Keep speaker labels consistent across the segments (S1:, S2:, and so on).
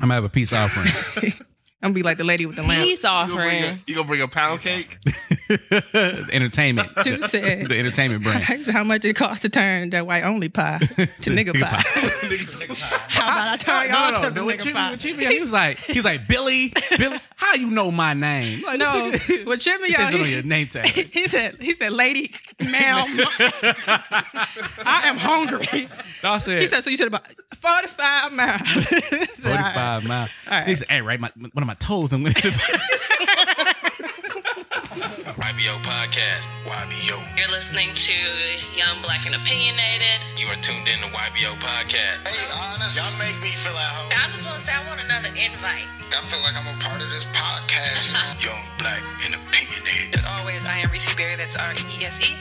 S1: I'm gonna have a peace offering.
S2: I'm gonna be like the lady with the lamp.
S3: Peace
S4: You gonna, bring a,
S3: offering.
S4: you gonna bring a pound cake?
S1: The entertainment.
S2: Too sad.
S1: The entertainment brand.
S2: Asked how much it cost to turn that white only pie to nigga pie.
S4: Niggas like, "Nah."
S2: How about I turn
S1: No,
S2: y'all
S1: no,
S2: to
S1: no.
S2: the
S1: What
S2: nigga
S1: you,
S2: pie?
S1: what you mean? He was like, he was like, Billy, Billy, how you know my name? Like, this
S2: no,
S1: nigga-
S2: what tripping
S1: he
S2: y'all?
S1: says it on your name tag.
S2: he said, he said, lady, ma'am, I am hungry.
S1: Dawg said,
S2: He said, so you said about 45 miles. I said, all right.
S1: 45 miles.
S2: All right.
S1: He said, hey, right, my, one of my toes. I'm gonna
S5: YBO Podcast.
S6: YBO.
S3: You're listening to Young Black and Opinionated.
S5: You are tuned in to YBO Podcast.
S6: Hey, honest, y'all make me feel at home.
S3: I just want to say I want another invite.
S6: I feel like I'm a part of this podcast, you know? Young, black, and opinionated.
S3: As always, I am Reese Berry. That's R E E S E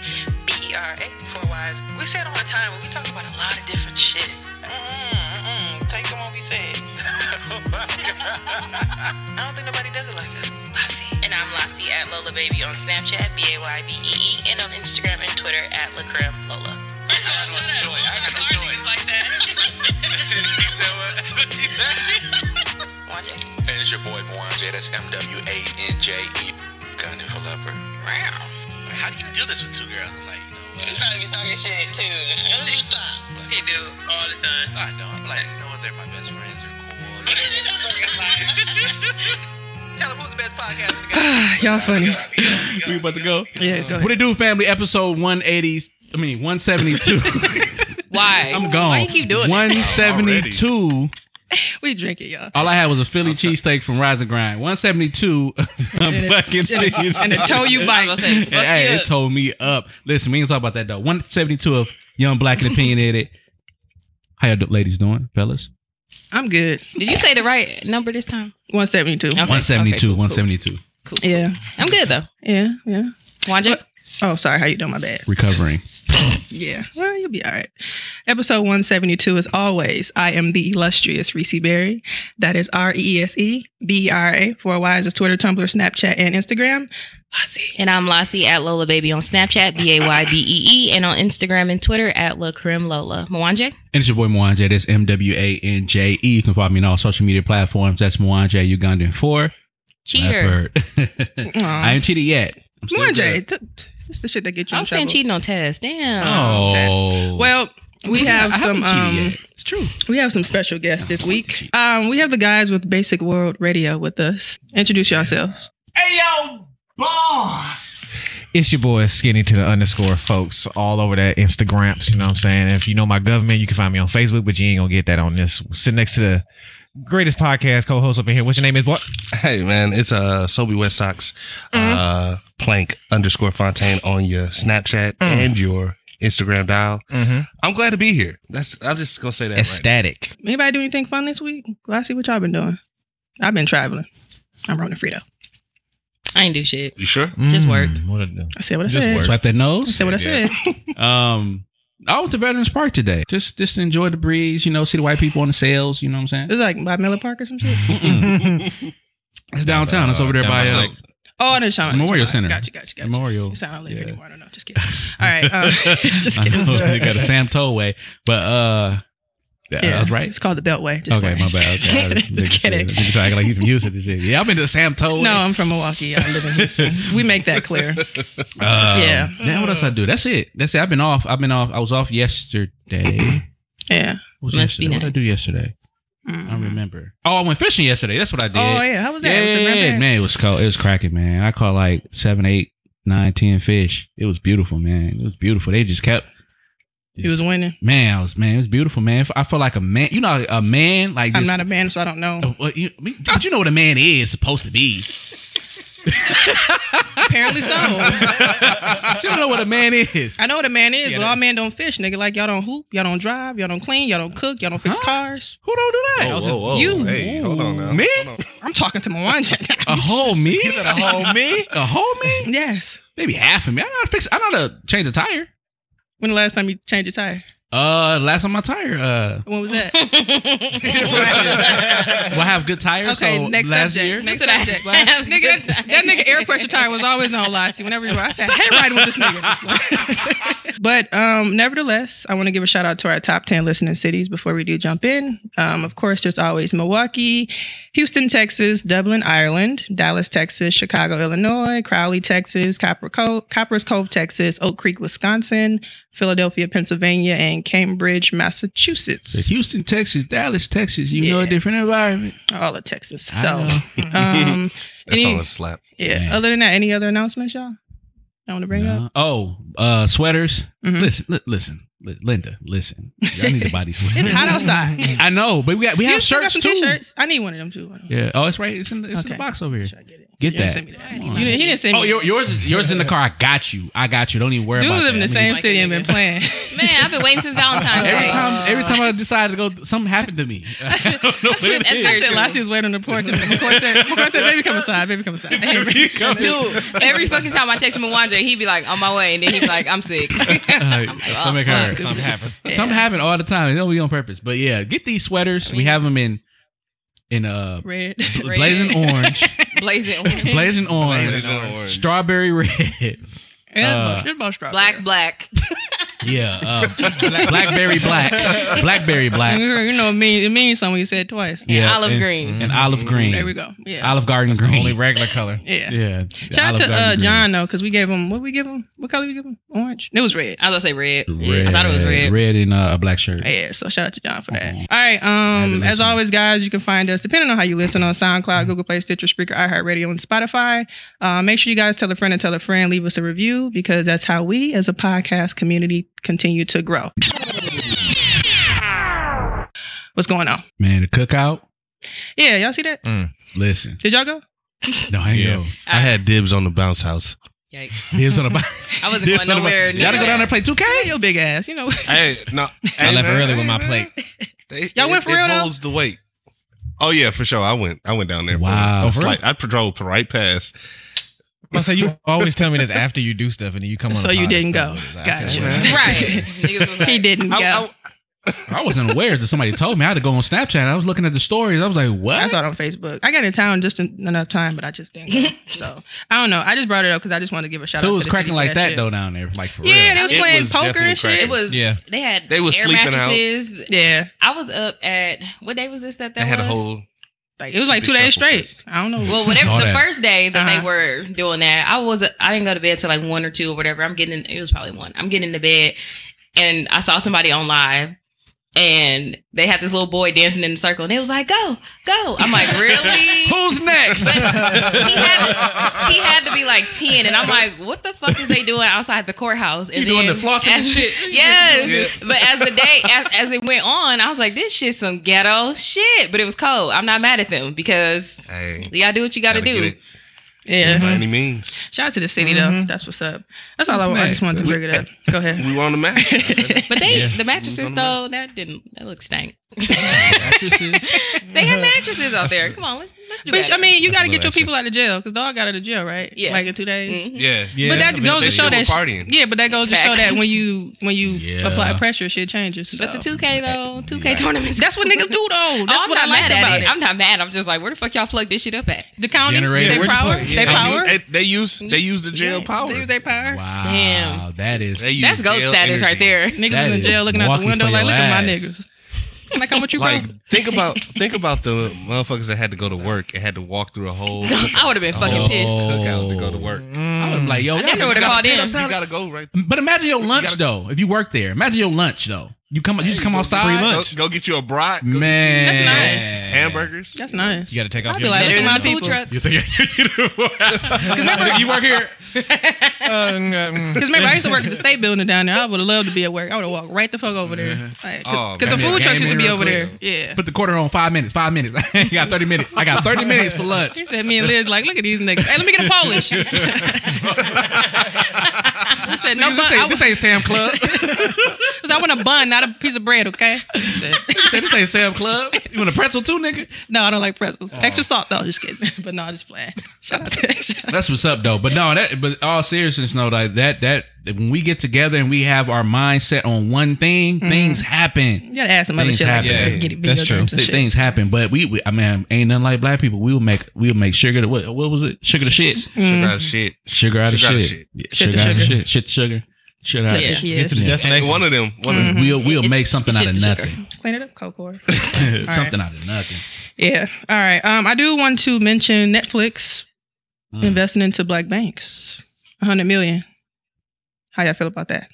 S3: B E R A. Four Y's. We say it all the time, but we talk about a lot of different shit. Mm-mm, mm-mm. Take them what we said. I don't think nobody does it like us. Lassie. And I'm Lassie at Lola Baby on Snapchat, B A Y B E E, and on Instagram and Twitter at Lacrim Lola.
S5: I got no choice. I got no choice.
S3: like that.
S5: And it's your boy, Mwanje. That's M-W-A-N-J-E. Gunning for leopard. Wow. How do you do this with two girls? I'm like, you know what?
S3: probably talking shit too. Stop. He do all the time.
S5: I know. I'm like, you know what? They're my best friends. They're cool.
S3: Tell them who's the best podcast in the game.
S2: Ah, y'all funny.
S1: we about to go.
S2: Yeah, go
S1: What
S2: ahead.
S1: it do, family? Episode 180. I mean, 172.
S3: Why?
S1: I'm gone.
S3: Why you keep doing that?
S1: 172.
S2: We drink it, y'all.
S1: All I had was a Philly cheesesteak from Rise and Grind. 172. I'm
S2: it-
S1: fucking
S2: And the toe you
S3: I
S2: bite.
S3: was gonna say, fuck
S1: Hey,
S3: you.
S1: it told me up. Listen, we ain't talk about that though. 172 of Young Black and Opinionated. How y'all do- ladies doing, fellas?
S2: I'm good.
S3: Did you say the right number this time?
S2: 172.
S3: Okay,
S1: 172,
S3: okay, cool,
S1: 172.
S3: cool.
S2: Yeah,
S3: I'm good though.
S2: yeah, yeah.
S3: Wanja,
S2: Oh, sorry. How you doing? My bad.
S1: Recovering.
S2: Yeah. Well, you'll be all right. Episode 172, as always, I am the illustrious Reese Berry. That is R E E S E B E R A. Four Y's is Twitter, Tumblr, Snapchat, and Instagram. Lassie.
S3: and I'm Lassie at Lola Baby on Snapchat, B A Y B E E, and on Instagram and Twitter at Lacrim Lola. Mwanje,
S1: And it's your boy Mwanje. That's M W A N J E. You can follow me on all social media platforms. That's Mwanje Ugandan 4.
S3: cheater.
S1: Leopard. I ain't cheated yet. I'm still
S2: Jay,
S1: good.
S2: th- th- this is the shit that gets you.
S3: I'm
S2: in
S3: saying
S2: trouble.
S3: cheating on Tez. Damn.
S1: Oh.
S2: Well, we
S1: I
S2: have
S1: haven't cheated
S2: some. Um,
S1: yet. It's true.
S2: we have some special guests this
S1: Sounds like
S2: week.
S1: cheating.
S2: Um, we have the guys with Basic World Radio with us. Introduce yourselves.
S7: Hey yo, boss.
S8: It's your boy Skinny to the underscore folks all over that Instagrams. You know what I'm saying? If you know my government, you can find me on Facebook, but you ain't gonna get that on this. Sit next to the greatest podcast co-host up in here. What's your name is boy?
S4: hey man, it's uh Sobe West Sox uh
S8: Mm-hmm.
S4: plank underscore Fontaine on your Snapchat and your Instagram dial.
S8: Mm. Mm-hmm.
S4: I'm glad to be here. That's I'm just gonna say that. Right.
S8: Ecstatic.
S2: Anybody do anything fun this week? Lassie, what y'all been doing? I've been traveling. I'm rolling Frito.
S3: I ain't do shit.
S4: you sure?
S8: Mm.
S3: Just work.
S8: What I do?
S2: I said what I
S8: Just
S2: said.
S8: work.
S1: Swipe that
S2: I
S1: nose.
S2: said what I said.
S1: Um, I went to Veterans Park today. Just just enjoy the breeze, you know, see the white people on the sales, you know what I'm
S2: It was like by Miller Park or some shit.
S1: saying?
S8: Mm.
S1: it's downtown. It's over there by
S4: So,
S1: uh,
S2: Oh, I know what you're talking about.
S1: Memorial
S2: Gotcha,
S1: Center.
S2: Gotcha, gotcha, gotcha.
S1: Memorial.
S2: You sound like
S1: Yeah.
S2: yeah. anymore. I don't know. Just kidding. All right. Um, just
S1: I
S2: kidding.
S1: know, they got a Sam Tollway, but uh, yeah, I was right.
S2: It's called the Beltway. Just
S1: okay,
S2: kidding.
S1: my bad.
S2: just
S1: Okay, I
S2: kidding. Just
S1: said-
S2: kidding.
S1: nigga said, act like he from Houston and shit. Yeah, I've been to Sam Tollway.
S2: No, I'm from Milwaukee. I live in Houston. We make that clear.
S1: Um,
S2: Yeah.
S1: Now what else I do? That's it. That's it. I've been off. I've been off. I was off yesterday.
S2: Yeah.
S1: What was
S3: Must
S1: yesterday?
S3: be
S1: What did I
S3: nice.
S1: do yesterday? I don't
S2: Mm.
S1: remember. Oh, I went fishing yesterday. That's what I did.
S2: Oh yeah. How was that? It was around
S1: Yeah,
S2: there?
S1: man, it was cold. It was cracking, man. I caught like seven, eight, nine, ten fish. It was beautiful, man. It was beautiful. They just kept.
S2: He was winning.
S1: man. I was man. It was beautiful, man. I felt like a man. You know, a man like
S2: I'm
S1: just-
S2: not a man, so I don't know.
S1: Uh, well, you, but you know what a man is supposed to be.
S2: Apparently so. I
S1: you don't know what a man is.
S2: know what a man is,
S1: Yeah,
S2: but
S1: that-
S2: all men don't fish, nigga. Like y'all don't hoop, y'all don't drive, y'all don't clean, y'all don't cook, y'all don't fix
S1: Huh?
S2: cars.
S1: Who don't do that?
S4: Whoa, whoa, whoa.
S2: you-
S4: Hey, hold on now.
S1: Me?
S4: Hold on.
S2: I'm talking to Mwanja.
S1: A whole me? Is it a whole me? A whole me?
S2: yes.
S1: Maybe half of me. I know how to fix. I know how to change a tire.
S2: When the last time you changed your tire?
S1: Uh, last time my tire. Uh,
S2: When was that?
S3: Right.
S1: what have good tires.
S2: Okay,
S1: so
S2: next
S1: last
S2: subject.
S1: year,
S2: Next
S9: Listen, I
S2: subject.
S9: have
S2: nigga,
S9: good
S2: that,
S9: time.
S2: that nigga air pressure tire was always on lies. Whenever you I said, hey, riding with this nigga. at this point. but um, nevertheless, I want to give a shout out to our top 10 listening cities before we do jump in. Um, of course, there's always Milwaukee, Houston, Texas, Dublin, Ireland, Dallas, Texas, Chicago, Illinois, Crowley, Texas, Copper Cove, Copper's Cove, Texas, Oak Creek, Wisconsin, Philadelphia, Pennsylvania, and Cambridge,
S1: So
S2: Massachusetts.
S1: Houston, Texas, Dallas, Texas. You know a
S2: Yeah.
S1: different environment.
S2: All of Texas.
S1: I
S2: So,
S1: know.
S2: um,
S4: That's
S2: any-
S4: all a slap.
S2: Yeah.
S1: Man.
S2: Other than that, any other announcements, y'all? I want to bring up.
S1: No. Oh, uh, sweaters.
S2: Mhm.
S1: Listen, li- listen, Li- Linda, listen. Y'all need to buy these sweaters.
S2: It's hot outside.
S1: I know, but we got we
S2: You
S1: have
S2: still got
S1: shirts
S2: some
S1: too.
S2: t-shirts? I need one of them too.
S1: Yeah. Oh, it's right. It's in the, it's in
S2: Okay.
S1: the box over here.
S2: Should I get it?
S1: Get
S2: You didn't
S1: that.
S2: send me that.
S9: Come
S2: You
S9: on.
S2: didn't- he didn't send me.
S1: Oh, your,
S2: that.
S1: yours yours in the car. I got you. I got you. Don't even worry
S2: Dude
S1: about
S2: live in
S1: that.
S2: the
S1: I
S2: same
S1: mean,
S2: city and been playing.
S9: Man, I've been waiting since Valentine's
S1: Every
S9: Day.
S1: time, every time I decide to go, something happened to me. I don't know what it
S9: that's
S1: is.
S2: I
S9: very
S2: said
S9: true.
S2: last year's waiting on the porch, and McCoy said, McCoy said, "Baby, come inside. Baby, come inside."
S1: Here it comes.
S9: Dude, every fucking time I text Mwanje, he'd be like, on my way. And then he'd be like, I'm sick.
S1: Alright,
S9: oh,
S1: stomach
S9: fuck.
S1: hurts.
S8: Something happened.
S1: Something happened all the time. It don't be on purpose. But yeah, get these sweaters. we have them in in uh
S2: Red.
S1: bl-
S9: Red.
S1: blazing orange,
S9: Blazing orange.
S1: blazing orange,
S4: Blazing orange.
S1: strawberry red. Uh,
S2: it's about strawberry.
S9: Black, black.
S1: Yeah, uh, black- blackberry black, blackberry black.
S2: You know, it means it means something when you said it twice.
S1: Yeah,
S9: olive
S1: and
S9: green.
S1: mm.
S4: Mm-hmm.
S1: olive green.
S2: There we go. Yeah.
S1: Olive garden
S8: That's the
S1: green.
S8: only regular color.
S2: yeah.
S1: yeah. the
S2: Shout out
S1: olive
S2: to
S1: garden
S2: uh,
S1: green.
S2: John though, because we gave him what we give him. What color we give him? Orange. It was red.
S9: I was going to say red. I thought it was red.
S1: Red and uh, a black shirt.
S2: Yeah, so shout out to John for that.
S1: Mhm.
S2: All right. Um,
S1: Congratulations.
S2: as always, guys, you can find us depending on how you listen on SoundCloud, Google Play, Stitcher, Spreaker, iHeartRadio, and Spotify. Uh, make sure you guys tell a friend and tell a friend, leave us a review because that's how we as a podcast community continue to grow. What's going on?
S1: Man, the cookout.
S2: Yeah, y'all see that?
S1: Listen,
S2: Did y'all go?
S1: no, I ain't
S4: Yeah.
S1: go.
S4: I had dibs on the bounce house.
S9: Yikes.
S1: Dibs on the box.
S9: I wasn't
S1: Dibs
S9: going
S1: on the
S9: nowhere
S1: box.
S9: near
S1: Y'all to go down there and play 2K?
S2: Hey, your big ass. You know,
S4: Hey, no,
S8: I
S4: hey,
S8: left
S4: man,
S8: early with
S4: hey,
S8: my
S4: man.
S8: plate.
S4: They-
S2: Y'all went
S4: it-
S2: for real,
S4: It
S2: though?
S4: holds the weight. Oh yeah, for sure. I went. I went down there.
S1: Wow.
S4: For
S1: Oh,
S4: a
S1: for real?
S4: slight- I patrolled right past.
S8: I say you always tell me this after you do stuff, and then you come on.
S2: So
S8: the
S2: you
S8: pod
S2: didn't
S8: and stuff
S2: go.
S8: with it. Like,
S2: Gotcha.
S8: okay, well,
S9: Right. Niggas was like,
S2: he didn't go.
S4: I- I-
S1: I wasn't aware that somebody told me I had to go on Snapchat. I was looking at the stories. I was like, what?
S2: I saw it on Facebook. I got in town just en- enough time, but I just didn't. Go. so I don't know. I just brought it up because I just wanted to give a shout
S1: so
S2: out.
S1: it
S2: to
S1: was
S2: the
S1: cracking
S2: city for
S1: like that,
S2: shit.
S1: though down there, like for
S2: Yeah,
S1: real.
S2: they was
S4: It
S2: playing
S4: was
S2: poker
S4: definitely
S2: and shit.
S9: It was.
S8: Yeah.
S9: They had.
S4: They was
S9: air
S4: sleeping out.
S9: mattresses.
S2: Yeah,
S9: I was up at what day was this that that
S4: I had a
S9: was?
S4: whole.
S2: like it was like
S4: Big
S2: two days
S4: shuffle
S2: straight.
S4: fest.
S2: I don't know.
S9: Well,
S1: Saw
S9: whatever the
S1: that.
S9: first day that
S2: Uh-huh.
S9: they were doing that, I was I didn't go to bed till like one or two or whatever. I'm getting in, it was probably one. I'm getting into bed, and I saw somebody on live, and they had this little boy dancing in the circle, and it was like go go. I'm like really.
S1: Who's next?
S9: But he had, to, he had to be like ten, and I'm like, "What the fuck is they doing outside the courthouse?" And
S1: You doing
S9: then
S1: the flossing and
S9: as-
S1: shit.
S9: Yes, but as the day as, as it went on, I was like, "This shit's some ghetto shit." But it was cold. I'm not mad at them because
S4: Hey,
S9: y'all do what you got to
S4: gotta get
S9: do.
S4: it by
S2: yeah.
S4: any means.
S2: Shout out to the city though. That's what's up. That's all I,
S1: What's
S2: I just
S1: next?
S2: wanted to bring it up. Go ahead.
S4: We were on the map.
S9: But they
S8: Yeah.
S9: the mattresses
S1: Mm-hmm.
S4: Something
S9: though that didn't that looks stank.
S1: Mattresses.
S9: They have mattresses out
S8: That's
S9: there.
S8: the-
S9: Come on, let's let's do
S2: But
S9: better.
S2: I mean, you
S8: That's
S2: got to
S8: a
S2: get
S8: little
S2: your people out of jail because dog got out of jail, right?
S9: Yeah.
S2: Like in two days.
S9: Mhm.
S4: yeah.
S8: Yeah.
S2: but that
S8: I mean,
S2: goes
S4: they
S2: to show
S4: still
S2: that.
S4: partying.
S2: Yeah, but that goes to show
S9: Facts.
S2: that when you when you
S1: Yeah.
S2: apply pressure, shit changes.
S9: but the
S2: so.
S9: 2K though, 2K
S1: Yeah.
S9: tournaments.
S2: That's what niggas do though. That's
S9: Oh, I'm
S2: what
S9: not
S2: I like
S9: mad at
S2: about
S9: it.
S2: it.
S9: I'm not mad. I'm just like, where the fuck y'all plug this shit up at?
S2: The county,
S1: Generator.
S2: they
S1: Where's the
S2: power,
S8: plug?
S2: they
S8: Yeah.
S2: power.
S4: They, they use they use the jail
S9: Yeah.
S4: power.
S2: They use their power.
S1: Wow.
S9: Damn.
S1: That is.
S4: They use
S9: That's ghost
S4: jail
S9: status right
S4: energy.
S9: there.
S2: Niggas
S1: That
S2: is in
S1: is
S2: jail looking out the
S1: walking
S2: window
S1: for
S2: like,
S1: your
S2: look at my
S1: ass.
S2: niggas. Like, how much you
S4: Like
S2: like,
S4: think about think about the motherfuckers that had to go to work and had to walk through a whole.
S9: I would have been fucking
S1: Oh.
S9: pissed.
S4: Cookout to go to work.
S1: I would like, yo,
S9: I
S1: y'all
S9: never
S1: just
S9: would've
S1: got-
S9: called in.
S4: You gotta go right.
S1: But imagine your lunch
S4: gotta-
S1: though. If you work there, imagine your lunch though. You come, you just come
S4: Go-
S1: outside.
S8: Free lunch.
S4: Go, go get you a brat. Go
S1: Man,
S2: That's
S4: Get you hamburgers.
S2: That's nice.
S8: You got to take off
S2: I'd be
S8: your
S2: like,
S9: Better
S2: Look at my
S9: than the food
S2: people.
S1: You
S9: trucks.
S1: think you work here?
S2: Because remember, I used to work at the state building down there. I would have loved to be at work. I would have walked right the fuck over there. Because
S4: Oh,
S2: the
S4: man.
S2: food trucks used to be
S1: Real
S2: over there.
S1: quick.
S2: Yeah.
S1: Put the quarter on five minutes. Five minutes. I got thirty minutes. I got thirty minutes for lunch.
S2: He said, me and Liz, like, look at these niggas. Hey, let me get a Polish. we said, no
S1: Niggas, this,
S2: bun. I
S1: ain't,
S2: was,
S1: this ain't Sam Club.
S2: I was I want a bun, not a piece of bread, okay?
S1: He said, this ain't Sam Club. You want a pretzel too, nigga?
S2: No, I don't like
S1: Oh.
S2: pretzels. Extra salt though, just kidding. But no, I'm just playing. Shout out to extra.
S1: That's what's up though. But no, that but all seriousness, no, like that that when we get together and we have our mindset on one thing, things happen.
S2: You gotta add some other
S1: Things
S2: shit like
S1: happen.
S2: that.
S1: Yeah,
S2: Get it
S8: that's
S2: video
S8: true.
S2: games and
S1: Th-
S2: shit.
S1: Things happen. But we, we I mean, ain't nothing like black people. We'll make we'll make sugar to what what was it? Sugar to shit.
S4: Mm-hmm.
S2: Mm.
S5: Sugar
S1: Sugar out
S5: out of shit.
S1: of
S5: Sugar out
S1: shit.
S5: of shit.
S1: Yeah,
S2: Shit
S1: Sugar
S2: to
S1: out of
S2: sugar.
S1: shit. Shit to sugar. Shit out of
S9: Yeah.
S1: shit.
S2: Yeah.
S8: Get to the
S1: Yeah.
S8: destination.
S5: One of them. One of them.
S1: We'll we'll
S9: It's-
S1: make something
S9: it's
S1: out of
S9: shit to
S1: nothing.
S2: Clean it up, coke whore.
S1: something out of nothing.
S2: Yeah. All right. Um, I do want to mention Netflix
S1: Mm.
S2: investing into black banks, 100 million. How y'all feel about that?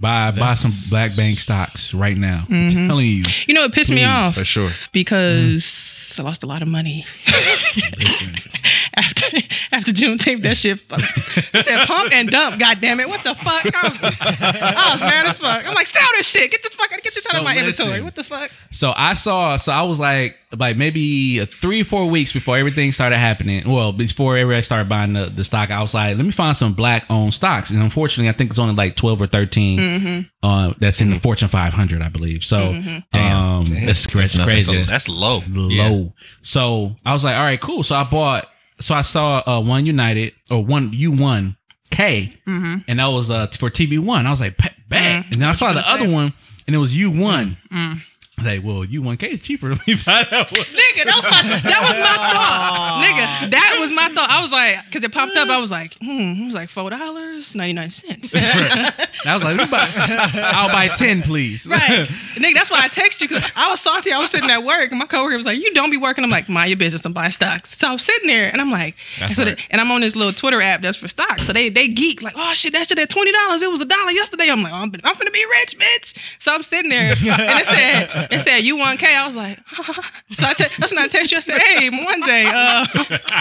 S1: Buy buy
S8: That's-
S1: some black bank stocks right now.
S2: Mhm.
S1: I'm telling you.
S2: You know, it pissed me
S1: Please, hmm.
S2: off
S5: For sure.
S2: because I lost a lot of money
S1: Listen.
S2: after after June taped that shit. I said pump and dump. God damn it! What the fuck? I was, I was mad as fuck. I'm like, sell this shit. Get this fuck. Get this out
S1: So
S2: of my
S1: listen.
S2: inventory. What the fuck?
S1: So I saw. So I was like, like maybe three, four weeks before everything started happening. Well, before everybody started buying the, the stock, I was like, let me find some black owned stocks. And unfortunately, I think it's only like twelve or 13
S2: Mm-hmm.
S1: Uh, that's in the Fortune 500, I believe. So
S2: Mhm.
S1: um, that's, that's
S5: nothing.
S1: crazy.
S5: That's, that's low.
S1: low. So I was like, all right, cool. So I bought. So I saw uh, one United or one U one K,
S2: Mm-hmm.
S1: and that was uh, for TV one. I was like, pa- back.
S2: Mm.
S1: And then I saw
S2: you
S1: the
S2: gonna
S1: other
S2: say?
S1: one, and it was U one.
S2: Mm.
S1: I was like, well, U one K is cheaper. Let me buy that one.
S2: Nigga, that was my, that was my thought. Nigga, that was my thought. I was like, because it popped up, I was like, hmm, it was like four dollars ninety nine cents. right,
S1: And I was like, let me buy- I'll buy 10, please.
S2: nigga, that's why I text you because I was salty. I was sitting at work, and my coworker was like, "You don't be working." I'm like, "Mind your business. I'm buying stocks." So I'm sitting there, and I'm like, and, so they- and I'm on this little Twitter app that's for stocks. So they they geek like, "Oh shit, that shit at twenty dollars. It was a dollar yesterday." I'm like, "Oh, "I'm I'm finna be rich, bitch." So I'm sitting there, and it said it said U1K. I was like, so I te- that's when I text you. I said, "Hey, Monjay, uh,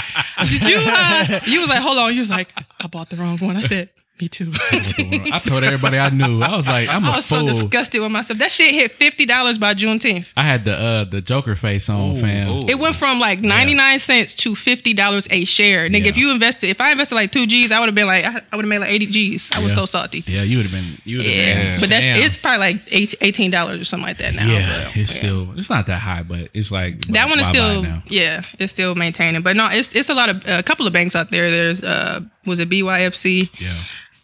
S2: did you uh you was like hold on you was like i bought the wrong one i said me too
S1: I told everybody I knew. I was like, I'm a
S2: i was so
S1: fool.
S2: disgusted with myself that shit hit $50 by juneteenth
S1: I had the uh, the Joker face on, fam.
S2: it went from like 99 cents to $50 a share nigga if
S1: Yeah.
S2: you invested if i invested like 2 g's i would have been like i, would have made like 80 g's i was
S1: Yeah.
S2: so salty
S1: Yeah, you would have been. You would have
S2: yeah,
S1: been.
S2: but that's
S8: Damn.
S2: it's probably like eight- $18 or something like that now
S1: yeah,
S2: but-
S1: it's still. It's not that high, but it's like
S2: that one is
S1: why buy it
S2: still
S1: now?
S2: yeah it's still maintaining but no it's it's a lot of a couple of banks out there there's uh was it byfc
S1: Yeah.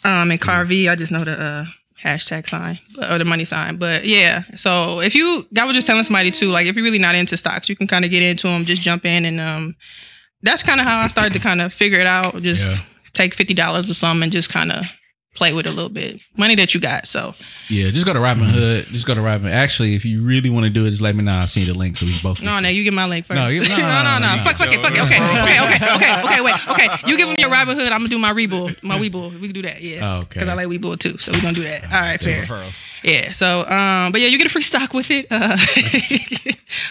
S2: um
S1: Mm.
S2: and Carvey. I just know the uh hashtag sign or the money sign. But yeah, so if you, I was just telling somebody too, like if you're really not into stocks, you can kind of get into them, just jump in, and um, that's kind of how I started to kind of figure it out. Just take fifty dollars or something and just kind of play with it a little bit money that you got. So
S1: Yeah, just go to Robin
S2: Mm-hmm.
S1: Hood. Just go to Robin. Actually, if you really want to do it, just let me know. I'll send you the link so we both.
S2: no, no, you get my link first.
S1: No,
S2: No,
S1: you- no,
S2: no,
S1: no,
S2: no, no,
S1: no, no.
S2: Fuck, fuck it, fuck it. Okay, okay, okay, okay, okay. Wait, okay. You give them your Robin Hood. I'm gonna do my Rebull, my Weebull. We can do that. Yeah.
S1: Oh, okay.
S2: Because I like Weebull too, so we're gonna do that. All right, fair.
S8: Referrals.
S2: Yeah. So, um, but yeah, you get a free stock with it. Uh,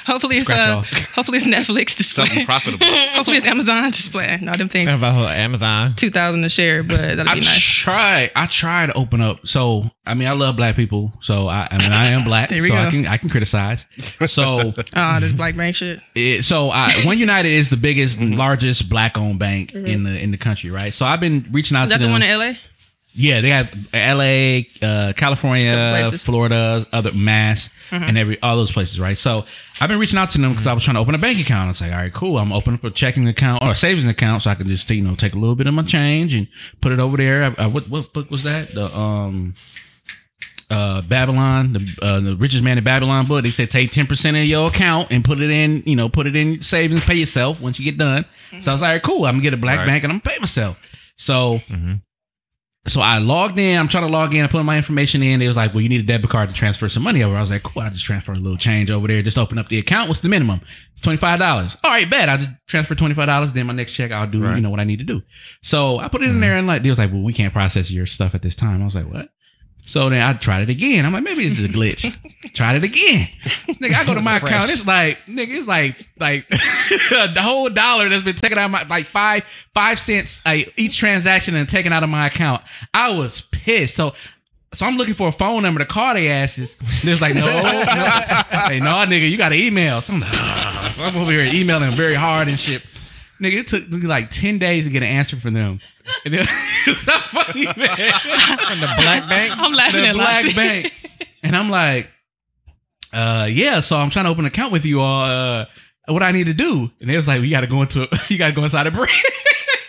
S2: hopefully it's
S1: Scratch
S2: uh,
S1: off.
S2: hopefully it's Netflix display.
S5: Something profitable.
S2: hopefully it's Amazon display. No, them things
S8: About her Amazon.
S2: two thousand a share, but that'd be
S1: I
S2: nice.
S1: try. I try to open up. So I mean, I love black people. So I, I mean, I am black. so
S2: There we
S1: I
S2: go.
S1: can I can criticize. So
S2: Uh, this black bank shit.
S1: It, so I, One United is the biggest, largest black-owned bank in the in the country, right? So I've been reaching out
S2: Is that
S1: to
S2: the
S1: them.
S2: Mm-hmm. one in LA?
S1: yeah, they have L.A., uh,
S2: Couple
S1: California,
S2: places.
S1: Florida, other Mass, and every all those places, right? So I've been reaching out to them because I was trying to open a bank account. I was like, all right, cool. I'm opening up a checking account or a savings account so I can just you know take a little bit of my change and put it over there. I, I, what what book was that? The um. Uh, Babylon, the uh, the richest man in Babylon book. They said take ten percent of your account and put it in, you know, put it in savings, pay yourself once you get done. So I was like, all right, cool. I'm gonna get a black
S5: Right.
S1: bank and I'm gonna pay myself. So
S8: Mhm.
S1: so I logged in. I'm trying to log in. I put my information in. It was like, well, you need a debit card to transfer some money over. I was like, cool. I just transfer a little change over there. Just open up the account. What's the minimum? It's twenty five dollars. All right, bet. I just transfer twenty five dollars. Then my next check, I'll do
S5: Right.
S1: you know what I need to do. So I put it in there and like they was like, well, we can't process your stuff at this time. I was like, what? So then I tried it again. I'm like, maybe this is a glitch. tried it again. Nigga, I go to my
S8: Fresh.
S1: account. It's like, nigga, it's like like the whole dollar that's been taken out of my like five five cents like, each transaction and taken out of my account. I was pissed. So so I'm looking for a phone number to call their asses. There's like, no, no. Hey, no, nigga, you got an email. So I'm like, "Ah." So I'm over here emailing very hard and shit. Nigga, it took me like 10 days to get an answer from them. And it, it was not funny, man.
S8: From the black bank.
S9: I'm laughing
S1: the
S9: at
S1: black
S9: Lassie.
S1: bank. And I'm like, uh, yeah, so I'm trying to open an account with you all. Uh, what I need to do? And they was like, well, you got to go into, you got to go inside a branch.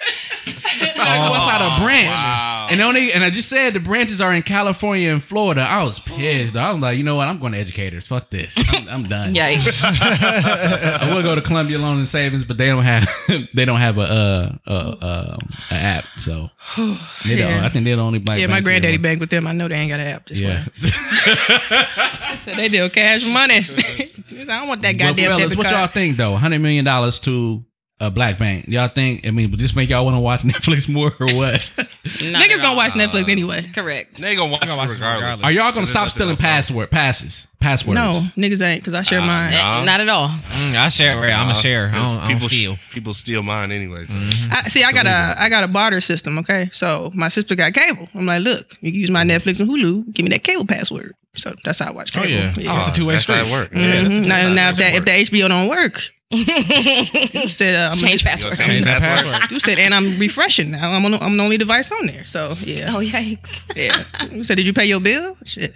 S1: You gotta go inside
S8: Oh,
S1: a branch.
S6: wow.
S1: And only, and I just said the branches are in California and Florida. I was pissed. I was like, you know what? I'm going to educators. Fuck this. I'm, I'm done.
S9: Yikes.
S1: I will go to Columbia Loan and Savings, but they don't have they don't have a uh, uh, uh a app. So they don't-
S2: Yeah.
S1: I think they're the only black.
S2: yeah, my
S1: bank here.
S2: granddaddy banked with them. I know they ain't got an app. Just
S1: Yeah.
S2: yeah. So they deal cash money. I don't want that
S1: Well,
S2: goddamn
S1: fellas,
S2: debit
S1: what
S2: card.
S1: y'all think though? Hundred million dollars to a black bank. Y'all think? I mean, would this make y'all want to watch Netflix more or what?
S9: Not
S2: Niggas
S9: at all.
S2: gonna watch Netflix anyway.
S9: Correct.
S6: They gonna watch,
S8: gonna watch
S6: it
S8: it
S6: regardless.
S8: regardless.
S1: Are y'all gonna
S6: There's
S1: stop
S6: nothing
S1: stealing
S6: else.
S1: password passes passwords?
S2: No, niggas ain't because I share
S6: Ah,
S2: mine.
S9: Eh,
S6: Nah.
S9: Not at all.
S8: Mm, I share. Right, I'm a
S4: Nah,
S8: share. I
S4: Uh-huh. because
S8: don't, I don't
S4: people
S8: steal.
S4: People steal mine anyway. so-
S2: I, see, I got a I got a barter system. Okay, so my sister got cable. I'm like, look, you can use my Netflix and Hulu. Give me that cable password. So that's how I watch cable.
S8: It's a
S4: Oh,
S8: two way
S4: that's how
S8: street.
S4: it work.
S2: Mhm.
S4: Yeah, that's- that's
S2: now,
S4: how
S2: now
S4: it
S2: if that if
S4: work.
S2: the HBO don't work, you said uh, I'm
S9: Change
S2: gonna-
S9: password.
S4: Okay.
S8: Change that
S4: Password.
S8: password.
S2: You said, and I'm refreshing now. I'm on, I'm the only device on there. So yeah,
S9: Oh, yikes.
S2: yeah. You said, did you pay your bill? Shit,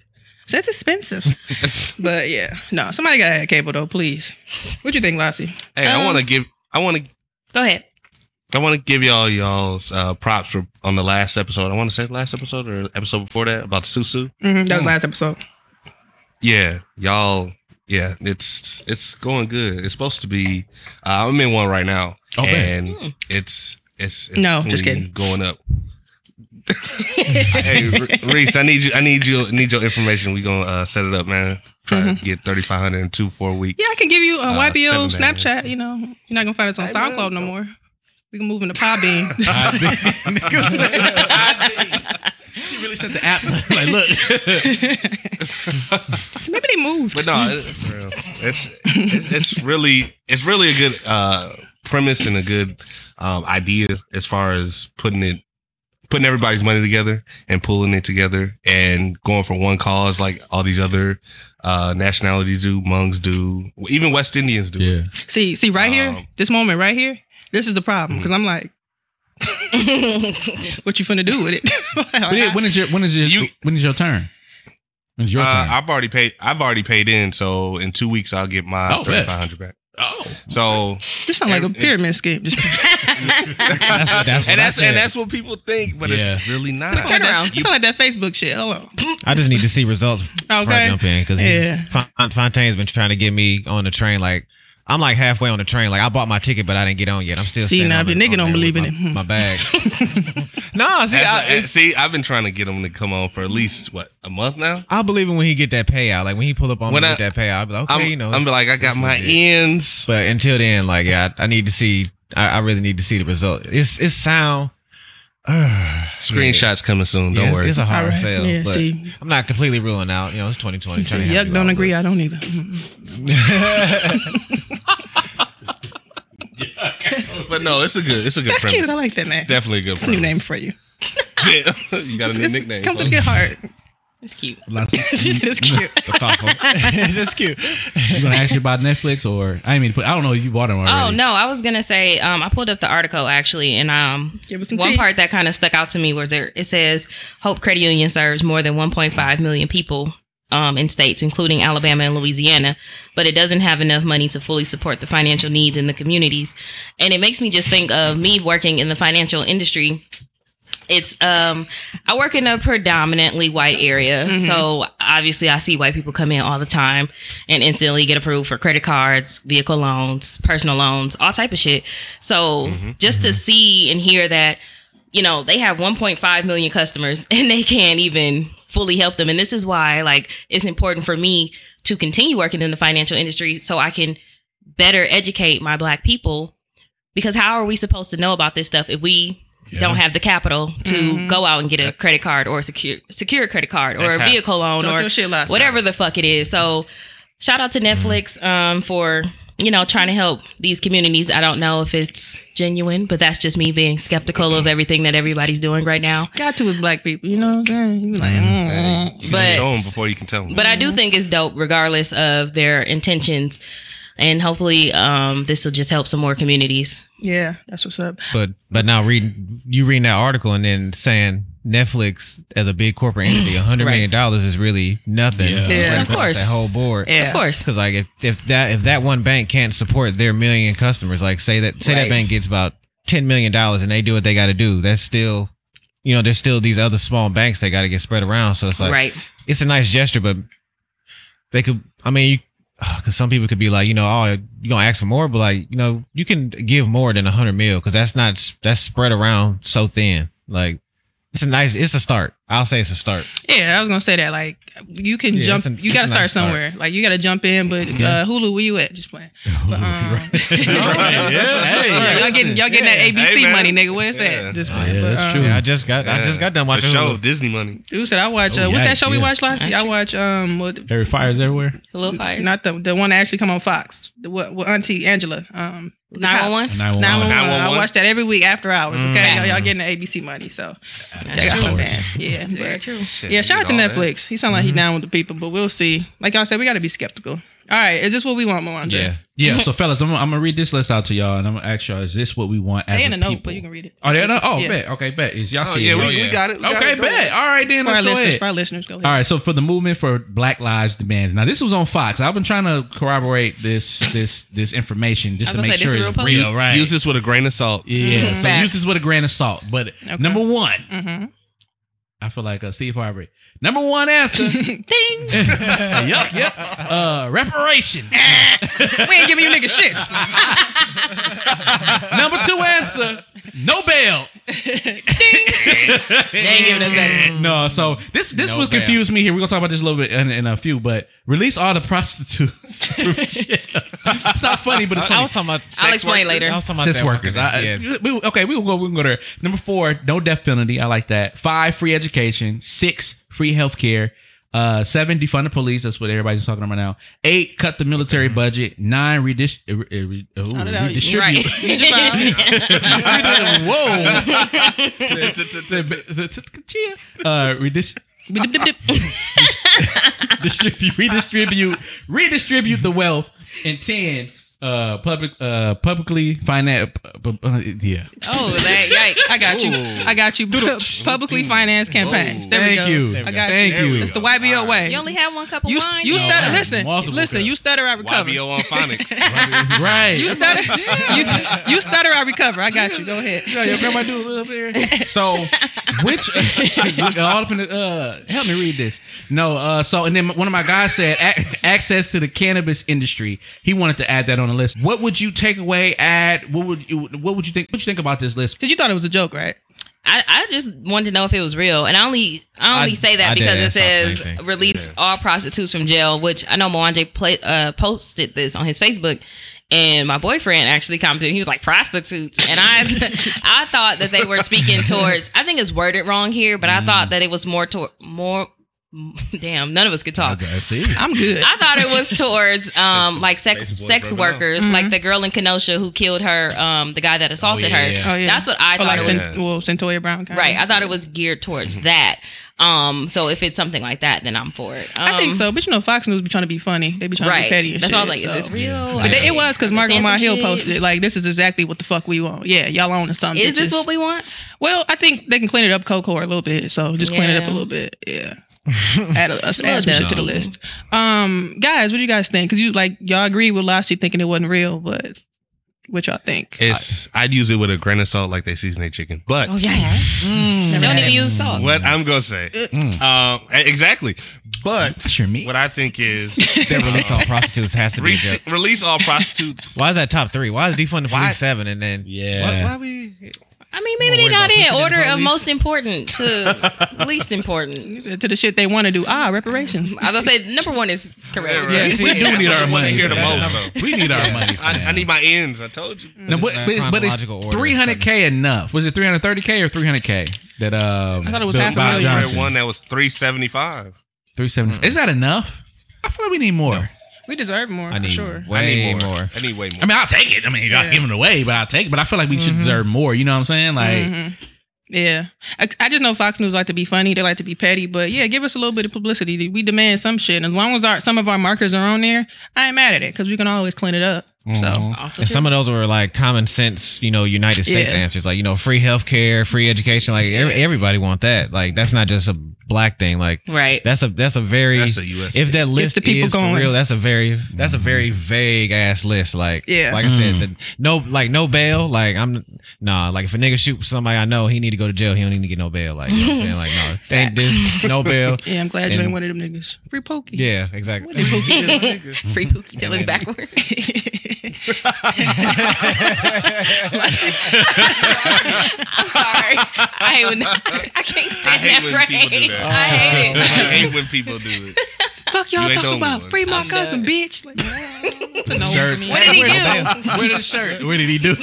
S2: so that's expensive. but yeah, no, somebody got to have cable though, please. What you think, Lassie?
S4: Hey, I
S9: Um,
S4: want to give. I want to
S9: Go ahead.
S4: I want to give y'all y'all's uh, props for on the last episode. I want to say last episode or episode before that about the Susu.
S2: hmm that was
S4: Mm.
S2: last episode.
S4: Yeah, y'all. Yeah, it's it's going good. It's supposed to be. Uh, I'm in one right now,
S1: Oh, man.
S4: and it's, it's it's
S2: Hmm. No, just
S4: clean
S2: kidding.
S4: Going up. hey Re- Reese, I need you. I need you. I Need your information. We gonna uh, set it up, man. Try to get thirty five hundred in two four weeks.
S2: Mm-hmm. Yeah, I can give you a
S4: Uh,
S2: YBO
S4: seven
S2: Snapchat.
S4: days.
S2: You know, you're not gonna find us on
S4: Hey, man,
S2: SoundCloud no
S4: don't-
S2: more. We can move into Podbean.
S1: I did. Nigga said, I did. She really sent the app. Like, look,
S2: So maybe they moved.
S4: But no, it- for real. it's, it's it's really it's really a good uh premise and a good um idea as far as putting it putting everybody's money together and pulling it together and going for one cause like all these other uh nationalities do, Hmong's do, even West Indians do.
S1: yeah.
S2: see, see, right here,
S4: Um,
S2: this moment right here, this is the problem because I'm like, what you finna do with it?
S1: When is, when is your when is your
S4: You-
S1: when is your turn? When's your
S4: Uh,
S1: turn?
S4: I've already paid. I've already paid in, so in two weeks I'll get my
S1: Oh, yeah.
S4: thirty five hundred back.
S1: oh,
S4: So
S2: this sounds like a
S4: and-
S2: pyramid scheme. Just
S8: That's, that's what
S4: and
S8: I
S4: that's
S8: said.
S4: and that's what people think, but it's really not.
S9: Turn around.
S2: It's like that Facebook shit. Hello.
S8: I just need to see results before I
S2: Okay.
S8: jump in because
S2: Yeah.
S8: Fontaine's been trying to get me on the train. Like I'm like halfway on the train. Like I bought my ticket, but I didn't get on yet. I'm still
S2: See,
S8: standing
S2: now
S8: on
S2: if
S8: the-
S2: your nigga
S8: on
S2: don't
S8: there
S2: believe
S8: with
S2: in
S8: my-
S2: it,
S8: My bag. no, see, I,
S4: That's-
S8: it's-
S4: see, I've been trying to get him to come on for at least what a month now.
S8: I believe him when he get that payout. Like when he pull up on
S4: When
S8: me
S4: I-
S8: with that payout, I'll be like, okay,
S4: I'm,
S8: you know,
S4: I'm
S8: it's-
S4: like, I got
S8: it's
S4: my
S8: legit.
S4: ends.
S8: But until then, like, yeah, I, I need to see. I, I really need to see the result. It's it's sound.
S4: Screenshots coming soon. Don't
S8: Yeah, it's,
S4: worry.
S8: it's a hard sale.
S2: Yeah,
S8: but
S2: see.
S8: I'm not completely ruling out. You know, it's 2020.
S2: See,
S8: trying to have
S2: yuck,
S8: you
S2: don't
S8: out,
S2: agree. I don't either.
S4: but no, it's a good. It's a good.
S2: That's
S4: premise.
S2: cute. I like that name.
S4: Definitely a good.
S2: That's a new name
S4: Premise.
S2: for you.
S4: Damn. you got a new
S2: It's-
S4: nickname.
S2: Comes with
S4: folks.
S2: your heart.
S9: It's cute.
S2: She said it's cute.
S8: but- Thoughtful. That's cute.
S1: you gonna ask you about Netflix or I mean, put, I don't know. if You bought them
S9: Oh
S1: already?
S9: no, I was gonna say um, I pulled up the article actually, and um,
S2: Give us some
S9: one
S2: tea.
S9: part that kind of stuck out to me was there. It says Hope Credit Union serves more than 1.5 million people um, in states, including Alabama and Louisiana, but it doesn't have enough money to fully support the financial needs in the communities. And it makes me just think of me working in the financial industry. It's um, I work in a predominantly white area, so obviously I see white people come in all the time and instantly get approved for credit cards, vehicle loans, personal loans, all type of shit. So just to see and hear that, you know, they have 1.5 million customers and they can't even fully help them. And this is why like it's important for me to continue working in the financial industry so I can better educate my black people because how are we supposed to know about this stuff if we don't have the capital to
S2: Mm-hmm.
S9: go out and get a credit card or a secure secure credit card or
S4: That's
S9: a
S4: how-
S9: vehicle loan
S2: Don't
S9: or
S2: do shit last
S9: whatever the fuck it is. So shout out to Netflix um, for you know trying to help these communities. I don't know if it's genuine, but that's just me being skeptical of everything that everybody's doing right now.
S2: Got to with black people. You know what I'm saying? You be like, mm. Mm-hmm.
S9: But-
S4: You gotta show 'em before you can tell them.
S9: But I do think it's dope, regardless of their intentions. and hopefully um, this will just help some more communities.
S2: Yeah, that's what's up.
S8: But but now reading you reading that article and then saying Netflix as a big corporate entity, a hundred
S9: Right.
S8: million dollars is really nothing.
S1: Yeah.
S8: spread
S9: Yeah, of
S8: across
S9: course.
S8: that whole board.
S2: Yeah.
S9: Of course.
S8: Because like if, if that if that one bank can't support their million customers, like say that say that
S9: Right.
S8: bank gets about ten million dollars and they do what they got to do, that's still you know there's still these other small banks that got to get spread around. So it's like
S9: right.
S8: it's a nice gesture, but they could. I mean, you because some people could be like, you know, oh, you gonna ask for more, but like, you know, you can give more than a hundred mil because that's not that's spread around so thin. Like, it's a nice, it's a start. I'll say it's a start.
S2: Yeah, I was gonna say that. Like, you can
S8: Yeah,
S2: jump.
S8: it's a-
S2: you
S8: it's
S2: got
S8: a
S2: to start
S8: nice start.
S2: somewhere. Like, you got to jump in. But uh, Hulu, where you at? Just playing. But, um,
S1: Hey.
S2: y'all getting y'all getting
S8: Yeah.
S2: that ABC
S4: Hey, man.
S2: money, nigga. Where's
S4: Yeah.
S2: that? Just
S1: Oh,
S2: playing.
S1: yeah,
S2: But,
S1: that's
S2: um,
S1: true.
S8: Yeah, I just got, I just got done
S4: The
S8: watching.
S4: show
S8: Hulu.
S4: Disney money.
S2: Dude said I watch. Uh,
S1: Oh,
S2: what's that
S1: yikes,
S2: show we
S1: yeah.
S2: watched last
S9: That's
S2: year? I
S9: true.
S2: watch um, what,
S1: There are fires everywhere.
S9: A little fires.
S2: not the the one that actually come on Fox. The, what, what Auntie Angela? Um, the cops.
S9: 911.
S1: 911.
S2: 911.
S4: 911.
S2: I watch that every week after hours. Okay,
S9: Mm.
S2: y'all, y'all getting the ABC money, so
S1: That's
S2: y'all got
S1: true.
S2: some
S1: Of
S2: bad.
S1: course.
S2: Yeah,
S9: It's very
S2: but-
S9: true.
S2: yeah. Shout out to
S4: All that.
S2: Netflix. He sound like
S1: Mm-hmm.
S2: he down with the people, but we'll see. Like y'all said, we got to be skeptical. All right, is this what we want, Melandra?
S8: Yeah,
S1: Yeah, so fellas, I'm, I'm gonna read this list out to y'all, and I'm gonna ask y'all: Is this what we want as
S2: They
S1: a
S2: in a note,
S1: people?
S2: but you can read it.
S1: Oh, they know. Oh,
S2: Yeah.
S1: bet. Okay, bet. Is y'all
S4: Oh,
S1: see?
S4: yeah,
S1: it?
S4: we,
S8: yeah.
S4: we got it. We got
S1: okay,
S4: it.
S1: bet. All right, then.
S2: For our
S1: Let's go
S2: listeners,
S1: ahead.
S2: for our listeners, go ahead.
S1: All right, so for the movement for Black Lives Demands. Now, this was on Fox. I've been trying to corroborate this this this information just
S9: I
S1: to
S9: was
S1: make
S9: gonna say, this
S1: sure
S9: real
S1: it's
S9: post?
S1: real, right?
S4: Use this with a grain of salt.
S1: yeah.
S9: Mhm.
S1: So use
S9: Facts.
S1: this with a grain of salt. But
S2: Okay.
S1: number one,
S2: Mm-hmm.
S1: I feel like uh, Steve Harvey. Number one answer.
S2: Ding.
S1: yep, yep. Uh, reparation.
S2: we ain't giving you niggas shit.
S1: Number two answer. No bail.
S9: They ain't giving us that.
S1: No, so this this
S8: No
S1: was
S8: bail.
S1: confused me here. We're gonna talk about this a little bit in, in a few, but release all the prostitutes. from jail. it's not funny, but it's funny.
S8: I was talking about.
S9: I'll explain
S8: I
S9: later.
S8: was talking about
S1: Cis
S8: that
S1: workers.
S8: one.
S1: I,
S8: yeah.
S1: we- okay, we will go. We can go there. Number four, no death penalty. I like that. Five, free education. Six, free healthcare. Uh, seven, defund the police. That's what everybody's talking about now. Eight, cut the military budget. Nine, redis- uh, re- uh, re- ooh,
S2: Shout it out.
S1: redistribute.
S9: Right.
S2: Use your
S1: Whoa.
S2: mouth.
S4: Whoa.
S1: Uh, redis-
S2: Dip, dip, dip.
S1: distribute, redistribute, redistribute the wealth. And ten, uh, public, uh, publicly finance. Uh, yeah.
S9: Oh, that yikes.
S2: I got you. I got you. Publicly financed campaigns. There
S1: Thank
S2: we go.
S1: you.
S2: I got
S1: Thank
S2: you.
S1: you.
S2: It's the YBO way.
S9: You only have one cup of
S2: You,
S9: wine.
S2: you
S1: No, I
S2: stutter.
S1: have
S2: Listen,
S1: multiple
S2: listen.
S1: cups.
S2: You stutter. I recover.
S4: YBO on phonics.
S1: right.
S2: You stutter. you, you stutter. I recover. I got you. Go ahead.
S1: Yeah, your grandma do it up there. So, which look, all up in the, uh, help me read this. No, uh, so and then one of my guys said ac- access to the cannabis industry. He wanted to add that on the list. What would you take away? Add what would you what would you think? What you think about this list?
S2: Cause you thought it was a joke, right?
S9: I, I just wanted to know if it was real, and I only I only
S8: I-
S9: say that
S8: I did
S9: because it
S8: ask about the
S9: says
S8: same thing.
S9: release all prostitutes from jail, which I know Moanje play, uh, posted this on his Facebook, and my boyfriend actually commented. He was like prostitutes, and I I thought that they were speaking towards. I think it's worded wrong here, but I
S8: Mm.
S9: thought that it was more toward more. Damn, none of us could talk.
S1: see.
S2: I'm good.
S9: I thought it was towards um like sex
S4: Basically,
S9: sex
S4: rubbing out.
S9: workers,
S2: Mm-hmm.
S9: like the girl in Kenosha who killed her um the guy that assaulted
S1: yeah,
S9: her.
S1: yeah.
S2: Oh, yeah.
S9: That's what I
S2: Or
S9: thought
S2: like
S9: it was.
S4: Yeah.
S2: Cent- well, Centoya Brown. Kind
S9: Right. I thought it was geared towards that. Um, so if it's something like that, then I'm for it. Um,
S2: I think so, but you know, Fox News be trying to be funny. They be trying to
S9: Right.
S2: be petty. And
S9: That's
S2: shit,
S9: why I was like,
S2: so.
S9: is this real?
S2: But they- it was because Margot
S9: Stanford
S2: My Hill
S9: shit?
S2: posted it. Like, this is exactly what the fuck we want. Yeah, y'all own to something.
S9: Is this what we want?
S2: Well, I think they can clean it up, Coco, a little bit. So just clean it up a
S9: Yeah.
S2: little bit. Yeah. add, a,
S9: Just a
S2: add some
S9: little
S2: shit to the
S9: dusty.
S2: list. Um, guys, what do you guys think? Because you like y'all agree with Lassie thinking it wasn't real, but what y'all think?
S4: It's I'd use it with a grain of salt like they season their chicken. But
S9: Oh yes.
S2: Never
S9: Don't
S2: had
S9: even
S2: it.
S9: use salt.
S4: what I'm gonna say,
S8: Mm.
S4: um, e- exactly. But
S1: Sure, me.
S4: what I think is
S8: That release all prostitutes has to be. a
S4: re-
S8: joke.
S4: release all prostitutes.
S8: Why is that top three? Why is defund the police
S4: Why-
S8: seven and then
S1: Yeah.
S8: Why, why we?
S9: I mean, maybe
S8: Don't
S9: they're
S8: worry
S9: not
S8: about
S9: in
S8: pushing
S9: order
S8: the
S9: of
S8: police.
S9: most important to least important.
S2: to the shit they want to do. Ah, reparations.
S9: I was gonna say number one is correct.
S1: Yeah,
S4: Right.
S1: see, we do
S4: That's
S1: need
S4: what
S1: our
S4: I wanna
S1: money.
S4: hear the
S1: That's-
S4: most,
S1: we need our money.
S4: I, I
S1: fam.
S4: need my ends. I told you.
S1: Now, what,
S8: Just
S1: but,
S8: in
S1: but it's
S8: chronological order or
S1: 300k enough. Was it 330k or 300k? That um,
S2: I thought it was
S1: Bill
S2: half a
S1: Bob
S2: million.
S4: I read
S1: Johnson.
S4: one that was three seventy five.
S1: 370. Is that enough? I feel like we need more.
S2: We deserve more
S8: I
S2: for
S8: need
S2: sure.
S8: way
S4: I need more.
S8: more.
S4: I need way more.
S1: I mean, I'll take it. I mean, I'll
S2: Yeah.
S1: give it away, but I'll take it. But I feel like we should deserve more. You know what I'm saying? Like,
S2: Mhm. Yeah, I, I just know Fox News like to be funny. They like to be petty, but yeah, give us a little bit of publicity. We demand some shit. As long as our some of our markers are on there, I ain't mad at it because we can always clean it up. So
S8: Mhm.
S9: Also
S8: And some of those were like common sense, you know, United States
S2: Yeah.
S8: answers, like you know, free healthcare, free education. Like every, everybody want that. Like that's not just a black thing. Like
S9: right.
S8: that's a that's a very
S4: That's a U.S.
S8: if that list
S2: the people
S8: is for
S2: going.
S8: real, that's a very that's a very
S4: Mm-hmm.
S8: vague ass list. Like
S2: Yeah.
S8: like I said,
S1: Mm.
S8: the, no like no bail. Like I'm nah. Like if a nigga shoot somebody I know, he need to go to jail. He don't need to get no bail. Like you know what I'm saying, like no, thank this no bail.
S2: yeah, I'm glad you
S8: And-
S2: ain't one of them niggas. Free pokey.
S8: Yeah,
S2: What did
S8: exactly.
S2: pokey do?
S9: Free
S4: Mm-hmm.
S9: Pookie Dylan backward. I'm sorry. I hate when I can't
S4: I
S9: stand
S4: hate
S9: that
S4: when people do
S9: phrase.
S4: that.
S9: I hate
S4: I
S9: it.
S4: hate when people do it.
S2: Fuck
S4: You
S2: y'all
S4: ain't the
S2: talking
S4: only
S2: about?
S4: one.
S2: Free my
S9: I'm
S2: cousin,
S9: done.
S2: bitch. Like, it's a no
S1: Shirt.
S2: for me.
S9: What did Mm-hmm. he
S1: Where
S9: do?
S1: the- Where did the shirt? Where did he do?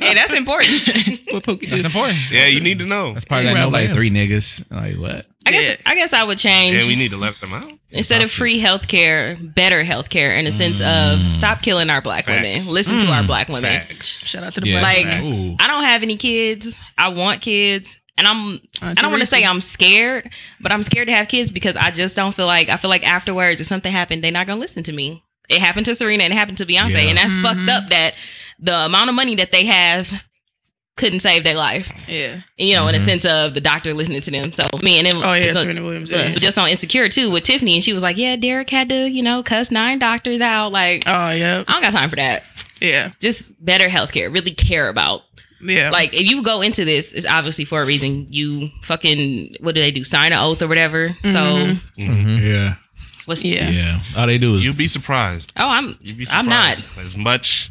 S9: Hey, that's important.
S2: What pokey do?
S8: That's important.
S4: Yeah, you need to know.
S8: That's part of
S1: Probably
S8: that no
S1: like
S8: bail.
S1: three niggas. Like what?
S9: I guess I guess I would change
S4: And we need to let them out.
S9: instead of free healthcare, better healthcare in a sense of stop killing our black
S4: Mm. Facts. Mm.
S9: women. Listen to our black women.
S4: Facts.
S2: Shout out to the
S8: Yeah.
S2: black.
S9: Like
S1: Ooh.
S9: I don't have any kids. I want kids. And I'm I don't want to say I'm scared, but I'm scared to have kids because I just don't feel like I feel like afterwards if something happened, they're not gonna listen to me. It happened to Serena and it happened to Beyonce,
S1: Yeah.
S9: and that's
S2: Mhm.
S9: fucked up that the amount of money that they have couldn't save their life.
S2: Yeah.
S9: You know, in
S8: Mhm.
S9: a sense of the doctor listening to them. So me and it,
S2: Oh yeah,
S9: it's a-
S2: Serena Williams.
S9: it
S2: Yeah.
S9: was just on Insecure too with Tiffany, and she was like, "Yeah, Derek had to, you know, cuss nine doctors out. Like,
S2: Oh yeah.
S9: I don't got time for that.
S2: Yeah.
S9: Just better healthcare. Really care about
S2: Yeah.
S9: like if you go into this, it's obviously for a reason. You fucking what do they do? Sign an oath or whatever.
S2: Mhm.
S9: So
S8: Mhm.
S1: Yeah.
S9: what's
S2: Yeah.
S1: Yeah. All they do is
S4: You'd be surprised.
S9: Oh, I'm
S4: You'd be surprised
S9: I'm not.
S4: as much.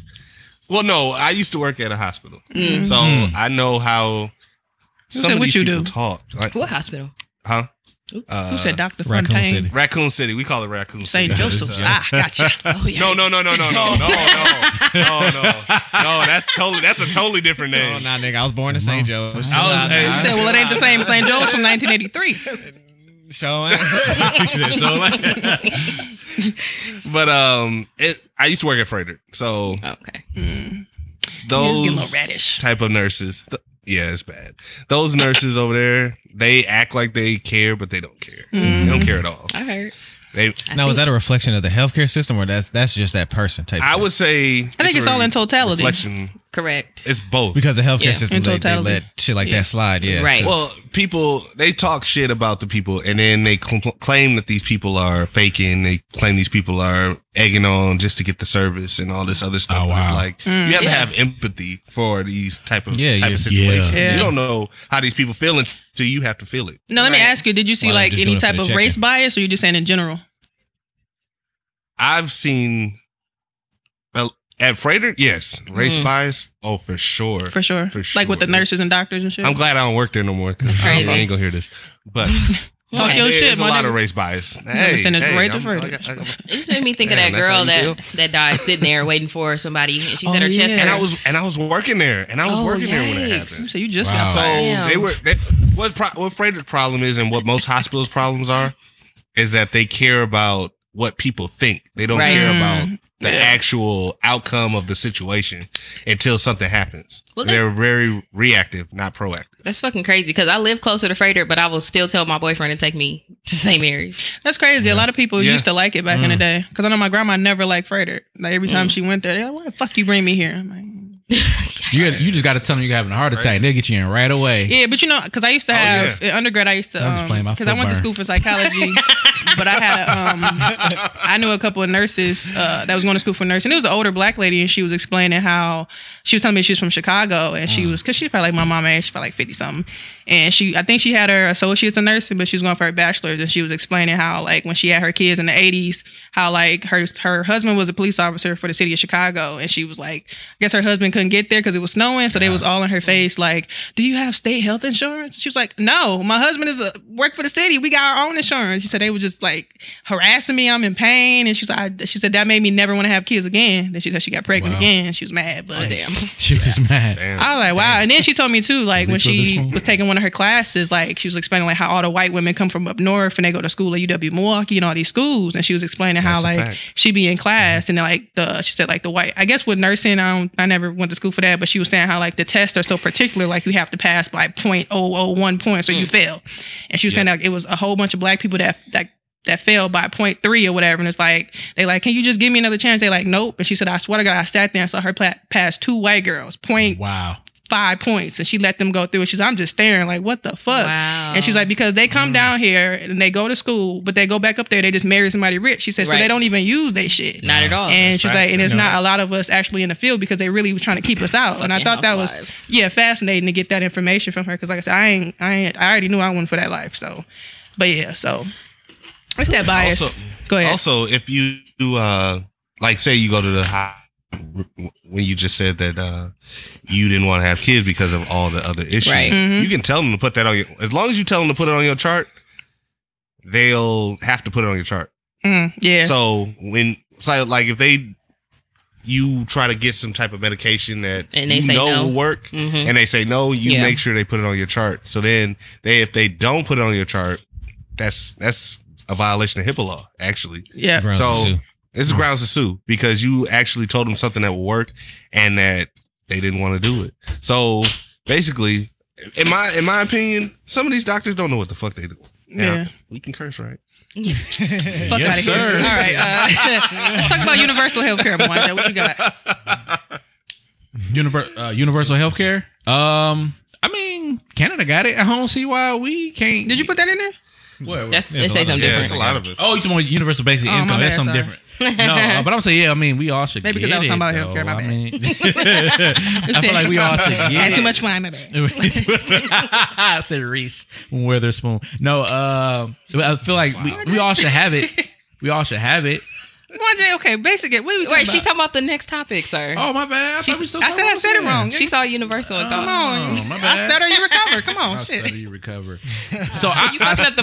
S4: Well, no, I used to work at a hospital,
S9: Mm.
S4: so
S1: Mhm.
S4: I know how some
S2: Mm-hmm. said
S4: of
S2: what
S4: these
S2: you
S4: people
S2: do?
S4: talk. Like,
S9: What hospital?
S4: huh?
S9: Who
S4: Uh,
S2: Who said Dr.
S8: Raccoon
S2: Fontaine?
S8: City.
S4: Raccoon City. We call it Raccoon
S2: St.
S4: City.
S2: Joseph's. Ah, gotcha.
S9: Oh yeah.
S4: No, no, no, no, no, no, no, no, no, no, no. That's totally. That's a totally different
S8: Oh,
S4: name.
S8: nah, nigga, I was born in St. Joe's.
S1: Most-
S8: Chill out,
S4: hey,
S2: You
S8: nah.
S2: said, well, it ain't the same as St. Joe's from 1983.
S8: So, uh,
S1: so like,
S4: But um, it. I used to work at Frederick, so
S9: Okay.
S2: a little
S4: those
S2: reddish.
S4: type of nurses. th- yeah, it's bad. Those nurses over there, they act like they care, but they don't care. They
S2: Mm-hmm.
S4: don't care at all.
S9: I heard.
S4: They,
S9: I
S8: now
S9: see.
S8: is that a reflection of the healthcare system, or that's that's just that person type?
S4: I
S8: thing?
S4: would say.
S2: I think it's all in totality.
S4: Reflection.
S9: correct?
S4: It's both.
S8: because the healthcare
S9: Yeah.
S8: system
S2: In
S8: they, they
S2: totality.
S8: let shit like that slide. Yeah,
S9: Right.
S4: well, people they talk shit about the people, and then they cl- claim that these people are faking. They claim these people are egging on just to get the service and all this other stuff.
S1: Oh,
S4: But it's
S1: wow.
S4: like
S2: Mm,
S4: you have to
S9: Yeah.
S4: have empathy for these type of
S8: Yeah,
S4: type
S8: yeah.
S4: of situations.
S2: Yeah.
S4: You don't know how these people feel until you have to feel it.
S2: No, let me
S9: Right.
S2: ask you, did you see
S8: Well, I'm
S2: like
S8: just
S2: any
S8: doing it for
S2: type
S8: the
S2: of
S8: check-in.
S2: race bias or you just saying in general?
S4: I've seen well, at Freighter, yes, race
S9: Mm.
S4: bias. Oh, for sure.
S2: For sure.
S4: For
S2: Like with the
S4: sure.
S2: nurses and doctors and shit.
S4: I'm glad I don't work there no more because I
S9: crazy.
S4: ain't gonna hear this. But
S9: Talk
S2: your
S4: there's
S2: shit,
S4: a
S2: my
S4: lot of
S2: nigga.
S4: race bias.
S2: gonna
S4: Hey,
S2: send it
S4: hey,
S2: right to
S4: I'm-
S2: Freighter.
S4: I got- I got-
S9: It just made me think
S4: Damn,
S9: of that
S4: that's
S9: girl
S4: how you
S9: that that died sitting there waiting for somebody, and she said
S2: Oh,
S9: her chest
S2: yeah.
S9: hurt.
S4: and I was and I was working there, and I was
S9: Oh,
S4: working there when
S9: yikes.
S4: it
S9: Oh,
S4: happened.
S2: So you just
S1: Wow.
S2: got
S4: So
S2: fired.
S9: Damn.
S4: they were they, what pro, what Frederick's problem is, and what most hospitals' problems are, is that they care about what people think. They don't
S9: Right. Mm-hmm.
S4: care
S2: Mm.
S4: about the actual outcome of the situation until something happens.
S9: Well,
S4: They're very reactive, not proactive.
S9: That's fucking crazy because I live closer to Freighter, but I will still tell my boyfriend to take me to St. Mary's.
S2: That's crazy. A lot of people
S4: Yeah. Mm.
S2: used to like it back in the day. Because I know my grandma never liked Frederick. Like every time
S9: Mm.
S2: she went there, they're like, why the fuck you bring me here? I'm like,
S1: you, you just got to tell them you're having a heart attack. They'll get you in right away.
S2: yeah, but you know, because I used to
S4: Oh,
S2: have in undergrad, I used to,
S1: I'm just playing
S2: um,
S1: my
S2: because I went to
S1: foot
S2: school for psychology, but I had a, um, I knew a couple of nurses uh, that was going to school for nursing. It was an older black lady, and she was explaining how she was telling me she was from Chicago, and
S1: Mm.
S2: she was because she's probably like my mom age, she's probably like fifty something, and she I think she had her associates in nursing, but she was going for her bachelor's, and she was explaining how like when she had her kids in the eighties, how like her her husband was a police officer for the city of Chicago, and she was like, I guess her husband couldn't get there because it was snowing, so they was all in her face like, do you have state health insurance? She was like, no, my husband is a work for the city, we got our own insurance. She said they was just like harassing me. I'm in pain. And she said, I, she said that made me never want to have kids again. Then she said she got pregnant
S1: Wow.
S2: again. She was mad, but
S9: Oh damn!
S1: She was mad.
S4: Damn.
S2: I was like, wow. And then she told me too, like when
S1: Reach with this
S2: she
S1: one?
S2: was taking one of her classes, like she was explaining like how all the white women come from up north and they go to school at UW Milwaukee and all these schools. And she was explaining
S4: That's
S2: how
S4: a
S2: like
S4: fact. Mm-hmm.
S2: she be in class and then, like the she said like the white I guess with nursing, I don't I never went to school for that, but she was saying how like the tests are so particular, like you have to pass by 0.001 points or you fail. And she was saying like it was a whole bunch of black people that that that failed by 0.3 or whatever. And it's like they like, can you just give me another chance? They like, nope. And she said, I swear to God, I sat there and saw her pla- pass two white girls, point
S1: Wow.
S2: five points and she let them go through and she's I'm just staring like what the fuck
S9: Wow. Mm.
S2: and she's like because they come down here and they go to school but they go back up there they just marry somebody rich she said so they
S9: Right.
S2: don't even use they shit
S9: Not at all.
S2: and
S4: Oh, That's
S2: she's
S4: right.
S2: like and it's
S4: No.
S2: not a lot of us actually in the field because they really was trying to keep us out and I
S9: Fucking
S2: thought that was
S9: housewives.
S2: yeah fascinating to get that information from her because like I said I ain't I ain't I already knew I wasn't for that life so but yeah so it's that bias
S4: Also-
S2: go ahead
S4: Also, if you uh like say you go to the high when you just said that uh you didn't want to have kids because of all the other issues,
S9: Right. Mm-hmm.
S2: Mhm.
S4: you can tell them to put that on your as long as you tell them to put it on your chart, they'll have to put it on your chart.
S2: Mm, yeah
S4: So when so like if they you try to get some type of medication that
S9: And they
S4: you
S9: say
S4: know
S9: no.
S4: will work
S9: Mm-hmm.
S4: and they say no, you
S9: Yeah.
S4: make sure they put it on your chart. So then they if they don't put it on your chart, that's that's a violation of HIPAA law, actually.
S2: yeah
S8: Grounds to
S4: So-
S8: sue.
S4: This is grounds to sue because you actually told them something that would work and that they didn't want to do it. So basically, in my in my opinion, some of these doctors don't know what the fuck they do.
S2: yeah.
S4: we can curse, right?
S2: Fuck
S1: Yes,
S2: out of here.
S1: sir.
S2: All right. Uh, let's talk about universal health care, Moana. What you got?
S1: Univer- uh, universal healthcare. Um, I mean, Canada got it. I don't see why we can't.
S2: Did you put that in there?
S1: What-
S9: That's
S8: There's
S9: they say
S8: a lot of-
S9: something
S4: Yeah,
S9: different.
S4: it's a lot of it.
S1: Oh, you talking about universal basic
S2: Oh, my
S1: income? That's
S2: bad,
S1: something
S2: sorry.
S1: different. No, uh, but I'm saying, yeah. I mean, we all should.
S2: Maybe
S1: get
S2: 'cause I was talking
S1: it,
S2: about healthcare, my
S1: though.
S2: bad.
S1: I, mean, I feel like we all should. Get
S2: Had
S1: it.
S2: too much wine, my bad.
S1: I said Reese Witherspoon. No, um, I feel like we, we all should have it. We all should have it.
S2: One J, okay, basic it. What we talking
S9: Wait,
S2: about?
S9: she's talking about the next topic, sir.
S1: Oh my bad. I, thought
S9: She's-
S1: we still
S2: I said I said it wrong.
S9: She saw Universal and
S1: Oh,
S9: thought,
S2: Come on.
S1: my
S2: I
S1: bad.
S2: stutter, you recover. Come
S8: Oh,
S2: on,
S1: How stutter
S2: shit.
S1: you recover. So I,
S9: "Hmm, you
S1: I-
S9: fucking up the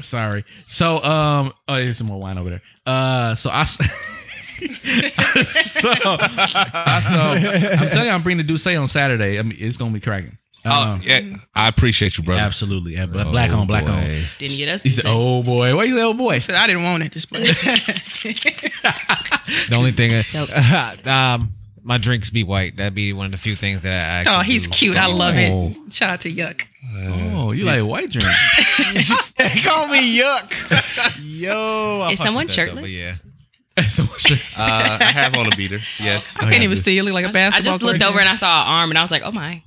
S1: Sorry. So um oh there's some more wine over there. Uh so I s- so, I, so I'm telling you I'm bringing the Duce on Saturday. I mean it's gonna be cracking.
S4: Oh,
S1: Um,
S4: yeah, I appreciate you, brother. Oh,
S1: Absolutely. Yeah, bla- Black on black on.
S8: Oh, Boy.
S9: Didn't get us.
S1: He said, "Oh boy, why you say, oh boy?"
S2: Said I didn't want it. Just play.
S8: The only thing, uh,
S9: Joke.
S8: um, my drinks be white. That'd be one of the few things that I.
S2: oh,
S8: actually
S2: he's
S8: do.
S2: cute. I love it.
S1: Oh.
S2: Shout out to Yuck.
S1: Oh, you like white drink?
S8: Just call me yuck. Yo, I
S9: Is
S8: fucks
S9: someone
S8: with that though,
S9: shirtless?
S8: but yeah.
S1: So sure.
S4: Uh, I have on a beater. Yes.
S2: I can't even see you. Look like a
S9: I
S2: basketball.
S9: just looked
S2: court.
S9: over and I saw an arm and I was like, oh my.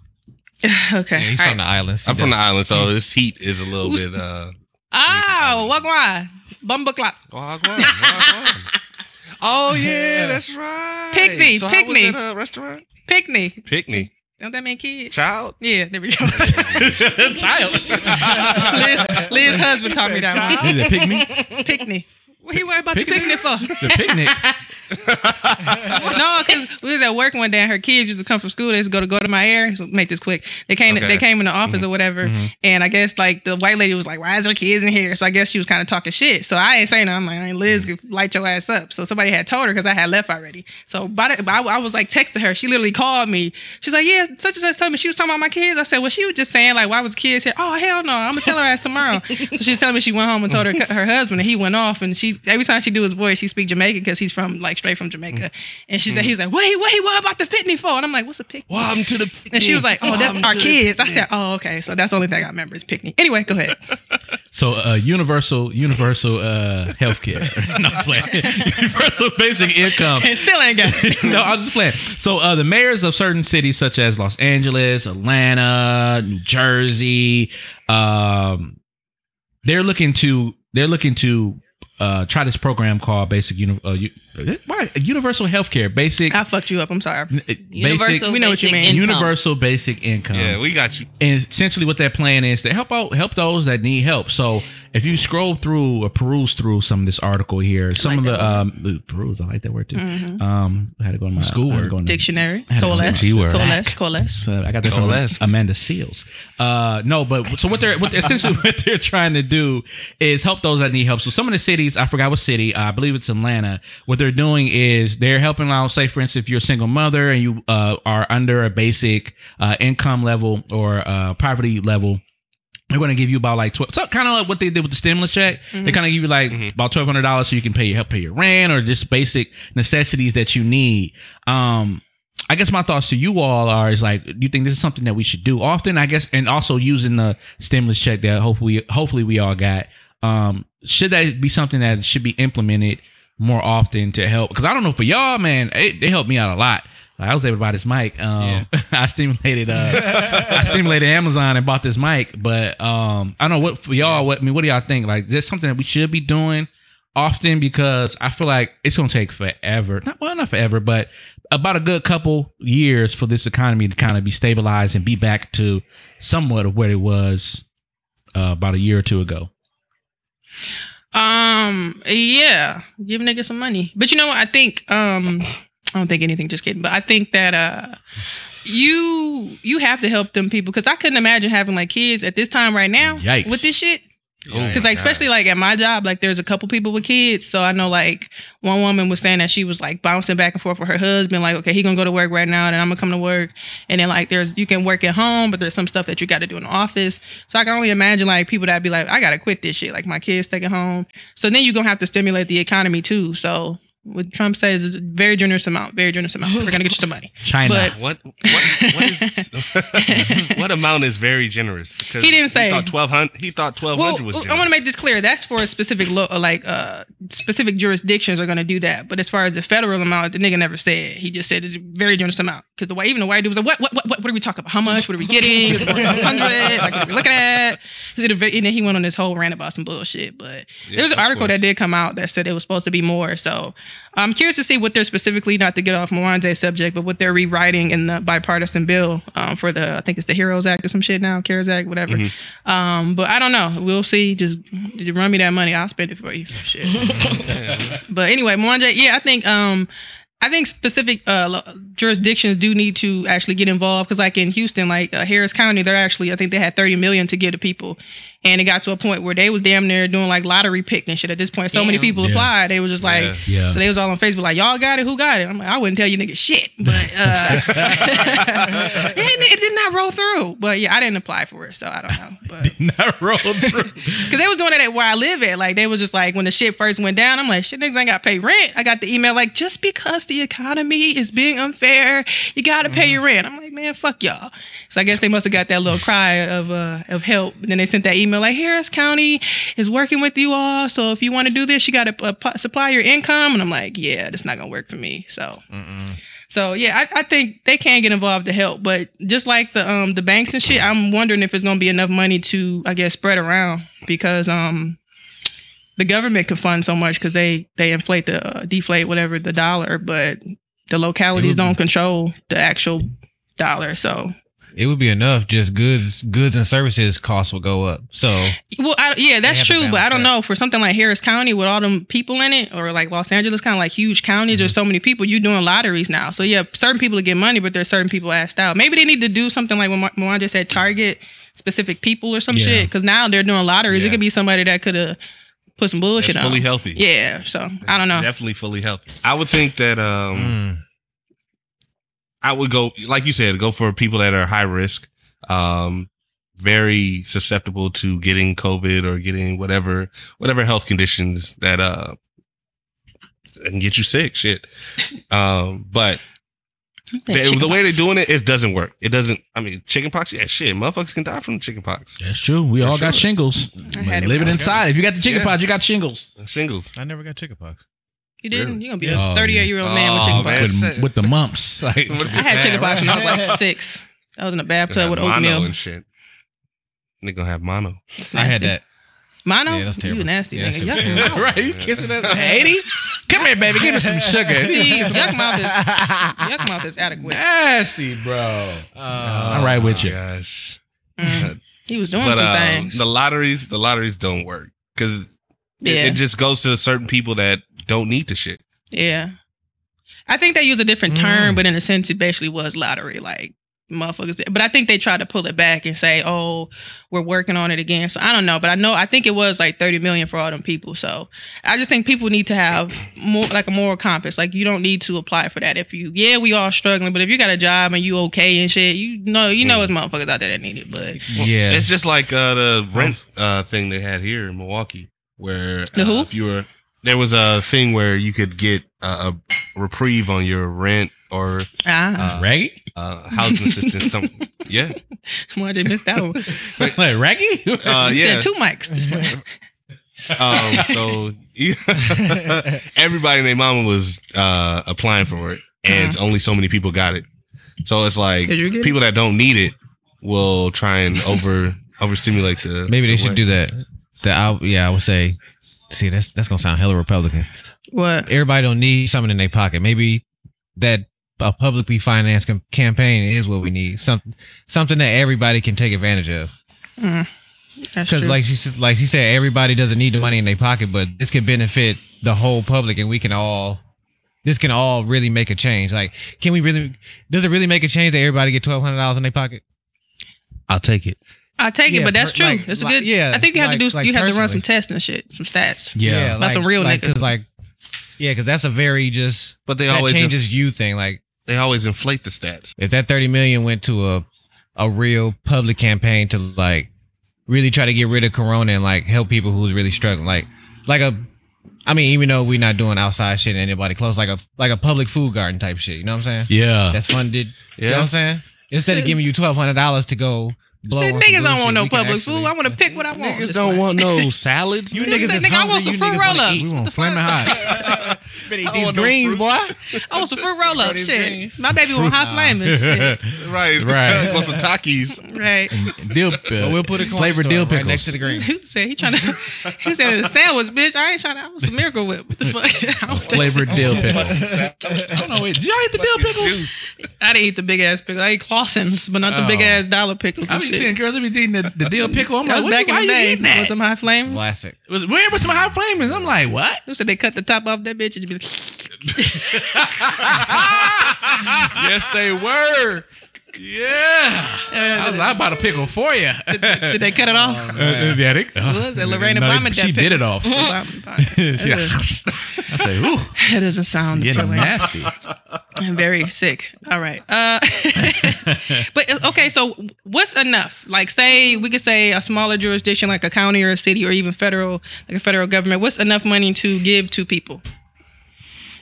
S8: Yeah,
S2: okay.
S8: he's
S9: All
S8: from the islands.
S4: I'm from the island, so this heat is a little
S2: Who's-
S4: bit. Uh,
S2: Oh, walk why? Bumba clock.
S4: Wagwan, wagwan. oh yeah, that's right.
S2: Pick me,
S4: so
S2: pick
S4: how was
S2: me.
S4: That, uh, restaurant.
S2: Pick me.
S4: Pick me,
S2: Don't that mean kid?
S4: child.
S2: Yeah, there we go.
S1: Child.
S2: Liz, Liz's husband taught me that
S1: Did they pick me?
S2: one. Picnic. What he worried about the
S1: Picnic?
S2: picnic for?
S1: The picnic.
S2: no, because we was at work one day and her kids used to come from school. They used to go to go to my air. So make this quick. They came.
S4: Okay.
S2: They came in the office or whatever.
S1: Mhm.
S2: And I guess like the white lady was like, "Why is her kids in here?" So I guess she was kind of talking shit. So I ain't saying nothing. I'm like, "Ain't Liz, light your ass up." So somebody had told her because I had left already. So by the, I, I was like texting her. She literally called me. She's like, "Yeah, such and such told me she was talking about my kids." I said, "Well, she was just saying like, why was kids here?" Oh hell no, I'm gonna tell her ass tomorrow. so she was telling me she went home and told her her husband, and he went off. And she every time she do his voice, she speak Jamaican because he's from like straight from Jamaica. And she said, "He's like, wait, wait, what about the picnic for?" And I'm like, "What's a picnic?"
S4: Welcome to the.
S2: And she was like, "Oh, that's
S4: Welcome
S2: our
S4: to the
S2: kids." I said,
S4: picnic.
S2: "Oh, okay." So that's the only thing I remember is picnic. Anyway, go ahead.
S1: So uh, universal, universal uh, healthcare. no, I'm playing. universal basic income.
S2: Still ain't got it.
S1: no, I'm just playing. So uh, the mayors of certain cities, such as Los Angeles, Atlanta, New Jersey, um, they're looking to they're looking to uh, try this program called Basic Uni- uh, U- why Universal Healthcare Basic
S2: I fucked you up. I'm sorry.
S1: Basic
S9: Uh, Universal.
S2: we know what you
S9: basic
S2: mean.
S9: income.
S1: Universal Basic Income
S4: Yeah, we got you.
S1: and essentially what their plan is to help out help those that need help so if you scroll through or peruse through some of this article here some of the um ooh, peruse i like that word too
S2: Mm-hmm.
S1: um i had to go to my
S8: Schoolwork.
S1: I had to go in-
S2: Dictionary.
S1: I had to go in
S2: Coalesce.
S1: my-
S4: G word.
S2: Coalesce. Coalesce.
S1: so uh, I got that from
S4: Coalesce.
S1: Amanda Seals. Uh, no, but so what they're what they're, essentially what they're trying to do is help those that need help. So some of the cities, I forgot what city, I believe it's Atlanta. What they're doing is they're helping out. Say, for instance, if you're a single mother and you uh, are under a basic uh, income level or uh, poverty level. They're going to give you about like twelve, so kind of like what they did with the stimulus check. They kind of give you like about twelve hundred dollars so you can pay your help pay your rent or just basic necessities that you need. Um, I guess my thoughts to you all are is like, do you think this is something that we should do often? I guess, and also using the stimulus check that hopefully, hopefully we all got. Um, should that be something that should be implemented more often to help? Because I don't know for y'all, man, it, it helped me out a lot. Like, I was able to buy this mic. Um, I stimulated, uh,
S4: Oh
S1: I stimulated Amazon and bought this mic. But um, I don't know what for y'all. What I mean, what do y'all think? Like, is this something that we should be doing? often because I feel like it's gonna take forever. Not well, not forever, but about a good couple years for this economy to kind of be stabilized and be back to somewhat of where it was uh, about a year or two ago.
S2: Um, yeah, give niggas some money. But you know what? I think um, I don't think anything. Just kidding. But I think that uh, you you have to help them people because I couldn't imagine having like kids at this time right now
S1: Yikes.
S2: with this shit.
S4: Oh
S2: Because
S4: my
S2: like
S4: God.
S2: especially like at my job, like there's a couple people with kids. So I know like one woman was saying that she was like bouncing back and forth with her husband, like, okay, he gonna go to work right now, and I'm gonna come to work. And then like there's you can work at home, but there's some stuff that you gotta do in the office. So I can only imagine like people that'd be like, I gotta quit this shit. Like my kids taking home. So then you're gonna have to stimulate the economy too. So what Trump says is a very generous amount, very generous amount. We're gonna get you some money.
S1: China.
S2: But-
S4: What what what, is, what amount is very generous? 'Cause
S2: He didn't say.
S4: He thought twelve hundred. He thought twelve
S2: Well,
S4: hundred was generous.
S2: I want to make this clear. That's for a specific lo- uh, like uh specific jurisdictions are going to do that. But as far as the federal amount, the nigga never said. He just said it's a very generous amount because the white even the white dude was like, what what what what what are we talking about? How much? What are we getting? Is it hundred? Like what are we looking at? Is it a ve- and then he went on this whole rant about some bullshit. But
S4: Yeah,
S2: there was an
S4: of
S2: article
S4: course.
S2: that did come out that said it was supposed to be more. So I'm curious to see what they're specifically not to get off Mwanze's subject, but what they're rewriting in the bipartisan bill um, for the I think it's the Heroes Act or some shit now, CARES Act, whatever.
S4: Mm-hmm.
S2: Um, but I don't know. We'll see. Just, just run me that money. I'll spend it for you. Shit. but anyway, Mwanje, yeah, I think um, I think specific uh, lo- jurisdictions do need to actually get involved because, like in Houston, like uh, Harris County, they're actually I think they had thirty million to give to people, and it got to a point where they was damn near doing like lottery pick and shit. At this point, so many
S9: Damn.
S2: people
S1: Yeah.
S2: applied, they was just like,
S4: Yeah.
S1: Yeah.
S2: so they was all on Facebook like, y'all got it, who got it? I'm like, I wouldn't tell you niggas shit, but uh, it, it did not roll through. But yeah, I didn't apply for it, so I don't know. But
S1: Not roll through.
S2: Cause they was doing it at where I live at. Like they was just like when the shit first went down, I'm like, shit niggas ain't gotta pay rent. I got the email like just because the economy is being unfair, you gotta pay your rent. I'm like, man, fuck y'all. So I guess they must have got that little cry of uh of help. And then they sent that email like Harris County is working with you all. So if you want to do this, you gotta uh, pu- supply your income. And I'm like, yeah, that's not gonna work for me. So so yeah, I, I think they can get involved to help, but just like the um the banks and shit, I'm wondering if it's gonna be enough money to I guess spread around because um the government can fund so much because they they inflate the uh, deflate whatever the dollar, but the localities don't control the actual dollar. So
S8: It would be enough. Just goods, goods and services costs will go up. So
S2: well, I, yeah, that's
S8: have to
S2: true, but I
S8: balance
S2: don't
S8: that.
S2: know for something like Harris County with all them people in it, or like Los Angeles, kind of like huge counties,
S8: Mm-hmm.
S2: there's so many people. You doing lotteries now, so yeah, certain people get money, but there's certain people asked out. Maybe they need to do something like when Mo- Moana said, target specific people or some
S1: Yeah.
S2: shit, because now they're doing lotteries. It
S4: Yeah.
S2: could be somebody that could have put some
S4: That's
S2: bullshit
S4: fully
S2: on.
S4: healthy.
S2: Yeah, so I don't know.
S4: Definitely fully healthy. I would think that um
S8: mm,
S4: I would go like you said, go for people that are high risk, um, very susceptible to getting COVID or getting whatever whatever health conditions that uh can get you sick. Shit. Um, but they- the way they're doing it, it doesn't work. It doesn't. I mean, chickenpox. Yeah, shit. Motherfuckers can die from chickenpox.
S1: That's true. We all
S4: For
S1: got
S4: sure.
S1: shingles.
S2: I had it
S1: Living
S2: myself.
S1: inside. If you got the chicken
S4: Yeah.
S1: pox, you got shingles.
S4: Shingles.
S8: I never got chickenpox.
S2: you didn't.
S4: Really?
S2: You're gonna be
S8: Oh,
S1: Yeah.
S2: a 38 year old man with
S4: Oh,
S2: chickenpox.
S4: man. That's
S1: With,
S4: it.
S1: with the mumps. Like
S2: I had chickenpox when I was like six. I was in a bathtub with
S4: mono
S2: oatmeal.
S4: and shit. They gonna have mono.
S2: It's
S8: I had
S2: nasty.
S8: that.
S2: Mono?
S8: Yeah, that's
S2: You
S8: terrible.
S2: nasty
S8: Yeah, that
S2: nigga.
S8: shit was
S2: Yuck
S8: terrible.
S2: mouth.
S1: right. You kissing us at 80? Come here, baby. Give me some sugar.
S2: See, yuck mouth is yuck mouth is adequate.
S1: Nasty, bro. I'm right Uh, with
S4: my
S1: you.
S4: Oh, Gosh.
S2: Mm. He was doing
S4: but
S2: some
S4: um,
S2: things.
S4: the lotteries, the lotteries don't work because
S2: Yeah,
S4: it, it just goes to certain people that don't need the shit.
S2: yeah. I think they use a different
S4: Mm.
S2: term, but in a sense, it basically was lottery, like motherfuckers. But I think they tried to pull it back and say, "Oh, we're working on it again." So I don't know, but I know I think it was like thirty million for all them people. So I just think people need to have more, like a moral compass. Like you don't need to apply for that if you. Yeah, we all struggling, but if you got a job and you okay and shit, you know, you
S4: Mm.
S2: know, it's motherfuckers out there that need it. But
S8: yeah, Oh.
S4: It's just like uh, the rent uh, thing they had here in Milwaukee, where
S2: The
S4: uh,
S2: who?
S4: if you were there was a thing where you could get uh, a reprieve on your rent or
S2: Ah,
S4: uh,
S1: Raggy?
S4: uh, housing assistance. Some, yeah,
S2: why did miss that one?
S1: Wait, Raggy?
S4: uh, yeah.
S2: Said two mics. This morning.
S4: Um, so yeah. everybody and their mama was uh, applying for it, and only so many people got it. So it's like
S2: Uh-huh. Did you get it?
S4: people that don't need it will try and over overstimulate the.
S8: Maybe they
S4: the
S8: should
S4: way.
S8: do that. That I, yeah, I would say. See, that's that's gonna sound hella Republican.
S2: What?
S8: Everybody don't need something in their pocket. Maybe that a publicly financed com- campaign is what we need. Something something that everybody can take advantage of.
S2: That's
S8: Because
S2: true.
S8: like she said, like she said, everybody doesn't need the money in their pocket, but this could benefit the whole public, and we can all. This can all really make a change. Like, can we really? Does it really make a change that everybody get twelve hundred dollars in their pocket?
S4: I'll take it.
S2: I take it,
S8: yeah,
S2: but that's
S8: per-
S2: true.
S8: like-
S2: It's a
S8: like-
S2: good.
S8: yeah,
S2: I think you have
S8: like-
S2: to do.
S8: like
S2: you have to run some
S8: personally.
S2: tests and shit, some stats.
S1: Yeah.
S2: Like some real
S8: like,
S2: niggas.
S8: 'cause, Like, yeah, because that's a very just
S4: But they
S8: that
S4: always
S8: changes you thing. Like,
S4: they always inflate the stats.
S8: if that 30 million went to a a real public campaign to like really try to get rid of corona and like help people who's really struggling like like a i mean even though we're not doing outside shit and anybody close like a like a public food garden type shit you know what i'm saying
S1: Yeah.
S8: that's funded you know
S4: Yeah.
S8: what i'm saying instead of giving you $1200 to go blow
S2: Said
S8: on
S2: niggas
S8: some bullshit,
S2: don't want no
S8: we can
S2: public
S8: actually-
S2: food. I want to pick what I want.
S4: Niggas don't want no salads.
S8: you
S2: Niggas
S8: niggas
S2: say,
S8: is
S2: "Nigga, I
S8: hungry,
S2: want some
S8: you
S2: fruit
S8: niggas wanna
S2: roll-ups."
S8: eat. We
S2: What
S8: want
S2: the
S8: flamin'
S2: fuck?
S8: hot.
S4: I
S8: These
S4: want no
S8: greens,
S4: fruit.
S8: boy.
S2: I want some Oh, fruit roll up.
S8: Fruit
S2: Shit.
S8: greens.
S2: My baby want hot flaming. Shit.
S4: Right,
S1: Right.
S4: Want some Takis.
S2: Right.
S1: deal
S8: But
S1: pickle.
S8: we'll put a corn
S1: flavored
S8: store
S1: dill pickles
S8: right next to the green.
S2: He said he trying to. He said it was sandwich, bitch. I ain't trying to. I was a miracle whip. What the fuck? I, don't think-
S1: flavored dill pickle. I don't know. Wait, did y'all eat the dill pickles?
S4: Juice.
S2: I didn't eat the big ass pickles. I ate Clausen's, but not the
S1: Oh.
S2: big ass dollar pickles
S1: I
S2: and
S1: was
S2: Oh, shit.
S1: seeing girls. They be eating the, the dill pickle. I'm
S2: that
S1: like,
S2: was
S1: what
S2: back
S1: you- why
S2: in the
S1: you
S2: day.
S1: eating that?
S2: Was some hot flames?
S8: Classic.
S1: It was weird with some hot flamers. I'm like, what?
S2: Who said they cut the top off that bitch? It'd be like,
S1: yes, they were. Yeah. I was I bought a pickle for you.
S2: did they cut it off?
S8: Oh,
S1: Eh, yeah, they,
S2: was it Lorraine
S1: No, they-
S2: Obama?
S1: She bit it off.
S2: it
S1: She- I say, ooh,
S2: It doesn't sound
S1: yeah,
S2: appealing.
S1: nasty.
S2: I'm very sick. All right. Uh, but uh, okay, so what's enough? Like, say we could say a smaller jurisdiction, like a county or a city, or even federal, like a federal government. What's enough money to give to people,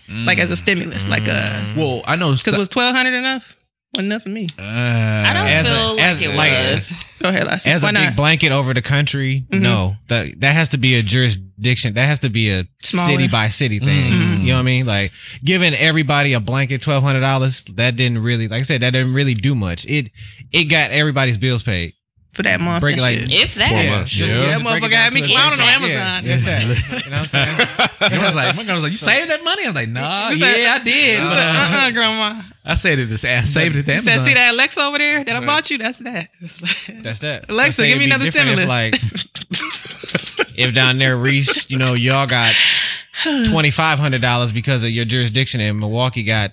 S2: like
S8: Mm.
S2: as a stimulus? Like a
S1: Well, I know. Uh,
S2: because was twelve hundred enough? Wasn't enough for me.
S9: I don't
S8: As a-
S9: feel like
S8: as-
S9: it
S8: like-
S9: was.
S2: Go ahead, Lassie.
S8: as
S2: Why
S8: a
S2: not?
S8: big blanket over the country,
S2: Mhm.
S8: no. That that has to be a jurisdiction. That has to be a
S2: Smaller. Mm-hmm.
S8: city by city thing. You know what I mean? Like giving everybody a blanket twelve hundred dollars. That didn't really, like I said, that didn't really do much. It it got everybody's bills paid.
S2: for that month.
S8: break
S2: and
S8: like-
S2: shit.
S9: If that.
S4: Four
S8: Yeah,
S4: months.
S8: just-
S1: Yeah.
S8: just
S2: That
S8: break it
S2: motherfucker
S8: down
S2: had me
S8: to a
S2: clowning on
S8: basic-
S2: Amazon.
S8: Yeah, yeah. you know what I'm saying?
S1: I was like, my girl was like, you saved that money? I was like, nah,
S2: You said-
S1: yeah, I did.
S2: You said,
S8: Uh-huh.
S2: uh-uh, grandma.
S1: I saved it. This ass saved it. to
S2: You said,
S1: Amazon.
S2: see that Alexa over there that I bought you? That's that.
S8: That's that.
S2: Alexa,
S8: Let's say
S2: give me
S8: it'd be
S2: another
S8: different If, like, if down there, Reese, you know, y'all got twenty five hundred dollars because of your jurisdiction, and Milwaukee got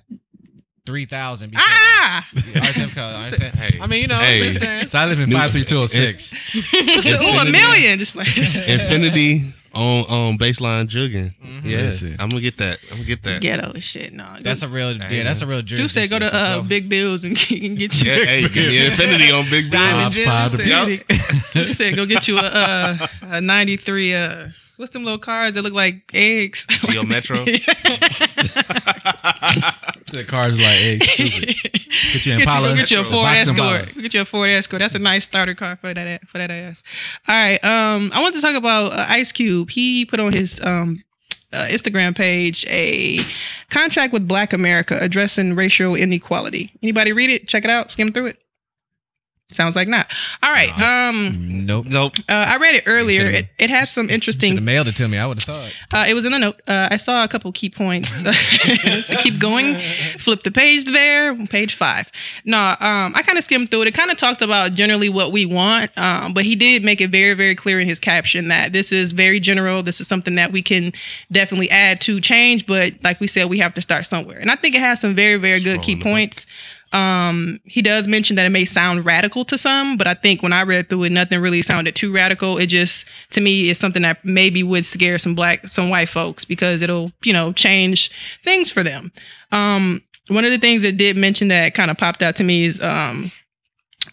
S8: three thousand.
S2: ah!
S4: Hey.
S8: I mean, you know,
S4: Hey.
S8: I'm just saying.
S1: So I live in
S4: New-
S1: 53206.
S2: What's the- ooh, a million. Just like,
S4: Infinity on on baseline jugging. Yeah,
S1: Listen.
S4: I'm gonna get that. I'm gonna Mm-hmm. get that.
S2: ghetto and shit. No,
S8: That's a real, yeah, that's a real jurisdiction.
S2: You said go to uh, Big Bills and get, and get you.
S4: Yeah, hey, give me Infinity on Big
S1: Uh,
S4: Diamond.
S1: five to-
S4: Yup.
S2: You said go get you a, uh, a '93. Uh, what's them little cars that look like eggs?
S4: Geo Metro.
S1: The car's like, hey, stupid. Get you an
S2: Get you,
S1: Impala.
S2: go get you a
S1: Box
S2: Ford
S1: Impala.
S2: Escort. Go Get you a Ford Escort. That's a nice starter car for that a- for that ass. All right. Um, I want to talk about uh, Ice Cube. He put on his um. Uh, Instagram page a contract with Black America addressing racial inequality. Anybody read it? Check it out. Skim through it. Sounds like not. All right. Um,
S8: Nope.
S4: Nope.
S2: uh, I read it earlier.
S8: should've-
S2: It, it had some
S8: Should have
S2: interesting.
S8: mailed it to me. I would have saw it.
S2: Uh, it was in the note. Uh, I saw a couple key points. so keep going. Flip the page there, page five. No, um, I kind of skimmed through it. It kind of talked about generally what we want, um, but he did make it very, very clear in his caption that this is very general. This is something that we can definitely add to change, but like we said, we have to start somewhere. And I think it has some very, very good key
S4: Scrolling the
S2: points. Um, he does mention that it may sound radical to some, but I think when I read through it, nothing really sounded too radical. It just, to me, is something that maybe would scare some black, some white folks because it'll, you know, change things for them. Um, one of the things that did mention that kind of popped out to me is um,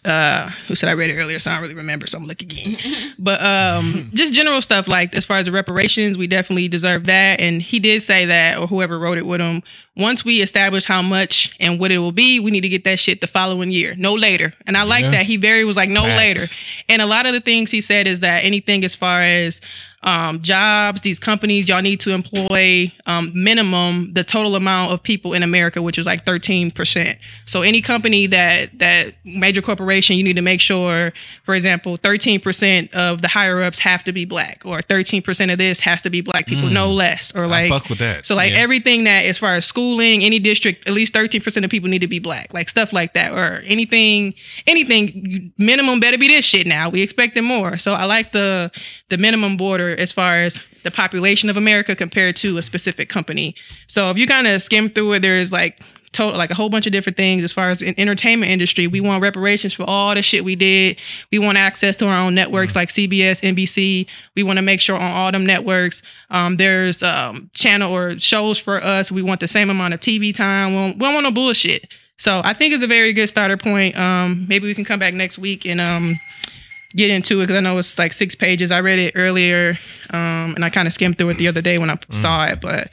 S2: uh, who said I read it earlier, so I don't really remember. So I'm looking again. But um, just general stuff like as far as the reparations, we definitely deserve that. And he did say that, or whoever wrote it with him. Once we establish how much and what it will be, we need to get that shit the following year, no later. And I like
S8: Yeah.
S2: that he very was like no
S4: Facts.
S2: later. And a lot of the things he said is that anything as far as um, jobs, these companies, y'all need to employ um, minimum the total amount of people in America, which is like 13%. So any company that that major corporation, you need to make sure, for example, 13% of the higher ups have to be black, or 13% of this has to be black people, no less, or
S4: Hmm. I
S2: like
S4: fuck with that.
S2: so like everything that as far as schooling, any district, at least 13% of people need to be black. Like stuff like that. Or anything, anything you- minimum better be this shit now. We expecting more. So I like the the minimum border as far as the population of America compared to a specific company. So if you kind of skim through it, there's like total like a whole bunch of different things as far as in entertainment industry we want reparations for all the shit we did we want access to our own networks like cbs nbc we want to make sure on all them networks um, there's um, channel or shows for us we want the same amount of tv time we don't, we don't want no bullshit so i think it's a very good starter point um, maybe we can come back next week and um, get into it because i know it's like six pages i read it earlier um, and i kind of skimmed through it the other day when i
S1: Mm.
S2: saw it but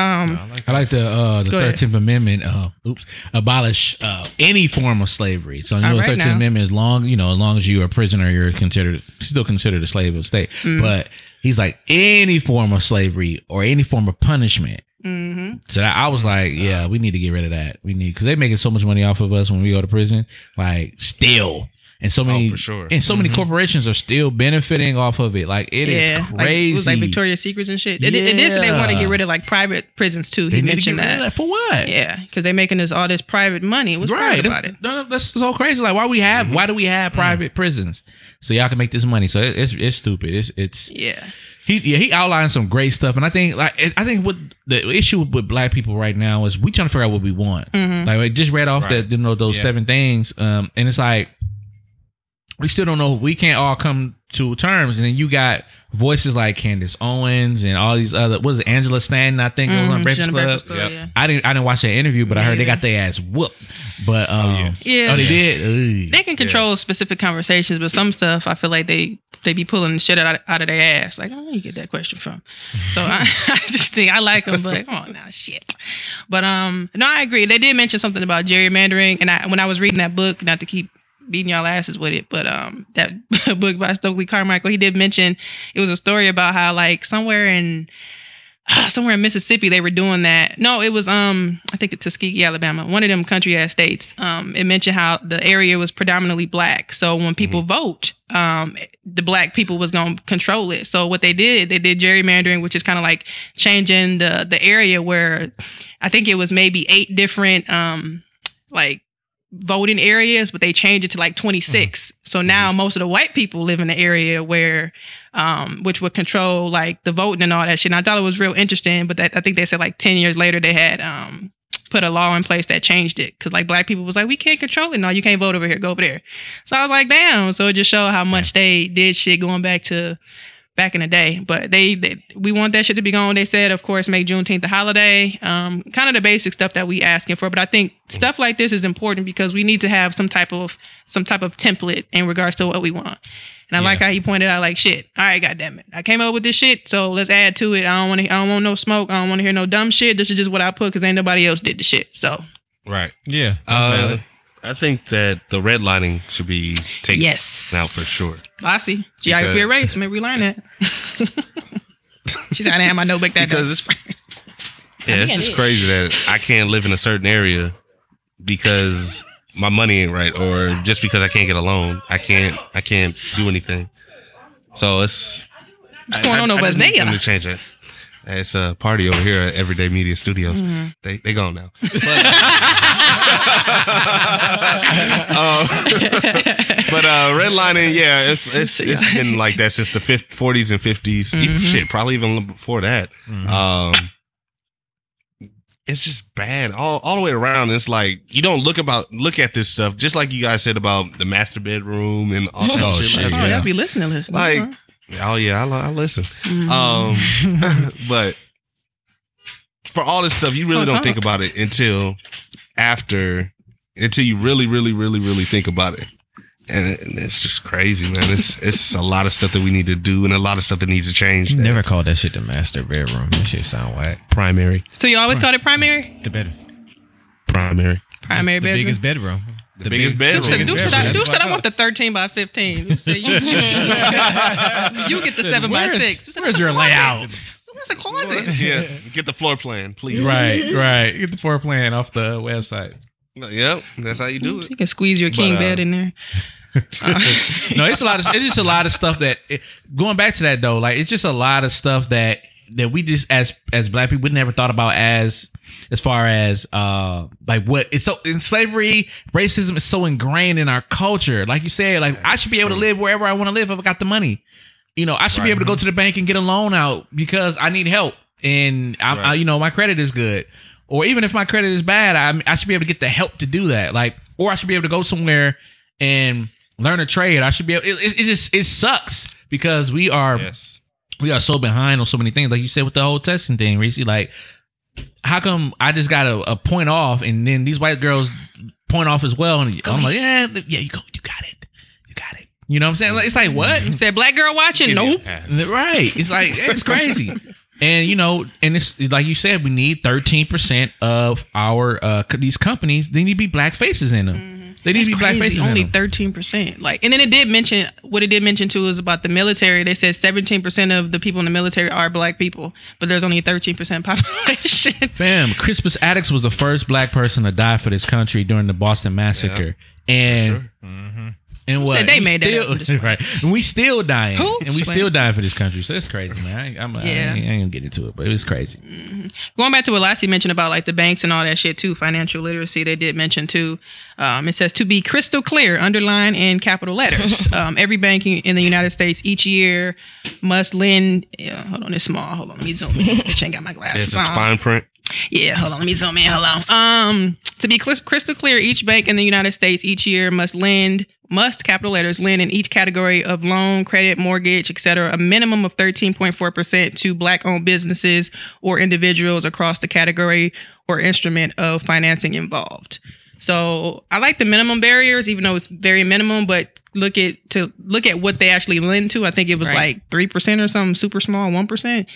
S1: I like the uh, the
S2: Go ahead.
S1: Thirteenth Amendment. Uh, oops, abolish uh, any form of slavery. So you know,
S2: All
S1: the
S2: right
S1: Thirteenth
S2: now.
S1: Amendment is long. You know, as long as you are a prisoner, you're considered still considered a slave of the state.
S2: Mm-hmm.
S1: But he's like any form of slavery or any form of punishment.
S2: mm-hmm.
S1: So that, I was like, yeah, we need to get rid of that. We need because they're making so much money off of us when we go to prison. Like still. And
S2: Oh,
S1: so many,
S4: for sure.
S1: and so
S2: Mm-hmm.
S1: many corporations are still benefiting off of it. Like it is
S2: Like,
S1: crazy.
S2: it was like Victoria's Secrets and shit. It, it is that they want to
S1: Yeah.
S2: get rid of like private prisons too.
S1: they
S2: he
S1: need to get
S2: mentioned
S1: rid of
S2: that.
S1: that for what?
S2: Yeah, because they're making this all this private money. What's private about it? Mm-hmm. Mm.
S1: No, no, that's so crazy. Like, why we have? Why do we have private prisons? So y'all can make this money. So it, it's it's stupid. It's it's
S2: Yeah.
S1: he yeah he outlined some great stuff, and I think like it- I think what the issue with black people right now is we trying to figure out what we
S2: Mm-hmm.
S1: want. Like I just read off
S4: Right.
S1: that you know those
S8: Yeah.
S1: seven things, um, and it's like we still don't know. We can't all come to terms, and then you got voices like Candace Owens and all these other. What is it, Angela Stanton? I think it was on
S2: Mhm.
S1: Breakfast
S2: Jenna
S1: Club.
S2: Breakfast Club,
S4: Yep.
S2: yeah.
S1: I didn't I didn't watch that interview, but I heard they
S2: Neither.
S1: got their ass whooped. But um,
S4: yes.
S2: Yeah.
S1: oh, they did.
S2: They can control specific conversations, but some stuff I feel like they they be pulling the shit out, out of their ass. Like, oh, where you get that question from? So I, I just think I like them, but come on now, shit. But um, no, I agree. They did mention something about gerrymandering, and I when I was reading that book, not to keep beating y'all asses with it, but um, that book by Stokely Carmichael, he did mention it was a story about how like somewhere in somewhere in Mississippi they were doing that. No, it was um I think it's Tuskegee, Alabama, one of them country ass states. Um, it mentioned how the area was predominantly black, so when people vote, um, the black people was gonna control it. So what they did, they did gerrymandering, which is kind of like changing the the area where I think it was maybe eight different um like voting areas, but they changed it to like 26. So now most of the white people live in the area where, um, which would control like the voting and all that shit. And I thought it was real interesting, but that, I think they said like 10 years later they had, um, put a law in place that changed it because like black people was like we can't control it no you can't vote over here go over there so i was like damn so it just showed how much they did shit going back to back in the day but they, they we want that shit to be gone they said of course make juneteenth a holiday um kind of the basic stuff that we asking for but i think stuff like this is important because we need to have some type of some type of template in regards to what we want and I like how he pointed out, like, shit, all right, goddamn it. I came up with this shit, so let's add to it. I don't want to, I don't want no smoke. I don't want to hear no dumb shit. This is just what I put because ain't nobody else did the shit. So,
S4: Right.
S8: Yeah.
S4: Uh, I think that the redlining should be taken
S2: yes.
S4: out for sure.
S2: Bossy. Geography
S4: Because-
S2: of race. Maybe we learn that. she said, I didn't have my notebook that
S4: because
S2: day.
S4: it's yeah, it's
S9: it
S4: just
S9: is.
S4: crazy that I can't live in a certain area because my money ain't right, or just because I can't get a loan, I can't I can't do anything. So it's
S2: What's going on over
S4: just need
S2: there?
S4: them to change that. It's a party over here at Everyday Media
S2: Mm.
S4: Studios. They they gone now. But, Um, but uh, redlining, yeah, it's it's it's been like that since the fif- 40s and 50s.
S2: Mm-hmm.
S4: Even- Shit, probably even before that. Um, it's just bad all all the way around. It's like you don't look about look at this stuff. Just like you guys said about the master bedroom and all that
S1: Oh,
S4: shit.
S1: shit,
S4: Like,
S2: Oh,
S1: yeah.
S2: y'all be listening. listen.
S4: Like-
S2: Huh?
S4: Oh yeah, I, li- I listen. Um, but for all this stuff, you really don't think about it until after, until you really, really, really, really think about it. and it- and it's just crazy, man. It's it's a lot of stuff that we need to do and a lot of stuff that needs to change.
S8: You
S4: that
S8: never called that shit the master bedroom. That shit sound whack.
S4: primary,
S2: So you always called it primary?
S8: The bedroom.
S4: primary.
S2: Primary
S8: the
S2: bedroom.
S8: biggest bedroom.
S4: The biggest
S2: Duke said,
S4: bedroom.
S2: Duke said, I,
S8: bedroom.
S2: Duke said I want the 13 by 15. Duke said, you, you get the 7 by 6. Duke said,
S1: Where's
S2: "That's a
S1: your
S2: closet."
S1: layout?
S2: That's a closet.
S4: yeah, get the floor plan, please.
S1: Right, right. Get the floor plan off the website.
S4: Yep, that's how you do it.
S2: You can squeeze your king
S4: But, uh,
S2: bed in there.
S1: no, it's a lot of it's just a lot of stuff that it- going back to that though, like it's just a lot of stuff that that we just as as black people we never thought about as as far as uh like what it's so in slavery racism is so ingrained in our culture like you said like i should be able to live wherever i want to live if i got the money you know i should be
S4: Right.
S1: able to go to the bank and get a loan out because i need help and I'm, I,
S4: Right.
S1: you know my credit is good or even if my credit is bad I, I should be able to get the help to do that like or i should be able to go somewhere and learn a trade i should be able it, it, it just it sucks because we are
S4: Yes,
S1: we are so behind on so many things. Like you said with the whole testing thing, Reese, like how come I just got a, a point off and then these white girls point off as well? And I'm like, yeah, yeah, you go, you got it, you got it. You know what I'm saying? Like, it's like what?
S2: Said black girl watching.
S4: Give me a
S2: Nope.
S4: pass.
S1: Right. It's like it's crazy. And you know, and it's like you said, we need thirteen percent of our uh co- these companies. They need to be black faces in them. They need
S2: It's
S1: to be black faces
S2: Mm-hmm. crazy.
S1: in
S2: Only
S1: them.
S2: thirteen percent. Like, and then it did mention what it did mention too is about the military. They said seventeen percent of the people in the military are black people, but there's only thirteen percent population.
S1: Fam, Crispus Attucks was the first black person to die for this country during the Boston Massacre. and
S4: sure.
S1: and what
S2: said they
S1: we
S2: made that
S1: still,
S2: up? Just-
S1: right? And we still dying,
S2: Who?
S1: and we
S2: Swear.
S1: still dying for this country. So it's crazy, man. I, ain't- I'm, I
S2: Yeah.
S1: ain't, I ain't gonna get into it, but it was crazy.
S2: Going back to what Lassie mentioned about like the banks and all that shit too, financial literacy. They did mention too. Um, it says to be crystal clear, underlined in capital letters. um, every bank in in the United States each year must lend. Yeah, hold on, it's small. Hold on, let me zoom in. Bitch ain't got my
S4: It's
S2: glasses
S4: a
S2: on.
S4: fine print.
S2: Yeah, hold on. Let me zoom in. Hello. Um, to be clis- crystal clear, each bank in the United States each year must lend, must capital letters lend in each category of loan, credit, mortgage, etc., a minimum of 13.4% to black-owned businesses or individuals across the category or instrument of financing involved. So I like the minimum barriers, even though it's very minimum, but look at to look at what they actually lend to. I think it was
S9: Right.
S2: like three percent or something, super small, one percent.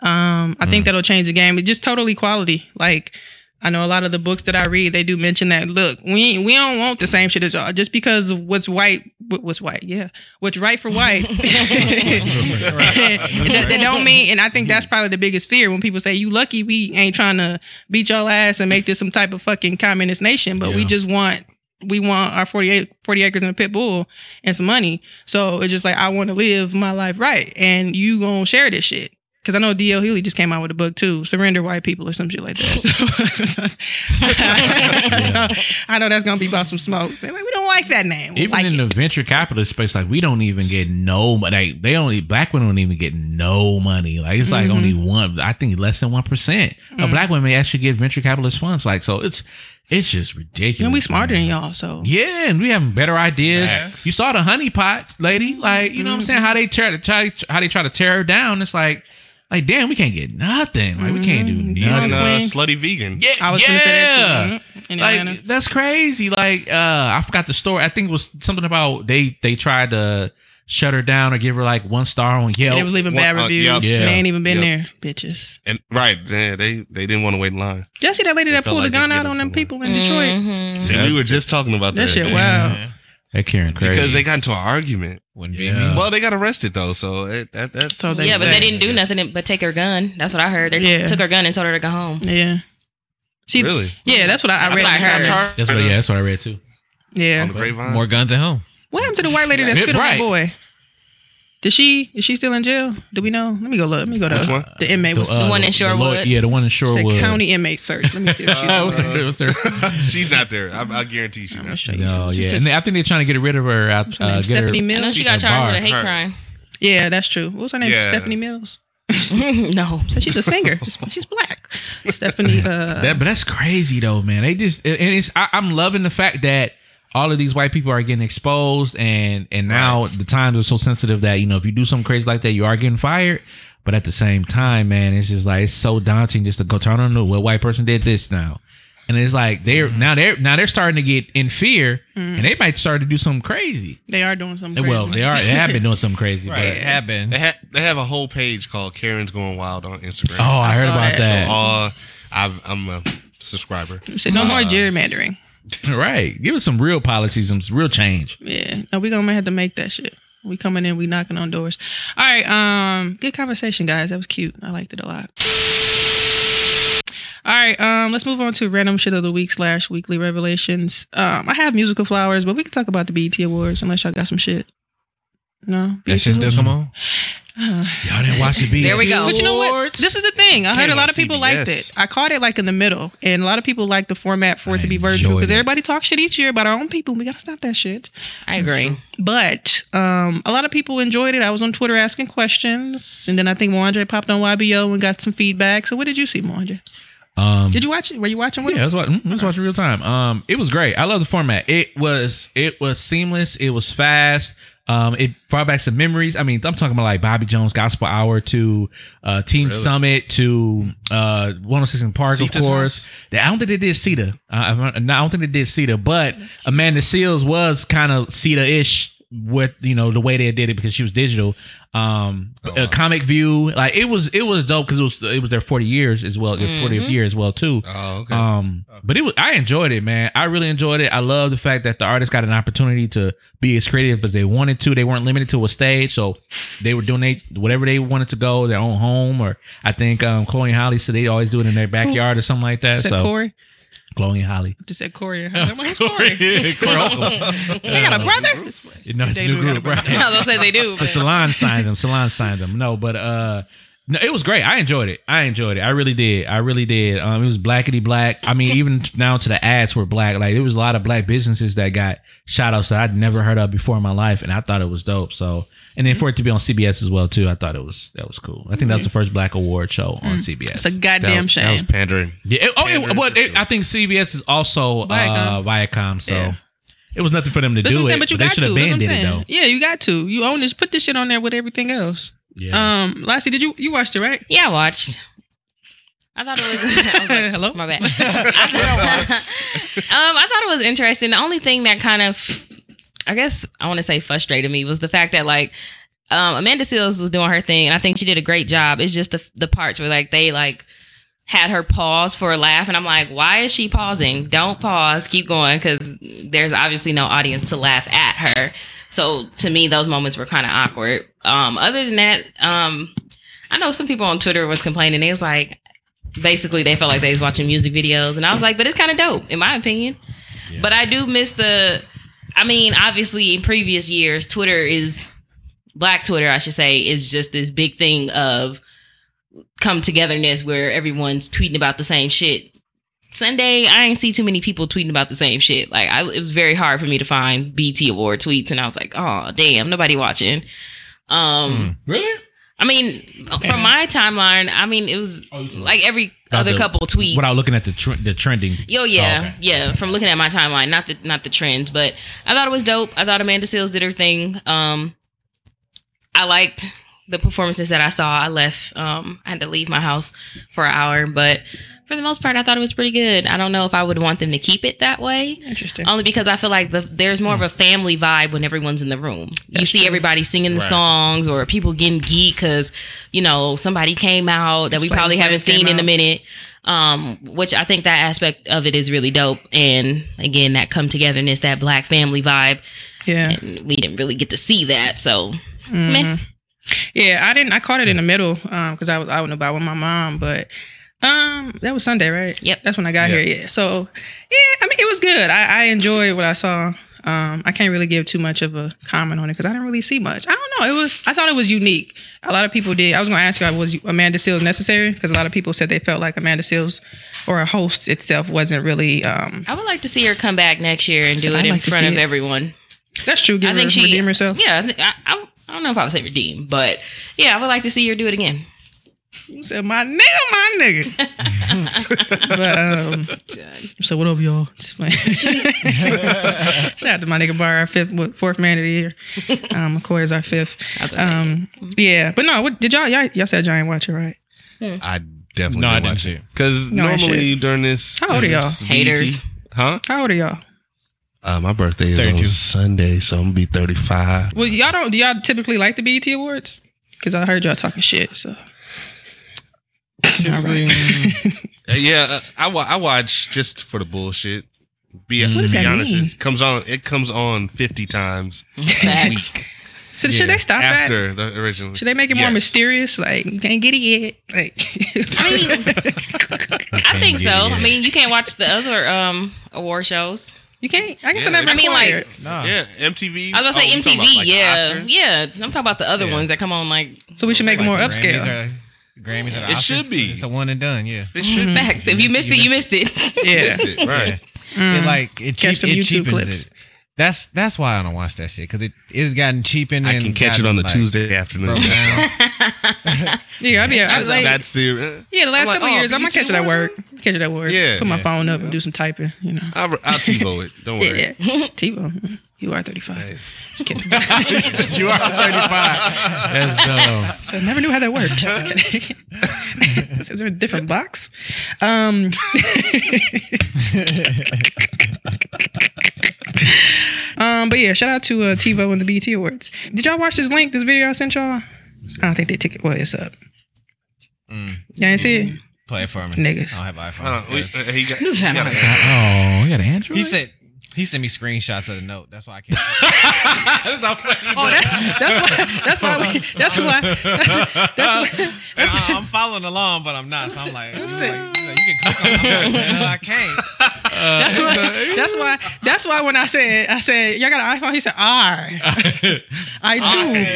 S2: Um, I think that'll change the game. It just total equality. Like I know a lot of the books that I read, they do mention that. Look, we we don't want the same shit as y'all. Just because what's white, what- what's white, yeah, what's right for white, that, that don't mean. And I think that's probably the biggest fear when people say, "You lucky we ain't trying to beat y'all ass and make this some type of fucking communist nation," but we
S1: Yeah.
S2: just want. We want our 48, 40 acres and a pit bull and some money. So it's just like, I want to live my life right. And you going to share this shit. Because I know D.L. Healy just came out with a book too, Surrender White People or some shit like that. So, So, I know that's going to be about some smoke. They're like, we don't like that name. We
S1: Even
S2: like
S1: in
S2: it.
S1: the venture capitalist space, like we don't even get no money. Like, they only black women don't even get no money. Like it's like
S2: Mhm.
S1: only one. I think less than one A
S2: Mm.
S1: black woman actually get venture capitalist funds. Like so, it's it's just ridiculous.
S2: and we smarter
S1: man.
S2: than y'all. So
S1: Yeah, and we having better ideas.
S4: Facts.
S1: You saw the honeypot lady, like you know
S2: Mm-hmm.
S1: what I'm saying? How they tear, try, how they try to tear her down. It's like, like damn, we can't get nothing. Like we can't do
S2: Mhm.
S1: nothing.
S4: Even uh,
S2: Wing.
S4: slutty vegan.
S1: Yeah,
S2: I was going to say that too. Mhm. In Atlanta.
S1: Like that's crazy. Like uh, I forgot the story. I think it was something about they they tried to shut her down or give her like one star on
S2: and
S1: Yelp.
S2: it was leaving
S4: What-
S2: bad
S4: uh,
S2: reviews.
S4: yup.
S1: Yeah.
S2: They ain't even been
S4: Yup.
S2: there, bitches.
S4: And right, yeah, they they didn't want to wait in line.
S2: Y'all see that lady
S4: It
S2: that
S4: felt
S2: pulled a
S4: like
S2: gun
S4: they
S2: out
S4: did it
S2: on them
S4: for
S2: people in Detroit?
S9: Mhm.
S4: See, we were just talking about
S2: That
S4: that.
S2: shit, wow.
S1: that Karen crazy.
S4: Because they got into an argument.
S8: Wouldn't
S1: Yeah.
S8: be me.
S4: Well, they got arrested though, so it, that that's
S2: So they
S9: Yeah, but
S2: say.
S9: they didn't do nothing but take her gun. That's what I heard. They
S2: Yeah.
S9: took her gun and told her to go home.
S2: Yeah. See,
S4: really
S2: yeah, that's what I, I
S9: That's
S2: read.
S9: what I heard.
S1: that's what, yeah, that's what I read too.
S4: on
S2: Yeah.
S4: the grapevine.
S8: More guns at home.
S2: What happened to the white lady that
S1: Yeah,
S2: spit on my
S1: right.
S2: boy? Did she is she still in jail? Do we know? Let me go look. Let me go to
S4: Which one?
S2: the inmate was
S1: uh,
S9: The one in
S1: lawyer-
S9: Shorewood?
S1: yeah, the one in
S2: said
S1: Shorewood.
S2: county inmate search. Let me see. If she,
S1: Uh, what's her- what's her-
S4: she's not there. I, I guarantee
S1: Oh,
S4: she's
S2: I'm gonna
S4: not.
S2: show you.
S1: No,
S2: She
S1: yeah,
S2: says-
S1: and they- I think they're trying to get rid of her. Out,
S2: what's her name?
S1: uh, get her
S2: Stephanie
S9: I know
S2: Mills.
S9: she got
S1: a
S9: charged with a
S1: bar.
S9: hate
S4: Her.
S9: crime.
S2: yeah, that's true. What was her name?
S4: Yeah.
S2: Stephanie Mills.
S9: no.
S2: So she's a singer. She's- she's black. Stephanie. Uh,
S1: That, but that's crazy though, man. They just and it's I, I'm loving the fact that all of these white people are getting exposed, and and now the times are so sensitive that you know if you do something crazy like that, you are getting fired. But at the same time, man, it's just like it's so daunting just to go turn on the well, white person did this now. and it's like they're
S2: Mm-hmm.
S1: now they're now they're starting to get in fear, and they might start to do something crazy.
S2: They are doing something. Crazy.
S1: Well, they are they have been doing something crazy,
S2: Right.
S1: but
S8: Happened.
S4: They ha- they have a whole page called Karen's Going Wild on Instagram.
S1: oh, I,
S2: I
S1: heard
S2: saw
S1: about
S2: that.
S1: that.
S4: Uh, I've, I'm a subscriber.
S2: Shit, no more
S4: Uh,
S2: gerrymandering.
S1: right, give us some real policies, some real change.
S2: Yeah, no, we gonna have to make that shit. We coming in, we knocking on doors. All right, um, good conversation, guys. That was cute. I liked it a lot. All right, um, let's move on to random shit of the week slash weekly revelations. Um, I have musical flowers, but we can talk about the BET Awards unless y'all got some shit. No,
S8: That shit still come on.
S2: Uh,
S1: Y'all didn't watch the beat.
S9: There we go.
S2: but you know what?
S9: Awards.
S2: This is the thing. I heard
S4: Came
S2: a
S4: on
S2: lot of people liked
S4: CBS.
S2: it. I caught it like in the middle, and a lot of people like the format for it
S1: I
S2: to be virtual
S1: enjoyed
S2: because
S1: it.
S2: everybody talks shit each year about our own people. We gotta stop that shit.
S9: I agree.
S2: But um, a lot of people enjoyed it. I was on Twitter asking questions, and then I think Moandre popped on YBO and got some feedback. So what did you see, Moandre?
S1: Um,
S2: Did you watch it? Were you watching? With
S1: Yeah, I was, wa- mm, I was watching real time. Um, it was great. I love the format. It was it was seamless. It was fast. Um, it brought back some memories. I mean, I'm talking about like Bobby Jones Gospel Hour to uh, Teen Summit to uh, 106 in Park,
S4: Cetus
S1: of course. I don't think they did Sita. Uh, I don't I don't think they did Sita, but Amanda Seals was kind of Sita ish with you know the way they did it because she was digital. Um,
S4: Oh,
S1: a
S4: wow.
S1: comic view like it was it was dope because it was it was their 40 years as well, their
S4: Mm-hmm.
S1: 40th year as well too.
S4: Oh, okay.
S1: Um, but it was I enjoyed it, man. I really enjoyed it. I love the fact that the artists got an opportunity to be as creative as they wanted to. They weren't limited to a stage, so they were doing they, whatever they wanted to go, their own home, or I think um, Chloe and Holly said they always do it in their backyard or something like that.
S2: said
S1: so
S2: Corey.
S1: Chloe and Holly,
S2: Just said Corey. I'm like, Who's Corey? they got a brother.
S1: no, it's a
S2: They
S1: new
S2: do got
S1: group,
S2: a
S1: right?
S9: I was gonna say they
S1: So
S9: do. but-
S1: Salon signed them. Salon signed them. No, but uh, no, it was great. I enjoyed it. I enjoyed it. I really did. I really did. Um, it was blackety black. I mean, even now to the ads were black. Like there was a lot of black businesses that got shout outs that I'd never heard of before in my life, and I thought it was dope. So. And then for it to be on CBS as well too, I thought it was that was cool. I think that was the first Black Award show on CBS.
S2: Mm-hmm. Mm. It's a goddamn
S4: that, That
S2: shame.
S4: was pandering.
S1: yeah, it- oh, it,
S4: Standard
S1: well,
S4: for
S1: it-
S4: sure.
S1: I think CBS is also Viacom, uh,
S2: Viacom.
S1: Viacom so
S2: Yeah.
S1: it was nothing for them to
S2: That's
S1: do
S2: what I'm saying.
S1: it.
S2: But you
S1: they
S2: got to.
S1: should have
S2: That's what I'm
S1: banded it though.
S2: saying. Yeah, you got to. You own this. Put this shit on there with everything else.
S1: Yeah.
S2: Um, Lassie, did you you watched it right?
S9: Yeah, I watched. I thought it was. I was like,
S2: Hello?
S9: my bad. I thought- um, I thought it was interesting. The only thing that kind of, I guess, I want to say frustrated me was the fact that like. Um, Amanda Seals was doing her thing, and I think she did a great job. It's just the the parts where like they like had her pause for a laugh, and I'm like, why is she pausing? Don't pause, keep going, because there's obviously no audience to laugh at her. So to me, those moments were kind of awkward. Um, other than that, um, I know some people on Twitter was complaining. They was like, basically, they felt like they was watching music videos, and I was like, but it's kind of dope, in my opinion. But I do miss the. I mean, obviously, in previous years, Twitter is Black Twitter, I should say, is just this big thing of come togetherness where everyone's tweeting about the same shit. Sunday, I ain't see too many people tweeting about the same shit. Like, I, it was very hard for me to find BT Award tweets, and I was like, oh damn, nobody watching. Um.
S1: Hmm. Really?
S9: I mean, from my timeline, I mean, it was
S1: Oh,
S9: like every
S1: Uh,
S9: other
S1: the-
S9: couple tweets.
S1: Without looking at the tr- the trending.
S9: Yo, yeah,
S1: Oh, okay.
S9: yeah. From looking at my timeline, not the not the trends, but I thought it was dope. I thought Amanda Seals did her thing. Um, I liked the performances that I saw. I left. Um, I had to leave my house for an hour, but for the most part, I thought it was pretty good. I don't know if I would want them to keep it that way.
S2: Interesting.
S9: Only because I feel like the, there's more of a family vibe when everyone's in the room. you see everybody singing the
S4: Right.
S9: songs or people getting geek because, you know, somebody came out that we
S2: Flames
S9: probably haven't
S2: Flames came
S9: seen in a
S2: out.
S9: minute. Um, which I think that aspect of it is really dope. And again, that come togetherness, that black family vibe.
S2: Yeah.
S9: And we didn't really get to see that. So, meh.
S2: Mm-hmm. Yeah, I didn't. I caught it in the middle because I was out and about with my mom. But um, that was Sunday, right?
S9: Yep.
S2: That's when I got
S4: Yeah.
S2: here. Yeah. So yeah, I mean, it was good. I, I enjoyed what I saw. Um, I can't really give too much of a comment on it because I didn't really see much. I don't know. It was. I thought it was unique. A lot of people did. I was going to ask you, was Amanda Seals necessary? Because a lot of people said they felt like Amanda Seals or a host itself wasn't really. Um,
S9: I would like to see her come back next year and
S2: So
S9: do
S2: I'd
S9: it in
S2: like to
S9: front
S2: see
S9: of
S2: it.
S9: everyone.
S2: that's true. Give
S9: I think
S2: her,
S9: she
S2: redeem herself.
S9: Yeah, I, think, I, I, I don't know if I would say redeem, but yeah, I would like to see her do it again.
S2: You said my nigga, my nigga. but um, so what up, y'all? Just playing. Shout out to my nigga Bar, our fifth, what, fourth man of the year. Um, McCoy is our fifth.
S9: I was gonna say.
S2: Um, yeah, but no, what did y'all y'all, y'all said y'all ain't watch it, right?
S4: I definitely
S8: No, I
S4: no,
S8: didn't
S4: watch
S8: see
S4: it
S8: it.
S4: because
S2: No, I
S4: normally during this,
S2: How old are
S4: during
S2: y'all?
S4: this
S9: Haters.
S4: BET huh?
S2: How old are y'all?
S4: Uh, my birthday is on
S8: 32.
S4: Sunday, so I'm gonna be 35.
S2: Well, y'all don't. Do y'all typically like the BET Awards? Because I heard y'all talking shit. So
S4: Uh, yeah, uh, I wa- I watch just for the bullshit. Be,
S2: What does
S4: to be
S2: that
S4: honest,
S2: mean?
S4: it comes on. It comes on 50 times a
S9: Facts.
S4: week
S2: So should they stop that?
S4: after the original.
S2: Should they make it more
S4: Yes.
S2: mysterious? Like you can't get it yet. Like
S9: I mean, I think so.
S8: Yeah.
S9: I mean, you can't watch the other um award shows.
S2: you can't. I guess
S4: Yeah,
S2: I never.
S4: I
S9: mean,
S2: acquired.
S9: like-
S8: Nah.
S4: Yeah, MTV.
S9: I was
S4: Oh,
S9: gonna say
S4: you talking
S9: MTV.
S4: about, like,
S9: yeah,
S4: Oscar?
S9: yeah. I'm talking about the other
S8: Yeah.
S9: ones that come on like
S2: so we should make it more
S8: Like
S2: upscale.
S8: Grammys or- Grammys or the
S4: It
S8: Oscars,
S4: should be.
S8: It's a one and done. Yeah.
S4: It should
S2: Mm-hmm.
S4: be.
S9: facts. If you missed it, you missed it.
S2: yeah.
S4: That's it, right?
S2: Mm.
S8: It like it,
S2: Catch
S8: cheap,
S2: them
S8: it
S2: YouTube
S8: cheapens
S2: clips.
S8: it. That's that's why I don't watch that shit because it, it's gotten cheapened.
S4: I
S8: and
S4: can catch it
S8: gotten,
S4: on the
S8: like,
S4: Tuesday afternoon.
S8: broke down.
S2: yeah, I'll be. I
S4: That's,
S2: like,
S4: that's the.
S2: yeah, the last
S4: I'm like,
S2: couple
S4: oh,
S2: years, I'm gonna
S4: BET
S2: catch it at work.
S4: Awards?
S2: Catch it at work.
S4: Yeah.
S2: Put my
S4: Yeah.
S2: phone up and do some typing. You know.
S4: I'll, I'll TiVo it. Don't worry.
S2: Yeah, yeah. Tebow, you are 35.
S4: Hey.
S2: Just kidding.
S1: you are 35. That's uh, dumb.
S2: So I never knew how that worked. Just kidding. Is there a different box? Um, um, but yeah, shout out to uh, TiVo and the BT Awards. Did y'all watch this link, this video I sent y'all? I don't think they took it. Well, it's up.
S4: Mm.
S2: Y'all ain't see it?
S8: Play it for me.
S2: Niggas.
S8: I don't have iPhone.
S4: Uh, we,
S8: Yeah.
S4: uh, he got,
S9: This
S4: he
S9: time.
S4: got a-
S1: Oh, you got an Android?
S8: he said he sent me screenshots of the note. That's why I can't.
S2: Oh, that's, that's why. That's why. We, that's why.
S8: And I, I'm following along, but I'm not. So I'm like, I'm like, you can click on. it. I'm like, "No, I can't.
S2: That's why. That's why. That's why. When I said, I said, y'all got an iPhone. He said, I, I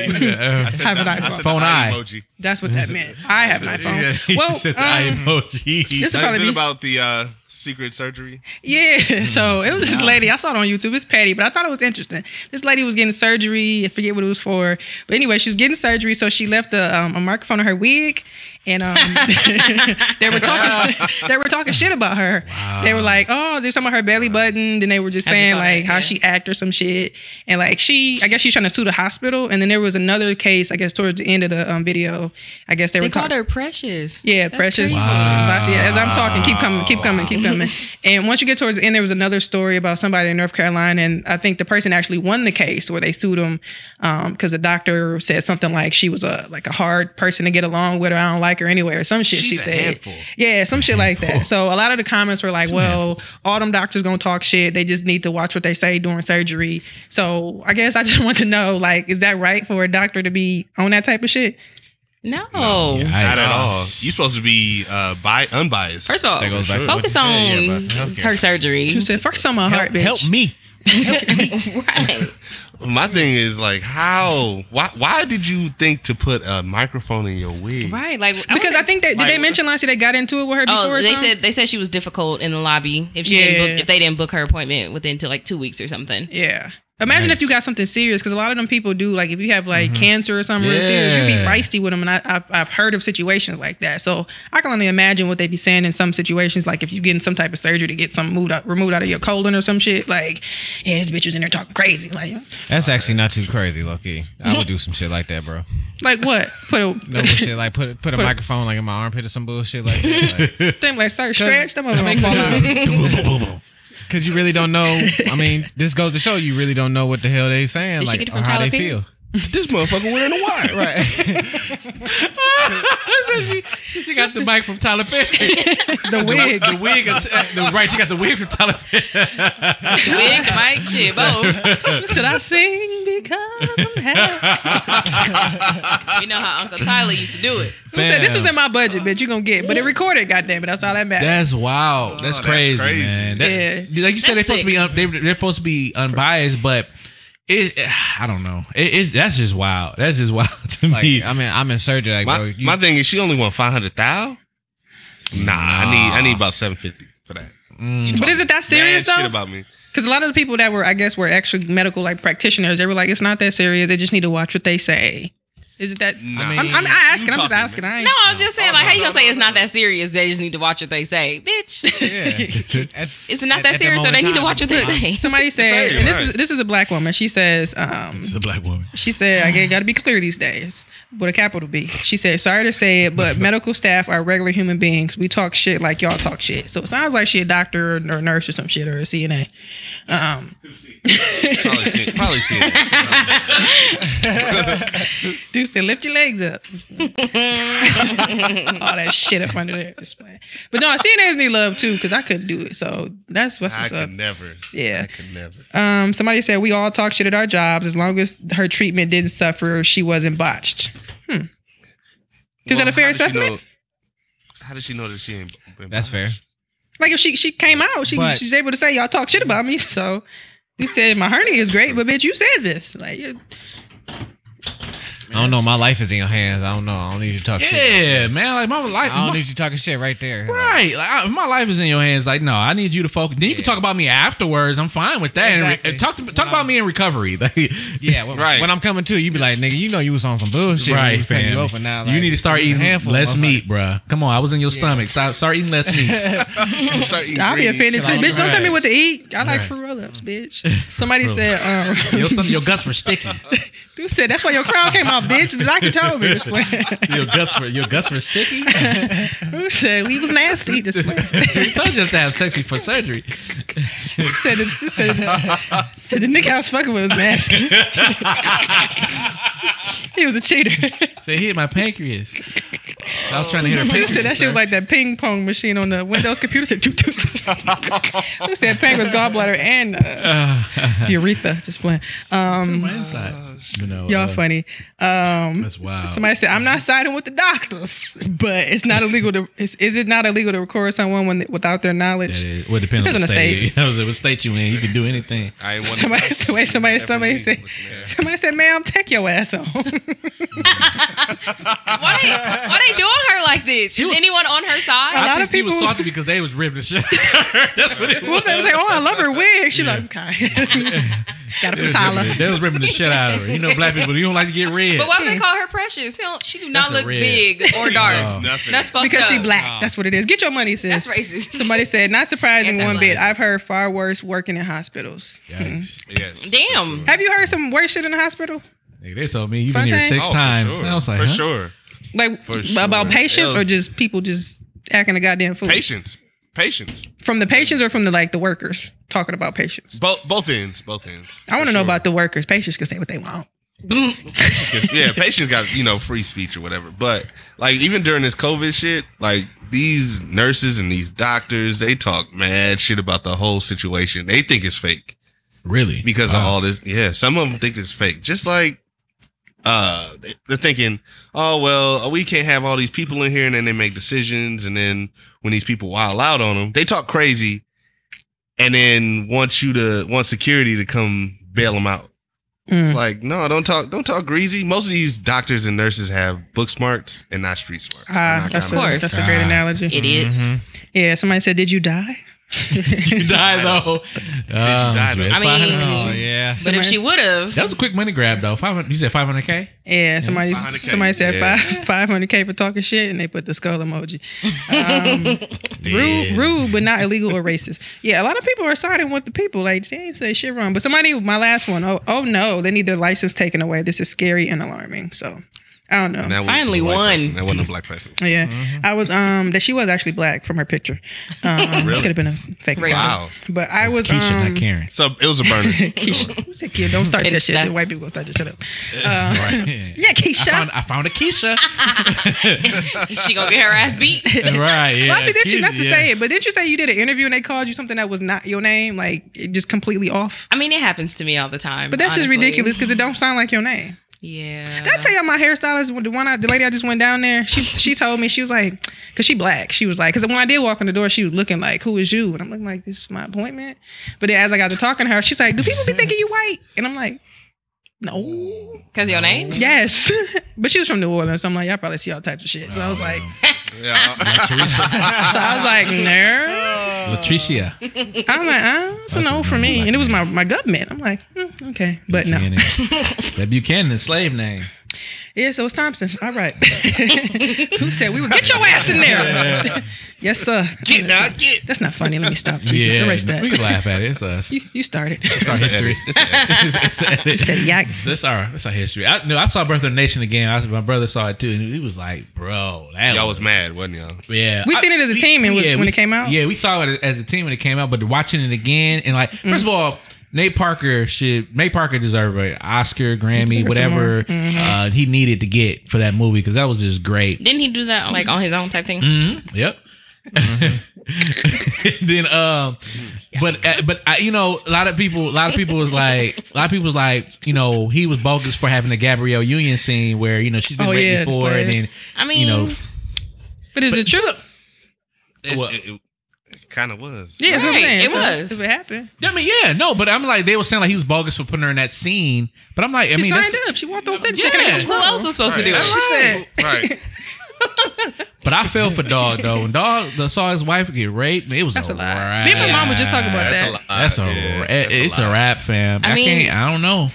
S2: do.
S1: Yeah.
S2: have an iPhone.
S4: said
S1: Phone
S4: the
S1: eye.
S4: emoji.
S2: That's what that meant. I have my phone.
S1: Yeah, he
S2: well,
S1: said the
S2: um,
S1: emoji.
S2: this will
S4: Is
S2: probably
S4: it
S2: be
S4: about the uh, secret surgery?
S9: Mm-hmm.
S2: yeah. So it was this lady. I saw it on YouTube. It's Patty, but I thought it was interesting. This lady was getting surgery. I forget what it was for, but anyway, she was getting surgery. So she left a, um, a microphone on her wig, and um, they were talking. they were talking shit about her. They were like, "Oh, they're talking about her belly button." Then they were just
S9: I just
S2: saying
S9: saw
S2: like
S9: that,
S2: how
S9: yeah.
S2: she act or some shit, and like she, I guess she's trying to sue the hospital. And then there was another case. I guess towards the end of the um, video, I guess they,
S9: they
S2: were talking.
S9: called her precious.
S2: Yeah, precious.
S9: crazy.
S1: Wow.
S2: Vasi- As I'm talking, keep coming, keep coming, keep coming. and once you get towards the end, there was another story about somebody in North Carolina, and I think the person actually won the case where they sued him because the doctor said something like she was a like a hard person to get along with, or I don't like her anyway, or some shit. she
S4: She's a
S2: said,
S4: handful.
S2: yeah, some shit like that. So a lot of the comments were like, well, all them doctors gonna talk shit. They just need to watch what they say during surgery. So I guess I just want to know, like, is that right for a doctor to be on that type of shit?
S9: No.
S4: Not
S2: Oh.
S4: at all. You're supposed to be uh, bi- unbiased.
S9: First of all,
S8: That goes back to what you
S9: focus
S8: said, yeah,
S9: on
S8: about healthcare.
S9: her surgery.
S2: You said, fuck some of my heart, bitch.
S8: me.
S9: right.
S4: My thing is like, how? Why? Why did you think to put a microphone in your wig?
S9: Right. Like I
S2: Because
S9: wonder-
S2: I think that did they
S4: Like-
S2: mention last year they got into it with her before?
S9: Oh,
S2: or
S9: they
S2: something?
S9: said they said she was difficult in the lobby if she
S2: Yeah.
S9: didn't book, if they didn't book her appointment within to like two weeks or something.
S2: yeah. Imagine if you got something serious, because a lot of them people do. Like if you have like cancer or something real serious, you be
S1: Yeah.
S2: feisty with them. And I, I've, I've heard of situations like that, so I can only imagine what they be saying in some situations. Like if you're getting some type of surgery to get some moved out, removed out of your colon or some shit, like yeah, this bitch is in there talking crazy. Like,
S8: That's actually not too crazy, Loki. I would do some shit like that, bro.
S2: like what? Put a
S8: No bullshit. Like put put a
S2: Put a-
S8: microphone like in my armpit or some bullshit like that. Like,
S2: thing like sir, stretch them over. fall out.
S8: Cause you really don't know. I mean, this goes to show you really don't know what the hell they saying,
S9: Did she
S8: like
S9: get it
S8: or
S9: from
S8: how they
S9: Tyler Perry?
S8: feel.
S4: This motherfucker went in the wire.
S8: Right.
S1: She got the mic from Tyler Perry. the wig. The wig. The, right, she got the wig from Tyler Perry.
S9: The wig, the mic, shit, both.
S2: Should I sing because I'm happy?
S9: You know how Uncle Tyler used to do it.
S2: Who said this
S1: Fam.
S2: was in my budget, bitch? You gonna get, but it recorded. Goddamn it, that's all that matters.
S1: That's wow.
S8: Oh,
S1: That's,
S4: that's
S1: crazy,
S4: crazy.
S1: man. That-
S2: Yeah.
S1: Like you said,
S9: That's
S1: they're supposed to be un, they, they're supposed to be unbiased, but it. I don't know. It, it's that's just wild. That's just wild to
S8: Like
S1: me.
S8: I mean, I'm in surgery. Like, bro,
S4: My,
S8: you,
S4: my thing is, she only won five hundred thousand. Nah, I need I need about seven fifty for that. You
S2: But is it that
S4: talking
S2: serious,
S4: mad
S2: though?
S4: Shit about me.
S2: Because a lot of the people that were, I guess, were actually medical like practitioners. They were like, it's not that serious. They just need to watch what they say. Is it that?
S4: Nah.
S8: I mean-
S2: I'm, I'm not asking. I'm just
S4: talking,
S2: asking. I ain't.
S9: No, I'm just saying,
S4: No,
S9: like, how
S4: no,
S9: you gonna
S4: no,
S9: say it's
S4: no,
S9: not
S4: no.
S9: that serious? They just need to watch what they say, bitch.
S8: Yeah. At-
S9: It's not
S8: At-
S9: that
S8: at that
S9: serious, so
S8: moment
S9: they need to
S8: in
S9: watch what
S8: time.
S9: they say.
S2: Somebody said,
S4: Same,
S2: and this
S4: right.
S2: is this is a black woman. She says, um,
S1: It's a black woman.
S2: she said, I got to be clear these days with a capital B. She said, sorry to say it, but medical staff are regular human beings. We talk shit like y'all talk shit. So it sounds like she a doctor or a nurse or some shit or a CNA. Um,
S4: Probably see, probably see it.
S2: Dude said, lift your legs up. All that shit up under there. Just playing. But no, CNAs need love too because I couldn't do it. So that's what's,
S4: I
S2: what's up.
S4: could never.
S2: Yeah.
S4: I could never.
S2: Um, somebody said, we all talk shit at our jobs as long as her treatment didn't suffer, she wasn't botched. Hmm. Is that a fair
S4: how does she
S2: assessment?
S4: know- how does she know that she ain't been
S8: That's fair.
S4: biased?
S2: Like if she she came out, she
S8: But-
S2: she's able to say y'all talk shit about me. So you said my hernia is great, but bitch, you said this. Like you-
S8: I don't know. My life is in your hands. I don't know. I don't need you to talk shit.
S1: Yeah, man. Like my life.
S8: I don't
S1: my-
S8: need you talking shit right there. Like,
S1: Right, like I, if my life is in your hands. Like, no, I need you to focus. Then you can
S8: Yeah.
S1: talk about me afterwards. I'm fine with that. And re-
S8: Exactly.
S1: And talk to, talk
S8: When
S1: about
S8: I'm-
S1: me in recovery. Like,
S8: Yeah, when,
S4: Right.
S8: when I'm coming to, you be like, nigga, you know you was on some bullshit. when
S1: right,
S8: we cut
S1: fam.
S8: You,
S1: You,
S8: open now. Like,
S1: need to start
S8: you was a
S1: eating
S8: handful of
S1: less
S8: motherfuckers.
S1: meat, bruh. Come on, I was in your stomach. Stop, start eating less meat.
S4: Start eating
S2: I'll be
S4: green
S2: offended too.
S8: chill out
S2: Bitch,
S8: your
S2: don't tell me
S8: ass.
S2: what to eat. I like
S1: Right.
S2: fruit roll ups, bitch. Somebody said, um
S1: your stomach, your guts were sticking.
S2: you said that's why your crown came out, bitch. The doctor told me this plan.
S1: Your guts were your guts were sticky.
S2: Who said we was nasty this plan.
S1: you told you to have sexy for surgery.
S2: said, the, said, said the nigga I was fucking with was nasty. he was a cheater.
S1: Say he hit my pancreas. I was trying to hit her
S2: Dude
S1: pancreas.
S2: said that shit was
S1: sir.
S2: like that ping pong machine on the Windows computer. Said toot toot. Who said penguins, gallbladder, and uh, urethra? Just playing. Um,
S1: my
S8: Oh,
S1: insides. You know, uh,
S2: y'all funny. Um,
S1: That's wild.
S2: somebody said I'm not siding with the doctors, but it's not illegal to. Is, is it not illegal to record someone when, without their
S1: That
S2: knowledge?
S1: is, well, it depends, on the state. I was like, what state you in? You can do anything.
S4: I ain't want
S2: Somebody,
S4: to.
S2: somebody, somebody, somebody said.
S4: Definitely looking at her.
S2: Somebody said, "Ma'am, take your ass on."
S9: Why they, why they doing her like this? Is anyone on her
S2: A
S9: side?
S2: lot
S1: I
S2: of
S1: think she was
S2: people-
S1: salty because they was ripping the shit. That's what it was.
S2: Wolfman was like, "Oh, I love her wig." She like, "Okay, got it from Tyler."
S1: They was ripping the shit out of her. You know, black people, you don't like to get red.
S9: But why would they call her precious? She, don't, she do not
S1: That's a
S9: look
S1: red.
S9: big or dark.
S1: No.
S4: Nothing.
S9: That's fucked
S2: Because
S9: up.
S2: she black. That's what it is. Get your money, sis.
S9: That's racist.
S2: Somebody said, not surprising one bit.
S9: Anti-black.
S2: I've heard far worse working in hospitals.
S1: Yikes.
S4: Yes. Oh,
S9: Damn.
S2: Have you heard some worse shit in the hospital?
S1: Nigga, they told me you've been here
S2: Fontaine?
S1: six
S4: Oh, for
S1: times.
S4: sure.
S1: And I was like,
S4: for
S1: huh?
S4: sure.
S2: Like
S4: For
S2: b-
S4: sure.
S2: about patients
S4: Hell.
S2: or just people just acting a goddamn fool?
S4: Patience. Patience.
S2: From the patients or from the like the workers talking about patients?
S4: Both both ends. Both ends.
S2: I want to
S4: For
S2: know
S4: sure.
S2: about the workers. Patients can say what they want.
S4: yeah, patients got you know free speech or whatever. But like even during this COVID shit, like these nurses and these doctors, they talk mad shit about the whole situation. They think it's fake
S1: Really?
S4: because of
S1: Wow.
S4: all this. Yeah, some of them think it's fake. Just like uh they- they're thinking, oh well, we can't have all these people in here, and then they make decisions, and then when these people wild out on them, they talk crazy, and then want you to want security to come bail them out.
S2: Mm. Hmm.
S4: It's Like, no, don't talk, don't talk greasy. Most of these doctors and nurses have book smarts and not street smarts. They're
S2: Ah,
S4: not
S2: that's, a,
S4: common.
S9: course.
S2: that's a great
S1: Ah.
S2: analogy.
S9: Idiots.
S2: Yeah, somebody said, "Did you die?"
S1: Mm-hmm. You die though. Uh, Did
S4: die, though?
S9: I mean,
S8: Oh yeah.
S9: but if she would have,
S1: that was a quick money grab though. Five hundred. You said five hundred k.
S2: Yeah, somebody
S4: 500K.
S2: somebody said
S4: Yeah.
S2: five five hundred k for talking shit, and they put the skull emoji. Um, rude, rude, but not illegal or racist. Yeah, a lot of people are siding with the people. Like they ain't say shit wrong. But somebody, my last one, oh oh no, they need their license taken away. This is scary and alarming. So I don't know.
S4: And that wasn't
S9: Finally
S4: a white
S9: won.
S4: person. That wasn't a black person.
S2: yeah, I was um that she was actually black from her picture. Um,
S4: Really?
S2: could have been a fake.
S9: Right.
S2: picture.
S4: Wow.
S2: But I was
S1: Keisha,
S2: um,
S1: not Karen.
S4: So it was a burner.
S2: Keisha, Who said Keisha? Don't start
S9: And
S2: that shit.
S9: that-
S2: The white people gonna start this shit up. Uh,
S1: Right.
S2: Yeah, Keisha.
S1: I found, I found a Keisha.
S9: she gonna get her ass beat.
S1: right. Yeah.
S2: Well, actually, did you not to
S1: Keisha,
S2: say
S1: yeah.
S2: it? But did you say you did an interview and they called you something that was not your name, like it just completely off?
S9: I mean, it happens to me all the time.
S2: But that's
S9: honestly. Uh-huh.
S2: just ridiculous because it don't sound like your name.
S9: Yeah.
S2: Did I tell you my hairstylist, the one, I, the lady I just went down there? She she told me she was like, because she black, she was like, because when I did walk in the door, she was looking like, who is you? And I'm looking like, this is my appointment. But then as I got to talking to her, she's like, do people be thinking you white? And I'm like, no.
S9: Because your name?
S2: Yes, but she was from New Orleans, so I'm like, y'all probably see all types of shit. So I was like,
S4: Yeah.
S2: so I was like, no.
S1: Latricia.
S2: I'm like, uh, it's a
S1: That's
S2: no
S1: a
S2: for
S1: no,
S2: me.
S1: like
S2: And it was
S1: me.
S2: my, my gut meant. I'm like, hmm, okay, but no.
S1: Buchanan. that Buchanan, slave name.
S2: Yeah, so it's Thompson. All right. Who said we would get your ass in there? yes, sir.
S4: Get not get.
S2: That's not funny. Let me stop. Jesus, erase that.
S1: we can laugh at it. It's us.
S2: You, you started.
S1: It's our history. It's- it's-
S2: You said yak.
S1: That's our that's our history. I no, I saw Birth of the Nation again. I, my brother saw it too, and he was like, "Bro, that
S4: Y'all was mad, wasn't y'all?
S1: Yeah,
S2: We seen it as a
S1: we-
S2: team and when
S1: we
S2: it came
S1: s-
S2: out?
S1: Yeah, we saw it as a team when it came out, but watching it again and like,
S2: Mm-hmm.
S1: first of all, Nate Parker should Nate Parker deserved an Oscar, Grammy,
S2: Deserves
S1: whatever
S2: some more. Mhm.
S1: uh, he needed to get for that movie because that was just great.
S9: Didn't he do that like on his own type thing?
S1: Mm-hmm. Yep. then um but uh, but I, you know a lot of people a lot of people was like a lot of people was like you know he was bogus for having the Gabrielle Union scene where you know she's been
S2: Oh,
S1: waiting
S2: yeah, just
S1: for
S2: like-
S1: and then
S9: I mean,
S1: you know
S2: But is it true?
S4: It,
S1: What?
S4: it, it kind of was.
S2: Yeah, that's what I'm
S9: Right,
S2: saying.
S9: it
S2: So
S9: was.
S2: If it happened,
S1: I mean yeah no but I'm like they were saying like he was bogus for putting her in that scene but I'm like I
S2: she
S1: mean that's,
S2: signed up. She walked on set.
S1: Yeah.
S2: checking out.
S9: who else was supposed to do
S2: She
S9: it?
S2: said,
S4: Right.
S1: but I fell for dog though when dog saw his wife get raped it was
S2: That's a lie.
S1: wrap.
S2: Me and my mom was just talking about
S4: That's
S2: that.
S4: a lot.
S1: that's a
S4: Yeah,
S1: wrap.
S4: that's
S1: it's a,
S4: lot.
S1: wrap fam I,
S9: I mean-
S1: can't I don't know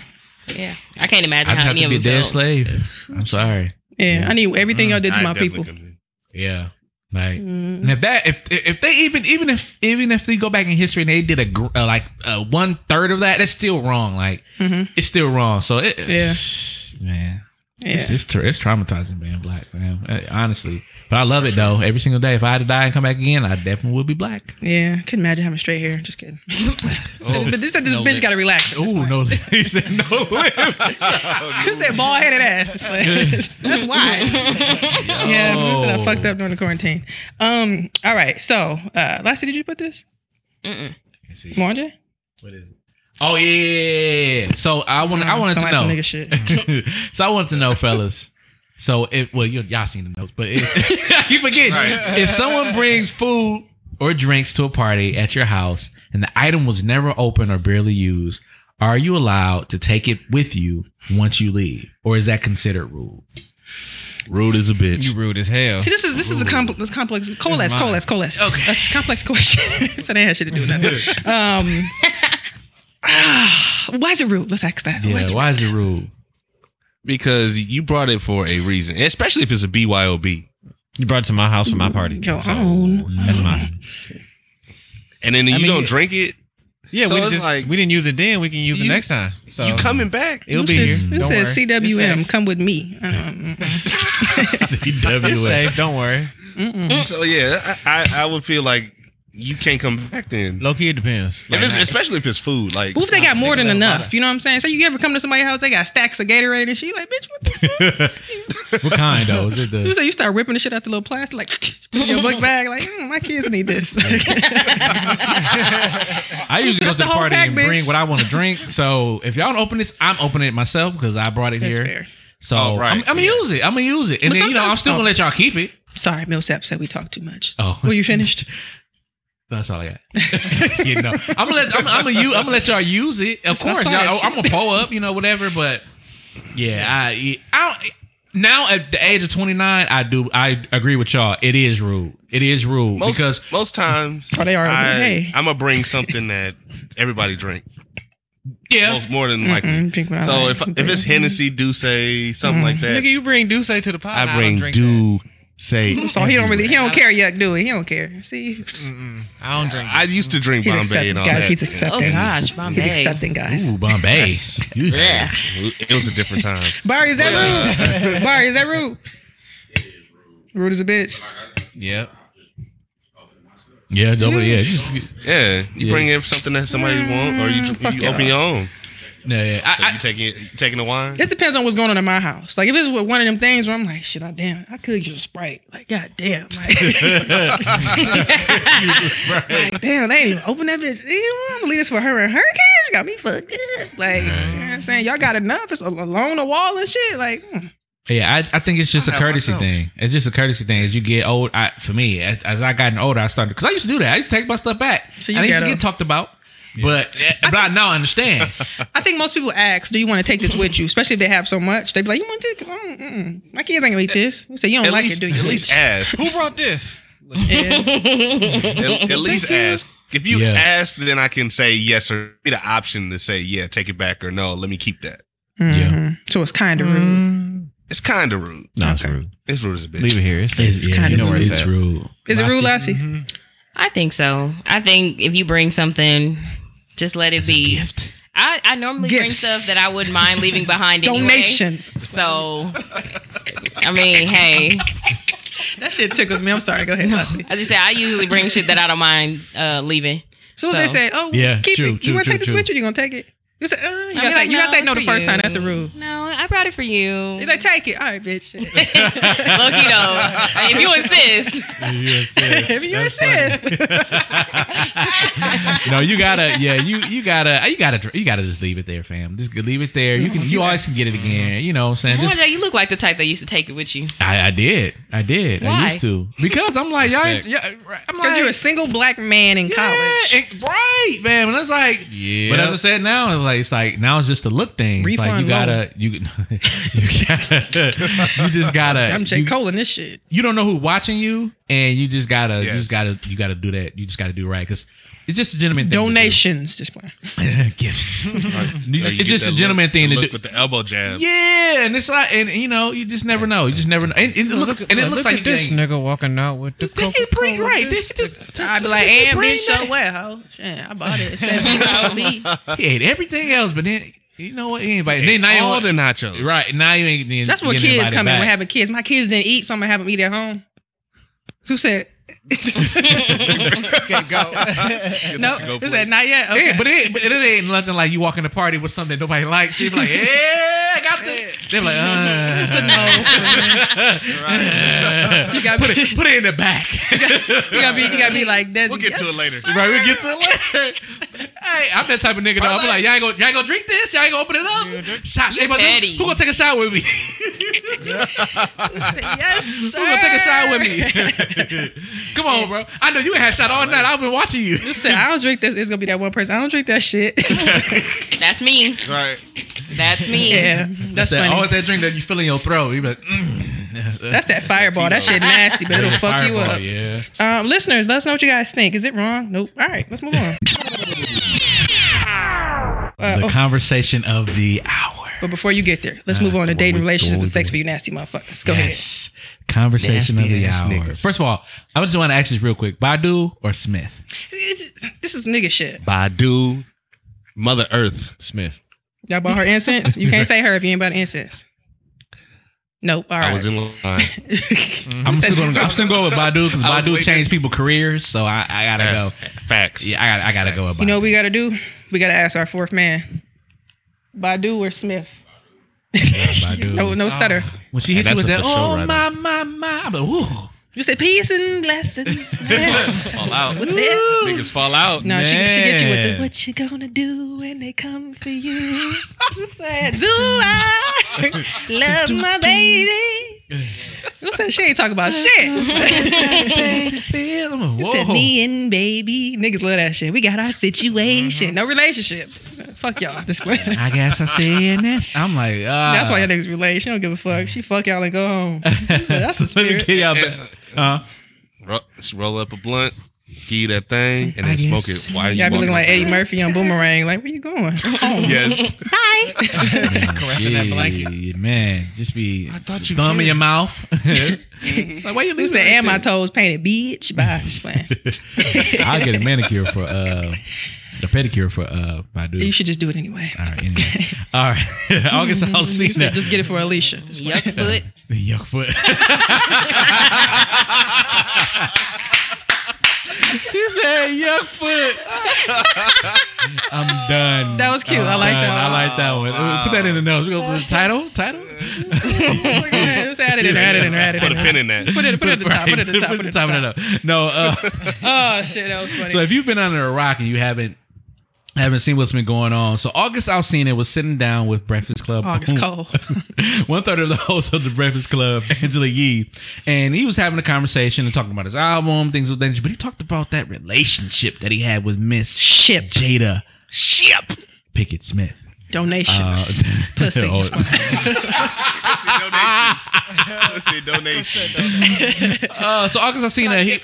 S9: Yeah, I can't imagine
S1: I just
S9: how
S1: have
S9: any
S1: to
S9: of
S1: be a
S9: them
S1: dead
S9: felt.
S1: slave I'm sorry
S2: Yeah, I need everything y'all did to
S4: Mm-hmm. I
S2: my
S4: definitely
S2: people.
S4: couldn't-
S1: yeah like.
S2: Mm.
S1: And if that, if if they even even if even if they go back in history and they did a gr- uh, like uh, one third of that, that's still wrong. Like
S2: Mhm.
S1: it's still wrong. So it, it's, man,
S2: Yeah.
S1: it's it's, tra- it's traumatizing being black, man. Uh, Honestly, but I love it though. Every single day, if I had to die and come back again, I definitely would be black.
S2: Yeah, could imagine having straight hair. Just kidding. but this this
S1: no
S2: bitch got to
S1: lips.
S2: relax. at this
S1: Ooh,
S2: point.
S1: no, he said no lips.
S2: Who said bald headed ass? Just like- That's why. yeah, who said I
S8: Oh.
S1: Oh.
S2: fucked up during the quarantine? Um, all right. So, uh, Lassie, did you put this?
S9: Mm-mm.
S1: Let's see.
S2: Marja?
S1: What is it? Oh yeah, yeah, yeah, yeah. So I want I wanted to
S2: Oh, Somebody some
S1: know.
S2: nigga shit.
S1: so I wanted to know, fellas. So if well, you, y'all seen the notes, but if, I keep forgetting.
S4: Right.
S1: If someone brings food or drinks to a party at your house and the item was never opened or barely used, are you allowed to take it with you once you leave, or is that considered rude?
S4: Rude as a bitch.
S8: You rude as hell.
S2: See, this is this is a complex, this complex, coalesce,
S8: mine.
S2: coalesce, coalesce. Okay, that's a complex question. so they had shit to do with nothing. Um, ah, why is it rude? Let's ask that.
S1: Yeah,
S2: why is it
S1: why is it rude?
S4: Because you brought it for a reason, especially if it's a BYOB.
S8: You brought it to my house for my party.
S2: Your own.
S1: Mm.
S8: That's mine.
S4: And then you
S8: mean,
S4: don't
S8: it-
S4: drink it,
S8: Yeah,
S4: So
S8: we
S4: it's
S8: just
S4: like-
S8: we didn't use it then. We can use
S4: You-
S8: it next time. So
S4: you coming back.
S8: It'll
S2: Who
S8: be
S2: says,
S8: here.
S2: Who
S8: Don't
S2: says
S8: worry. It's
S2: CWM?
S8: safe.
S2: Come with me. Um,
S8: It's
S1: CW.
S8: safe. Don't worry.
S2: mm,
S4: So yeah, I, I, I would feel like you can't come back then.
S8: Low key, it depends.
S4: If
S8: Like,
S4: it's-
S8: nah.
S4: especially if it's food, like
S2: What if they got more than
S8: that about
S2: enough? You know what I'm saying? So you ever come to somebody's house, they got stacks of Gatorade and shit. you Like, bitch, what the?
S1: what kind though? Is it
S2: You
S1: the
S2: say you start ripping the shit out the little plastic, like put in your book bag. Like, mm, my kids need this.
S1: I usually go to
S2: That's
S1: the
S2: the whole
S1: party
S2: pack,
S1: and
S2: bitch.
S1: bring what I want to drink. So if y'all don't open this, I'm opening it myself because I brought it
S2: That's
S1: here.
S2: fair.
S1: So
S4: Oh, right.
S1: I'm, I'm gonna use it. I'm gonna use it, and
S2: But
S1: then you know
S2: sometimes-
S1: I'm still gonna let y'all keep it.
S2: Sorry, Millsap said we talked too much.
S1: Oh.
S2: were you finished?
S1: That's all I got. Just kidding. No. I'm gonna let I'm, I'm gonna u- I'm gonna let y'all use it. Of
S2: not
S1: course,
S2: sorry,
S1: y'all.
S2: shit.
S1: I'm gonna pull up, you know, whatever. But yeah, I I don't. Now at the age of 29, I do I agree with y'all. It is rude. It is rude
S4: most,
S1: because
S4: most times
S2: Oh, they are-
S4: I,
S2: hey.
S4: I'm gonna bring something that everybody drink
S1: yeah,
S4: most more than likely.
S2: Mm-mm, drink what I
S4: So
S2: like. Mm-hmm.
S4: if if it's Hennessy, Douce, something like that,
S8: Nigga, you bring Duce to the pot.
S4: I bring
S8: don't drink
S4: Douce.
S8: that.
S2: So he don't really, he don't care yuck, do he? He don't care. See,
S8: I don't drink.
S4: I used to drink
S2: He's
S4: Bombay
S2: accepting,
S4: and all
S2: guys.
S4: that.
S2: He's accepting.
S9: Oh gosh,
S2: he's
S9: Bombay.
S2: accepting guys.
S1: Ooh, Bombay. You-
S9: Yeah.
S4: It was a different time.
S2: Barry, is that rude? Barry, is that rude? Rude as a bitch.
S8: Yep.
S1: yeah, double, yeah, you just-
S4: Yeah, you
S1: Yeah.
S4: bring in something that somebody want, or you
S2: Mm, fuck
S4: dr- you
S2: y'all.
S4: open your own.
S1: no, yeah. I-
S4: So
S1: I-
S4: you taking you taking the wine?
S2: It depends on what's going on in my house. Like if it's with one of them things where I'm like, shit, I damn, I could use a sprite. Like, god damn, like, like, damn, they ain't even open that bitch. Ew, I'm gonna leave this for her and her kids. You got me fucked up. Like, you know what I'm saying, y'all got enough. It's along the wall and shit. Like, mm.
S1: Yeah, I, I think it's just a
S4: I have
S1: courtesy
S4: myself.
S1: thing. It's just a courtesy thing. As you get old, I, for me, as, as I gotten older, I started because I used to do that. I used to take my stuff back.
S2: So
S1: and
S2: you
S1: I used to
S2: gotta-
S1: get talked about, but eh, but I now understand.
S2: I think most people ask, do you want to take this with you? Especially if they have so much, they be like, you want to take? it? Mm, mm. My kids ain't gonna eat this. We say you don't
S4: At
S2: like
S4: least
S2: it, do you?
S4: at least ask.
S8: Who brought this?
S2: Yeah.
S4: At, at least ask. If you
S1: Yeah.
S4: ask, then I can say yes or be the option to say yeah, take it back or no, let me keep that.
S2: Mhm. So it's kind of rude.
S8: Mm,
S4: It's kind of rude.
S8: No, it's rude.
S4: It's rude as a bitch.
S8: Leave it here. It's,
S1: It's, yeah,
S2: kinda
S1: you know where
S8: rude.
S1: it's, at. rude.
S2: Is it rude, Lassie?
S8: Mhm.
S9: I think so. I think if you bring something, just let it
S1: It's a
S9: be.
S1: gift.
S9: I, I normally bring
S2: Gifts.
S9: stuff that I wouldn't mind leaving behind
S2: Mm-hmm.
S9: anyway.
S2: Donations.
S9: So, I mean, hey,
S2: That shit tickles me. I'm sorry. Go ahead, Lassie.
S9: I just say I usually bring shit that I don't mind uh, leaving.
S2: So, if they
S9: So-
S2: say, "Oh,
S1: Yeah,
S2: keep
S1: true,
S2: it.
S1: true,
S2: you want to
S1: true,
S2: take this
S1: true.
S2: with you? You gonna take it?" You say, uh, "You
S9: I'll
S2: gotta say,
S9: be like,
S2: you gotta say
S9: it's
S2: no the
S9: for
S2: first
S9: you.
S2: time. That's the rule."
S9: No, I brought it for you.
S2: They like, take it. All right, bitch.
S9: Look, you know, if you insist.
S2: If you
S1: no, you gotta, yeah, you you gotta, you gotta, you gotta just leave it there, fam. Just leave it there. You can, you always can get it again. You know what I'm saying? Just,
S9: Mojo, you look like the type that used to take it with you.
S1: I, I did, I did, I
S9: Why?
S1: used to because I'm like, y'all, ain't-
S8: Respect.
S1: yeah, right. I'm
S2: Because
S1: like,
S2: you're a single black man in
S1: yeah,
S2: college.
S1: it- right, fam. And it's like,
S8: Yeah.
S1: But as I said now, it's like it's like now it's just the look thing. It's like you
S2: Refund
S1: gotta you, you gotta you just gotta
S2: I'm J.
S1: you,
S2: Cole in this shit.
S1: you don't know who watching you, and you just gotta you
S4: Yes.
S1: just gotta you gotta do that. You just gotta do right because it's just a gentleman thing. to do.
S2: Donations. Just playing.
S1: gifts.
S4: Like,
S1: You just-
S4: you
S1: it's
S4: get
S1: just
S4: that
S1: a gentleman
S4: look-
S1: thing to
S4: look
S1: do.
S4: With the elbow jab.
S1: Yeah, and it's like, and you know, you just never know. You just never know. And, and look, and it looks
S8: look
S1: like
S8: at this
S1: you
S8: nigga walking out with the
S1: Think you pretty
S8: Coca-Cola.
S1: right. This- this-
S2: I'd be like, and
S1: Bring
S2: bitch, so what, ho? Shit, I bought it. It said me.
S1: he ate everything else, but then you know what? Anybody?
S4: Hey,
S1: Then now you
S4: all
S1: want-
S4: the nachos.
S1: right now you ain't. then
S2: That's where
S1: you
S2: kids
S1: invited
S2: come in
S1: back.
S2: when having kids. My kids didn't eat, so I'm gonna have them eat at home. Who said?
S4: Get
S2: no,
S4: the to-go
S2: who
S4: plate.
S2: said not yet? Okay.
S1: Yeah, but it, but it ain't nothing like you walk in the party with something that nobody likes. You be like, yeah, I got this. They be like, uh,
S2: It's a no. you gotta
S1: put
S2: be,
S1: it, put it in the back.
S2: you gotta be, you gotta be like that.
S4: We'll get to it later.
S1: right, we get to it later. hey, I'm that type of nigga. Though. I'm like, y'all ain't gonna, y'all ain't gonna drink this. Y'all ain't gonna open it up. Shot. They about to-
S9: petty.
S1: Who gonna take a shot with me?
S2: Yes, sir.
S1: Who gonna take a shot with me? Come on, bro. I know you ain't had shot all night. I've been watching you.
S2: You said I don't drink this. It's gonna be that one person. I don't drink that shit.
S9: That's me.
S4: Right.
S9: That's me.
S2: yeah, that's
S1: that, always
S2: funny.
S1: that drink that you feel in your throat. You be like, mm.
S2: That's that fireball. That shit nasty, but it'll fuck you
S1: Fireball,
S2: up.
S1: Yeah.
S2: Um, listeners, let us know what you guys think. Is it wrong? Nope. All right, let's move on. Uh,
S1: the
S2: oh,
S1: conversation of the hour.
S2: but before you get there, let's move on to dating relations and sex for you nasty motherfuckers. Go
S1: yes. Conversation of the
S4: Nasty ass
S1: hour.
S4: niggas.
S1: First of all, I just want to ask this real quick: Badu or Smith?
S2: ahead. This is nigga shit.
S4: Badu, Mother Earth.
S8: Smith.
S2: Y'all bought her incense. You can't say her if you ain't bought incense. Nope. All right.
S4: I was in line.
S1: I'm still going. I'm still going with Badu because
S4: I was
S1: Badu
S4: waiting.
S1: changed people careers, so I, I gotta go.
S4: Facts.
S1: Yeah, I gotta, I gotta go with Badu.
S2: you know what we gotta do? We gotta ask our fourth man, Badu or Smith. Oh,
S1: Badu.
S2: No, no stutter.
S1: When she hit
S4: Yeah,
S1: you with
S4: that's
S1: that,
S4: what the show
S1: oh
S4: right
S1: my my my, I'm like, ooh.
S2: You say peace and blessings.
S4: Fall out.
S2: With that.
S4: Niggas fall out.
S2: No, she, she get you with the
S1: Man.
S2: what you gonna do when they come for you. Who said, Do I love my baby? Who said she ain't talking about shit?
S1: I'm like,
S2: Who said
S1: whoa.
S2: me and baby? Niggas love that shit. We got our situation.
S1: Mm-hmm.
S2: No relationship. Fuck y'all. This way.
S1: I guess I said this. I'm like, ah.
S2: That's why your niggas relate. She don't give a fuck. She fuck y'all and go home. That's the
S1: so let me
S2: spirit.
S1: get y'all
S4: Yes.
S1: back. Uh,
S4: Ro- just roll up a blunt, give you that thing, and
S1: I
S4: then smoke
S1: guess.
S4: it. Why you
S2: Y'all be
S4: walking-
S2: looking like Eddie Murphy on Boomerang. Like, where you going?
S4: Yes.
S8: Caressing that blanket.
S1: Shit, Man, just be
S4: I thought you
S1: thumb in
S4: cared.
S1: your mouth. like, why you
S2: Who
S1: losing?
S2: said, and my toes painted, bitch? Bye. Just playing.
S1: I'll get a manicure for uh a pedicure for uh Badu.
S2: You should just do it anyway.
S1: All right, anyway. All right. August I'll see
S2: You said,
S1: that.
S2: just get it for Alicia. Just
S9: Yuck foot.
S1: Yuck foot. she said yuck foot. I'm done.
S2: That was cute. I
S1: I'm
S2: like that
S1: done.
S2: one.
S1: I like that one. Put that in the notes. We gonna put the title. Title.
S2: Go ahead, Just add it in there, add it in there, add it
S4: Put
S2: in
S4: a
S2: there.
S4: pin in that.
S2: Put it, put it at the top. Put it at the top. Put it at the top.
S1: top. No. Uh,
S2: Oh shit, that was
S1: So
S2: funny.
S1: if you've been under a rock and you haven't haven't seen what's been going on, so August Alsina was sitting down with Breakfast Club.
S2: August Cole.
S1: One third of the host of the Breakfast Club, Angela Yee, and he was having a conversation and talking about his album, things of that. nature, But he talked about that relationship that he had with Miss
S2: Ship
S1: Jada Pickett Smith.
S2: donations. Pussy.
S1: Oh,
S2: Just one.
S4: Let's see, donation.
S1: Uh, so August Alsina, he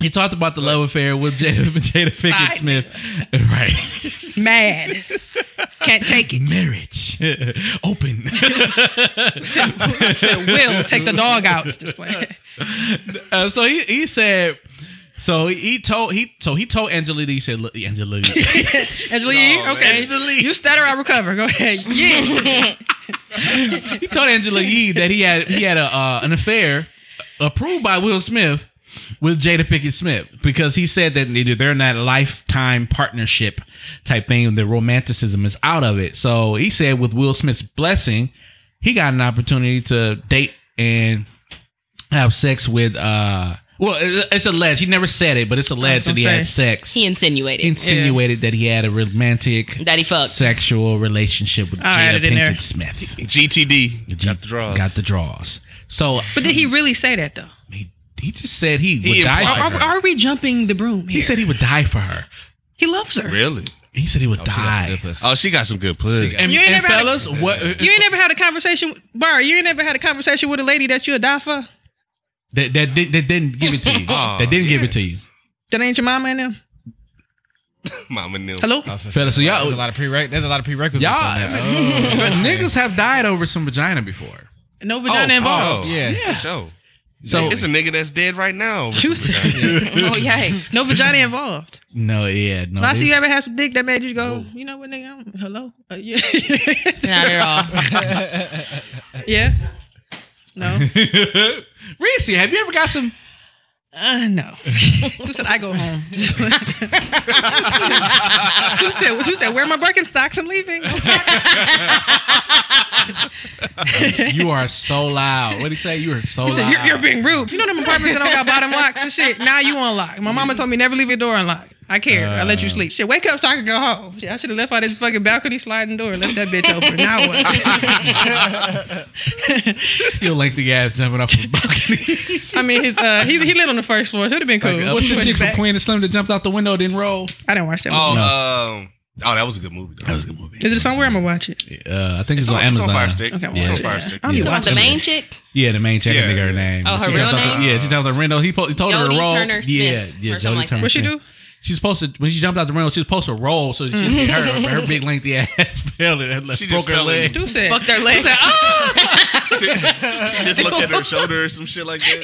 S1: he talked about the love affair with Jada, Jada Pickett
S2: Side.
S1: Smith, right?
S2: Mad. Can't take it.
S1: Marriage. Open.
S2: I said, Will, take the dog out. Just play.
S1: Uh, so he, he said. So he, he told he so he told Angelina he said look Angelina
S2: Angela Yee,
S4: No,
S2: okay.
S1: Angelina
S2: You stutter, I recover. Go ahead. Yeah.
S1: he told Angela Yee that he had he had a uh, an affair approved by Will Smith with Jada Pickett Smith because he said that neither they're in that lifetime partnership type thing. The romanticism is out of it. So he said with Will Smith's blessing, he got an opportunity to date and have sex with. uh Well, it- it's alleged. He never said it, but it's alleged that
S2: gonna
S1: he had
S2: say.
S1: sex.
S9: He insinuated.
S1: insinuated that he had a romantic
S9: That he fucked.
S1: sexual relationship with
S2: I'll add
S1: Jada
S2: it in there.
S1: Pinkett Smith.
S4: GTD. Got the draws.
S1: Got the draws. So
S2: But did he really say that though?
S1: he, he just said he,
S4: He
S1: would die
S4: implied
S1: for
S2: Are,
S1: her.
S2: are we jumping the broom?
S1: He
S2: here?
S1: said he would die for her.
S2: he loves her.
S4: really?
S1: He said he would
S8: She got some
S1: die.
S8: good pussy.
S4: Oh, she got some good pussy.
S1: And,
S2: You ain't
S1: and
S2: never had a-
S1: fellas, what uh,
S2: You ain't never had a conversation, Bar. You ain't never had a conversation with a lady that you'll die for.
S1: that, that, did- that didn't give it to you.
S4: Aw,
S1: that didn't give it to you.
S2: That ain't your mama and them.
S4: Mama knew.
S2: Hello.
S8: I was gonna
S1: Fellas,
S8: say,
S1: so y'all-
S8: there's a lot of prere- there's a lot of prerequisites.
S1: Y'all,
S8: on
S1: I
S8: that.
S1: mean,
S8: Oh, okay.
S1: niggas have died over some vagina before.
S2: No
S4: Oh,
S2: vagina involved.
S8: Yeah.
S4: Yeah. Show.
S1: So
S4: it's a nigga that's dead right now.
S2: You said-
S9: oh yikes!
S2: no vagina involved.
S1: no, yeah, no.
S2: Last
S1: they-
S2: time you ever had some dick that made you go, you know what, nigga? I'm- hello. Uh, yeah.
S9: Not at all.
S2: yeah. No.
S1: Reese, have you ever got some?
S2: Uh, no. Who said I go home? who said? Who said? Where are my Birkenstocks? I'm leaving.
S1: Oh, You are so loud. What did he say? You are so
S2: He said,
S1: loud.
S2: you're, you're being rude. You know them apartments that don't got bottom locks and shit. Now you unlock. My mama told me never leave your door unlocked. I care. I let you
S1: Uh.
S2: sleep. Shit, wake up so I can go home. Shit, I should have left out this fucking balcony sliding door and left that bitch open. Now what?
S1: Your lengthy ass jumping off of a balcony.
S2: I mean, his uh, he he lived on the first floor. Should have been cool.
S1: uh, What's the
S2: Push
S1: chick from
S2: back.
S1: Queen of Slim that jumped out the window didn't roll?
S2: I didn't watch that.
S4: Oh,
S2: movie.
S4: um, oh, that was a good movie. Though.
S1: a good movie.
S2: Is it somewhere? I'm gonna watch it.
S1: Uh, I think it's,
S4: It's
S1: on,
S4: on, it's on
S1: Amazon.
S4: Fire Stick.
S2: Okay, I'm
S4: It's
S1: Yeah.
S4: on Fire Stick.
S2: I'm
S1: Yeah.
S9: You talking about the
S1: Watch
S9: main
S1: it.
S9: chick?
S1: Yeah, the main chick. I
S4: Yeah.
S1: think her name.
S9: Oh, her
S1: She
S9: real
S1: jumped out the-
S9: name?
S1: yeah, she jumped out the window. He, po- he told her to
S9: Jodie
S1: roll.
S9: Turner
S1: yeah,
S9: Smith
S1: yeah.
S9: or something
S1: Jodie
S9: like
S1: Turner
S9: that.
S2: What she
S1: Smith.
S2: do?
S1: She's supposed to when she jumped out the window. She was supposed to roll so that she could her, her big lengthy ass fell and
S4: She
S1: she broke
S4: just
S1: her
S4: fell in.
S1: leg.
S2: Do said.
S9: Fucked her leg.
S2: Oh!
S4: she, she just looked at her shoulder or some shit like that.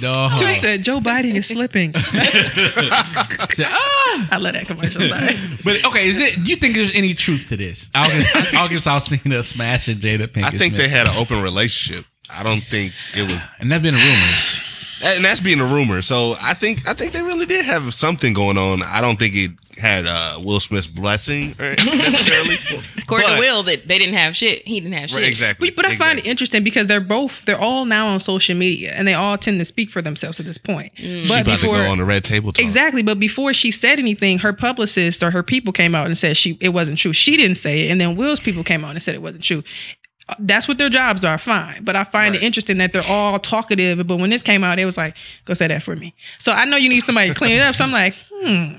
S1: Dog.
S2: Two said Joe Biden is slipping.
S1: Said, "Ah."
S2: I love that commercial. Sorry.
S1: But okay, is it? You think there's any truth to this? August, August Alsina smashing Jada Pinkett.
S4: I think they
S1: Smith.
S4: had an open relationship. I don't think it was,
S1: and that's been rumors.
S4: and that's being a rumor. So I think I think they really did have something going on. I don't think it had uh, Will Smith's blessing or necessarily.
S9: According
S4: But-
S9: to Will, that they didn't have shit. He didn't have shit.
S4: Right, exactly.
S2: But, but I find
S4: exactly.
S2: it interesting because they're both they're all now on social media and they all tend to speak for themselves at this point.
S4: She
S2: But
S4: about
S2: before
S4: to go on the red table talk.
S2: exactly, but before she said anything, her publicist or her people came out and said she it wasn't true. She didn't say it, and then Will's people came out and said it wasn't true. Uh, That's what their jobs are. Fine, but I find it interesting that they're all talkative. But when this came out, it was like, "Go say that for me." So I know you need somebody to clean it up. So I'm like, "Hmm."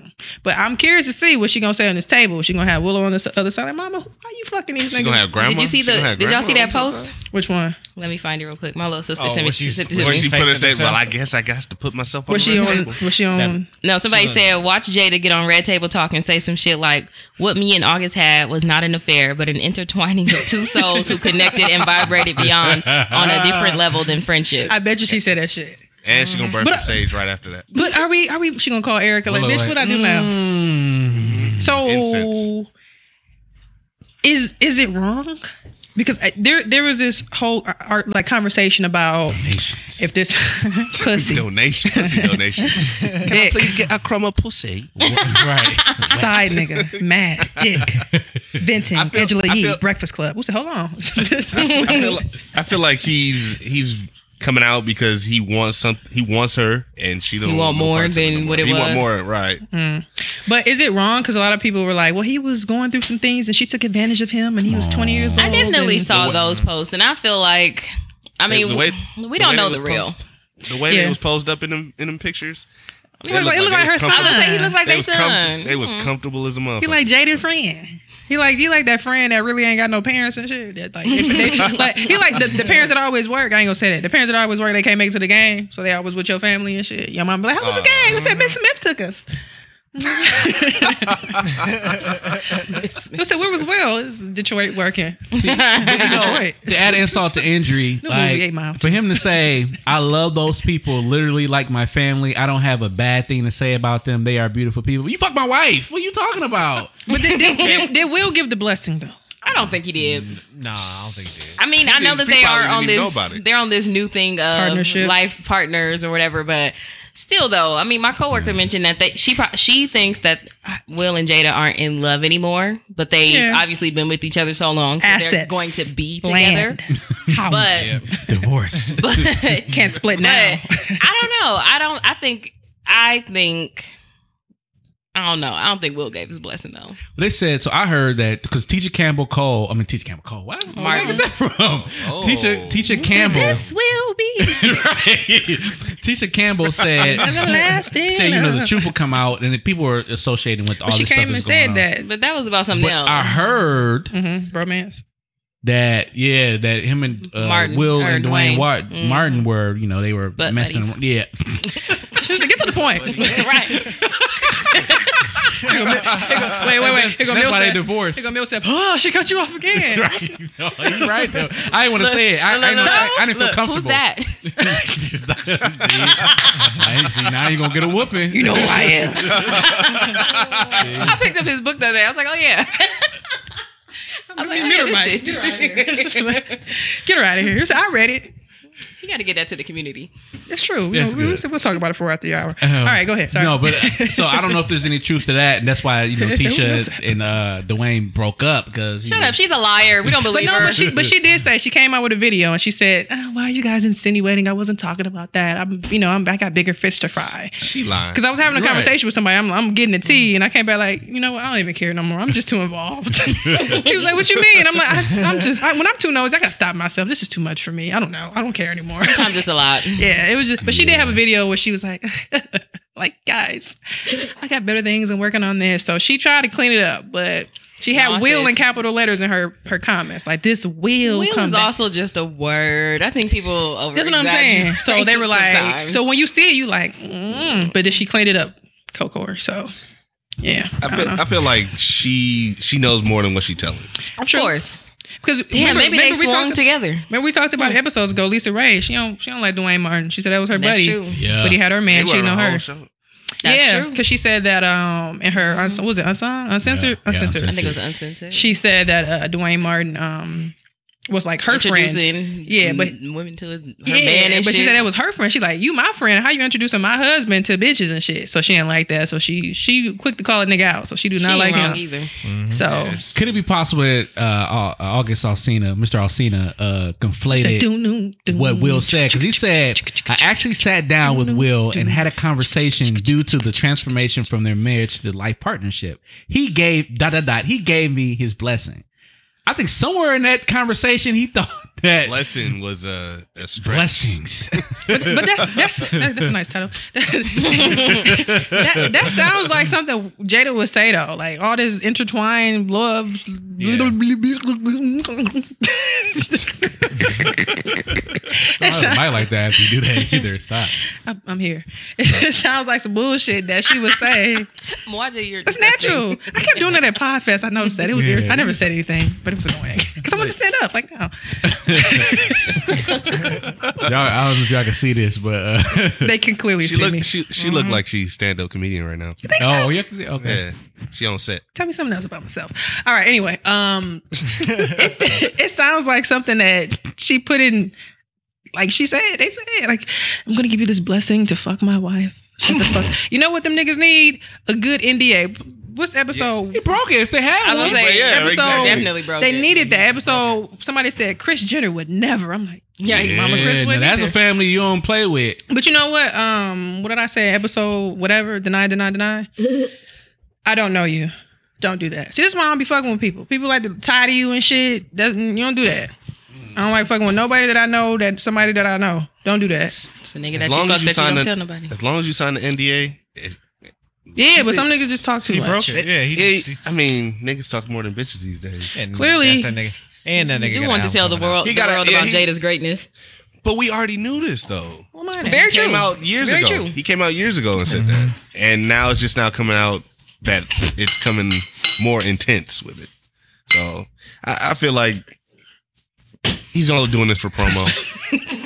S2: But I'm curious to see what she gonna say on this table. She gonna have Willow on this other side. Like, Mama, why you fucking these
S4: She
S2: niggas?
S4: gonna have grandma.
S9: Did you see
S4: She gonna
S9: the?
S4: have
S9: Did y'all
S4: grandma
S9: see that
S4: on top of
S9: post?
S4: her?
S2: Which one?
S9: Let me find it real quick. My little sister
S8: Oh,
S9: sent me.
S8: where she's-
S9: sent it to
S8: where
S4: Or
S9: me.
S4: she put her
S8: Facing
S4: say, "Well,
S8: herself.
S4: I guess I got to put myself on
S2: Was
S4: the
S2: she
S4: red
S2: on?
S4: table."
S2: Was she on?
S9: No, somebody
S8: She
S9: said watch Jada get on Red Table Talk and say some shit like, "What me and August had was not an affair, but an intertwining of two souls who connected and vibrated beyond on a different level than friendship."
S2: I bet you she said that shit.
S4: And she gonna burn
S2: But-
S4: some sage right after that.
S2: But are we? Are we? She gonna call Erica like,
S1: Willow,
S2: bitch?
S1: like,
S2: What I do now?
S1: Mm.
S2: So
S4: Mm-hmm. Incense.
S2: is is it wrong? Because I, there there was this whole uh, art, like conversation about
S1: Patience.
S2: if this pussy
S4: Donation, pussy donation. Can I
S2: Dick.
S4: please get a crumb of pussy?
S1: right.
S2: side nigga mad dick venting
S4: I feel-
S2: Angela
S4: I
S2: Yee
S4: feel-
S2: Breakfast Club. Who said hold on?
S4: I feel, like, I feel like he's he's coming out because he wants some. He wants her, and she don't
S9: You want
S4: no
S9: more
S4: parts of
S9: than
S4: no more.
S9: what it
S4: He want
S9: was?
S4: more, right?
S2: but is it wrong? Because a lot of people were like, well, he was going through some things and she took advantage of him and he was twenty years old.
S9: I definitely
S2: and-
S9: saw those posts, and I feel like, I mean,
S4: The way-
S9: we
S4: the way
S9: don't know
S4: they
S9: the
S4: was
S9: real.
S4: posed- the way
S2: Yeah.
S4: they was posed up in them in them pictures. It
S2: looked like- it looked like her
S9: I would say he looked like
S4: They
S9: they Mm-hmm.
S4: was, com-
S9: son.
S4: they was comfortable as a motherfucker.
S2: He like Jaden friend. He like he like that friend that really ain't got no parents and shit. That like, they- they- like, he like the, the parents that always work. I ain't gonna say that. The parents that always work,
S1: Ah.
S2: they can't make it to the game, so they always with your family and shit. Your mom be like, "How was the game?" We said Ben Smith took us. I said, where was Will? It's Detroit working.
S1: You know,
S2: Detroit.
S1: to add insult to injury,
S2: No movie,
S1: like
S2: Eight Mile.
S1: for him to say, "I love those people, literally like my family. I don't have a bad thing to say about them. They are beautiful people." You fuck my wife. What are you talking about?
S2: But did, did, did, did Will give the blessing though?
S9: I don't think he did.
S8: Nah, I don't think it
S9: I mean, I know
S4: didn't-
S9: that
S4: he
S9: they
S4: probably
S9: are on
S4: didn't even
S9: this.
S4: know about it.
S9: They're on this new thing of
S2: Partnership.
S9: life partners or whatever. But still, though, I mean, my coworker mentioned that they, she pro- she thinks that Will and Jada aren't in love anymore, but they
S2: Yeah.
S9: obviously been with each other so long, so they're
S2: Assets.
S9: going to be together.
S2: Land. House.
S9: But
S1: Divorce.
S9: but
S2: Can't split
S9: but
S2: now.
S9: I don't know. I don't. I think. I think. I don't know. I don't think Will gave his blessing though.
S1: They said so. I heard that because Teacher Campbell Cole. I mean, Teacher Campbell Cole. Why? Where did I
S9: Martin.
S1: get that from?
S4: Oh.
S1: Teacher Teacher Campbell.
S9: will be.
S1: right. Teacher Campbell said.
S2: Everlasting.
S1: Say you know the
S2: love.
S1: truth will come out, and the people are associating with all
S2: But she
S1: this stuff.
S2: came and
S1: that's going
S2: said
S1: on.
S2: that.
S9: But that was about something
S1: But
S9: else.
S1: I heard
S2: Mm-hmm. Romance.
S1: that yeah, that him and uh,
S9: Martin,
S1: Will
S9: or
S1: and Dwayne,
S9: Dwayne.
S1: Ward,
S9: Mm.
S1: Martin were you know they were
S9: Butt
S1: messing.
S9: buddies.
S1: around. Yeah,
S2: She was like, get to the point.
S9: right.
S2: wait, wait, wait. Here go
S1: that's why they
S2: Millsap.
S1: divorced.
S2: Here go Millsap. Oh, she cut you off again.
S1: right, no, you right though. I didn't want to say it. I, I, didn't- I, I didn't feel
S9: Look,
S1: comfortable.
S9: Who's that?
S1: She's like, "See? I ain't- see, now you're gonna get a whooping.
S2: You know who I am.
S9: I picked up his book the other day. I was like, oh yeah. I was like, I read this
S2: Get her out of here. It's
S9: shit.
S2: just like, Get her out of here. He said, I read it.
S9: you got to get that to the community.
S2: It's true. You
S1: That's
S2: know, we- we
S1: good.
S2: said we'll talk about it for after the hour.
S1: Um,
S2: All right, go ahead. Sorry.
S1: No, but uh, so I don't know if there's any truth to that, and that's why you know
S2: They said, "Who's
S1: Tisha
S2: Millsap?"
S1: and uh, Dwayne broke up because
S9: Shut up. She's a liar. We don't
S2: But
S9: believe
S2: no,
S9: her.
S2: but she but she did say she came out with a video and she said, oh, "Why are you guys insinuating I wasn't talking about that? I'm, you know, I'm I got bigger fish to fry."
S4: She lying.
S2: Because I was having a
S1: Right.
S2: conversation with somebody, I'm, I'm getting a tea, and I came back like, you know what? I don't even care no more. I'm just too involved. he was like, "What you mean?" I'm like, I, "I'm just I, when I'm too nosy, I gotta stop myself. This is too much for me. I don't know. I don't care anymore."
S9: Sometimes it's a lot.
S2: yeah, it was just. But she did have a video where she was like, "Like guys, I got better things and working on this." So she tried to clean it up, but she had
S9: No, I
S2: "will"
S9: said-
S2: in capital letters in her her comments. Like this will,
S9: Will
S2: come
S9: is
S2: back."
S9: also just a word. I think people over.
S2: That's what I'm saying. So they were like, so when you see it, you like, mm. but then she cleaned it up, Coco. So yeah, Uh-huh.
S4: I feel, I feel like she she knows more than what she telling.
S9: of course.
S2: because
S9: Damn, maybe they
S2: we
S9: swung
S2: talked,
S9: together.
S2: remember we talked about episodes ago. Lisa Ray, she don't she don't like Dwayne Martin. She said that was her
S9: That's
S2: buddy,
S9: true.
S1: Yeah,
S2: but he had her man
S4: They
S2: cheating
S4: were
S2: on
S4: a whole
S2: her.
S4: show.
S9: That's
S2: yeah,
S9: true.
S2: because she said that um in her uns- what was it unsung uncensored
S1: Yeah, yeah,
S2: uncensored.
S9: I think it was uncensored.
S2: She said that uh, Dwayne Martin um was like her friend.
S9: introducing
S2: Yeah, but-
S9: m- women to his, her
S2: yeah,
S9: man and
S2: but
S9: shit.
S2: she said that was her friend. She like, you my friend. How you introducing my husband to bitches and shit? So she ain't like that. So she she quick to call a nigga out. So she do
S9: She
S2: not
S9: ain't
S2: like
S9: wrong
S2: him.
S9: either.
S8: is.
S2: So
S1: Could it be possible that uh, Au- August Alsina, Mr. Alsina, uh,
S2: She
S1: conflated
S2: said, "Doo, doo, doo,
S1: what Will said? Because he
S2: doo,
S1: said,
S2: doo, doo, doo,
S1: I actually sat down with Will and had a conversation due to the transformation from their marriage to the life partnership. He gave, dot, dot, dot, he gave me his blessing. I think somewhere in that conversation, he thought that
S4: Blessing was a, a stretch.
S1: blessings.
S2: doo." But that's that's that- that's a nice title. that, that sounds like something Jada would say though. Like all this intertwined love.
S1: I might like that if you do that either. Stop.
S2: I'm- I'm here. It sounds like some bullshit that she would say.
S9: Mwaja, you're
S2: That's
S9: disgusting.
S2: natural. I kept doing that at Podfest. I noticed that. It was
S1: Yeah.
S2: irrit- I never said anything, but it was annoying. Because I wanted to stand up. Like, oh. no.
S1: Y'all, I don't know if y'all can see this, but uh,
S2: They can clearly
S4: She
S2: see me.
S4: look she she look like she's stand up comedian right now.
S1: oh, you can see. Okay.
S4: Yeah, she on set.
S2: Tell me something else about myself. All right. Anyway, um, it, it sounds like something that she put in, like she said, they said, like, I'm going to give you this blessing to fuck my wife. Shut the fuck. You know what them niggas need? A good NDA. What's the episode?
S1: He broke it if they had
S9: I was
S1: one.
S9: gonna say,
S4: Yeah,
S9: episode
S4: exactly.
S9: definitely broke.
S2: They
S9: it.
S2: needed that episode. Somebody said Chris Jenner would never. I'm like,
S9: Yeah,
S2: Mama Chris
S1: Yeah, now
S2: wouldn't
S1: that's
S2: either.
S1: a family you don't play with.
S2: But you know what? Um, what did I say? Episode whatever. Deny, deny, deny. I don't know you. Don't do that. See, this is why I don't be fucking with people. People like to tie to you and shit. Doesn't you don't do that. I don't like fucking with nobody that I know that somebody that I know. Don't do that.
S9: It's a nigga
S4: As
S9: that
S4: long
S9: you fuck
S4: as you
S9: that you
S4: sign
S9: don't
S4: a-
S9: tell nobody.
S4: As long as you sign the NDA, it,
S2: Yeah, but some niggas just talk too
S8: He
S2: much.
S8: broke it. Yeah, he
S4: it-
S8: just.
S4: I mean, niggas talk more than bitches these days.
S8: and
S2: Clearly.
S8: that's that nigga. And that nigga.
S9: You
S8: got
S9: want
S8: an
S9: to tell the
S8: album coming out.
S9: world,
S4: He
S9: the
S4: got a-
S9: world
S4: yeah,
S9: about
S4: he-
S9: Jada's greatness.
S4: But we already knew this though.
S2: Well,
S9: corner.
S4: He
S9: Very
S4: came out years
S9: Very
S4: ago.
S9: true.
S4: He came out years ago and said that, and now it's just now coming out that it's coming more intense with it. So I, I feel like he's only doing this for promo.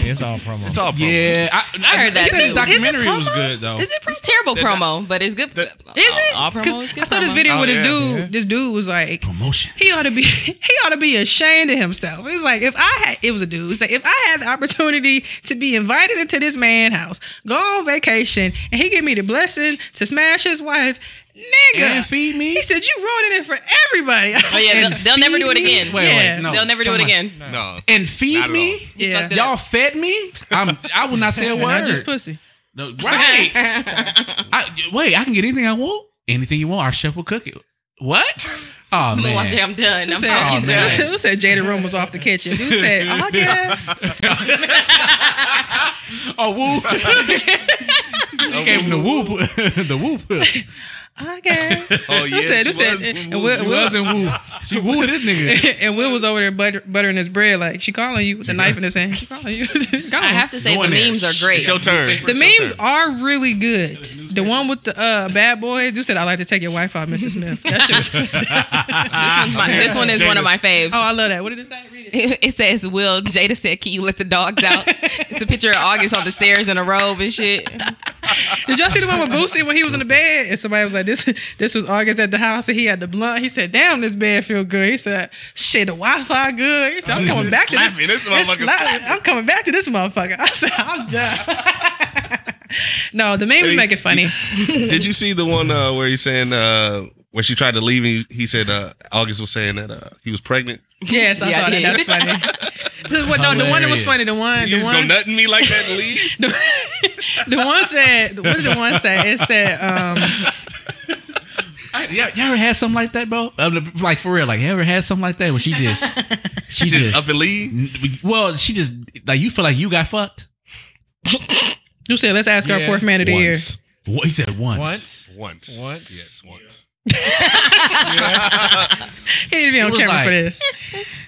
S8: It's all promo.
S4: It's all promo.
S1: Yeah, I,
S9: I heard that
S1: You said his
S9: too.
S1: documentary
S2: Is it
S1: was
S2: promo?
S1: good though.
S2: Is it
S9: It's terrible promo, but it's good.
S4: That-
S9: all,
S2: Is it?
S9: All promo is
S2: Because
S9: good
S2: I saw this
S9: promo.
S2: video
S4: Oh,
S2: with this
S4: yeah.
S2: dude.
S8: Yeah.
S2: This dude was like,
S1: Promotion.
S2: he ought to be, he ought to be ashamed of himself. It was like if I had, it was a dude. It's like if I had the opportunity to be invited into this man house, go on vacation, and he give me the blessing to smash his wife, nigga.
S1: and feed me.
S2: he said you ruining it for everybody.
S9: Oh yeah,
S2: And
S9: they'll, they'll never do it
S2: feed me?
S9: again.
S1: Wait,
S2: yeah.
S1: wait, no.
S9: They'll never do it
S1: Come on.
S9: again.
S4: No,
S1: And feed
S4: Not at all.
S1: me.
S9: You
S2: Yeah.
S9: fucked it
S1: Y'all
S9: up.
S1: fed me. I'm. I will not say a
S2: And I
S1: word.
S2: just pussy.
S1: No, right. I, wait, I can get anything I want. Anything you want, our chef will cook it. What? Oh
S9: I'm gonna watch it.
S1: man.
S9: I'm done. I'm
S2: Who said-
S9: fucking
S1: Oh,
S9: done.
S1: man.
S2: Who said Jada Room was off the kitchen? Who said August?
S1: oh whoop! she gave him the whoop. the whoop.
S2: August.
S4: Oh yeah,
S2: Who said?
S4: she
S2: Who said?
S4: was.
S2: And
S4: Woo,
S2: Will,
S1: She
S2: Will,
S1: wasn't whoop. She wooed this nigga.
S2: and Will was over there butter, buttering his bread like she calling you with a knife in his hand. She calling you. Go
S9: I
S2: on.
S9: have to say the
S1: Going there.
S9: memes are great.
S4: It's your turn.
S2: the memes are really good. The one with the uh, bad boys. You said I like to take your wife out, Mr. Smith. That shit was,
S9: This one's my. This one is one of my faves.
S2: oh, I love that. What did it say? Read it.
S9: It says, "Will Jada said, can you let the dogs out?" It's a picture of August on the stairs in a robe and shit.
S2: Did y'all see the one with Boosie when he was in the bed and somebody was like, "This, this was August at the house and he had the blunt." He said, "Damn, this bed feel good." He said, "Shit, the Wi-Fi good." He said, "I'm coming back to this."
S4: Slapping.
S2: It's
S4: This motherfucker
S2: slapping.
S4: slapping.
S2: I'm coming back to this motherfucker. I said, I'm done. no, the memes
S4: Hey,
S2: make it funny.
S4: Did you see the one uh, where he's saying uh, when she tried to leave? He, he said uh, August was saying that uh, he was pregnant.
S2: Yes, I
S9: Yeah,
S2: saw that.
S9: it
S2: That's
S9: is.
S2: funny. So, what, no, the one that was
S1: Hilarious.
S2: funny, the one, the
S4: You just gonna
S2: one,
S4: nut me like that and leave?
S2: the, the one said, what did the one say? It said, um,
S1: I, yeah, you ever had something like that, bro? Um, Like for real, like you ever had something like that where she just, she,
S4: She
S1: just,
S4: just up and leave.
S1: well, she just like you feel like you got fucked.
S2: you said, let's ask our
S8: Yeah.
S2: fourth man of the year.
S4: Once.
S1: What he said once.
S8: Once.
S4: Once.
S8: Once.
S4: Yes, once.
S2: He need to be on
S1: was
S2: camera
S1: like-
S2: for this.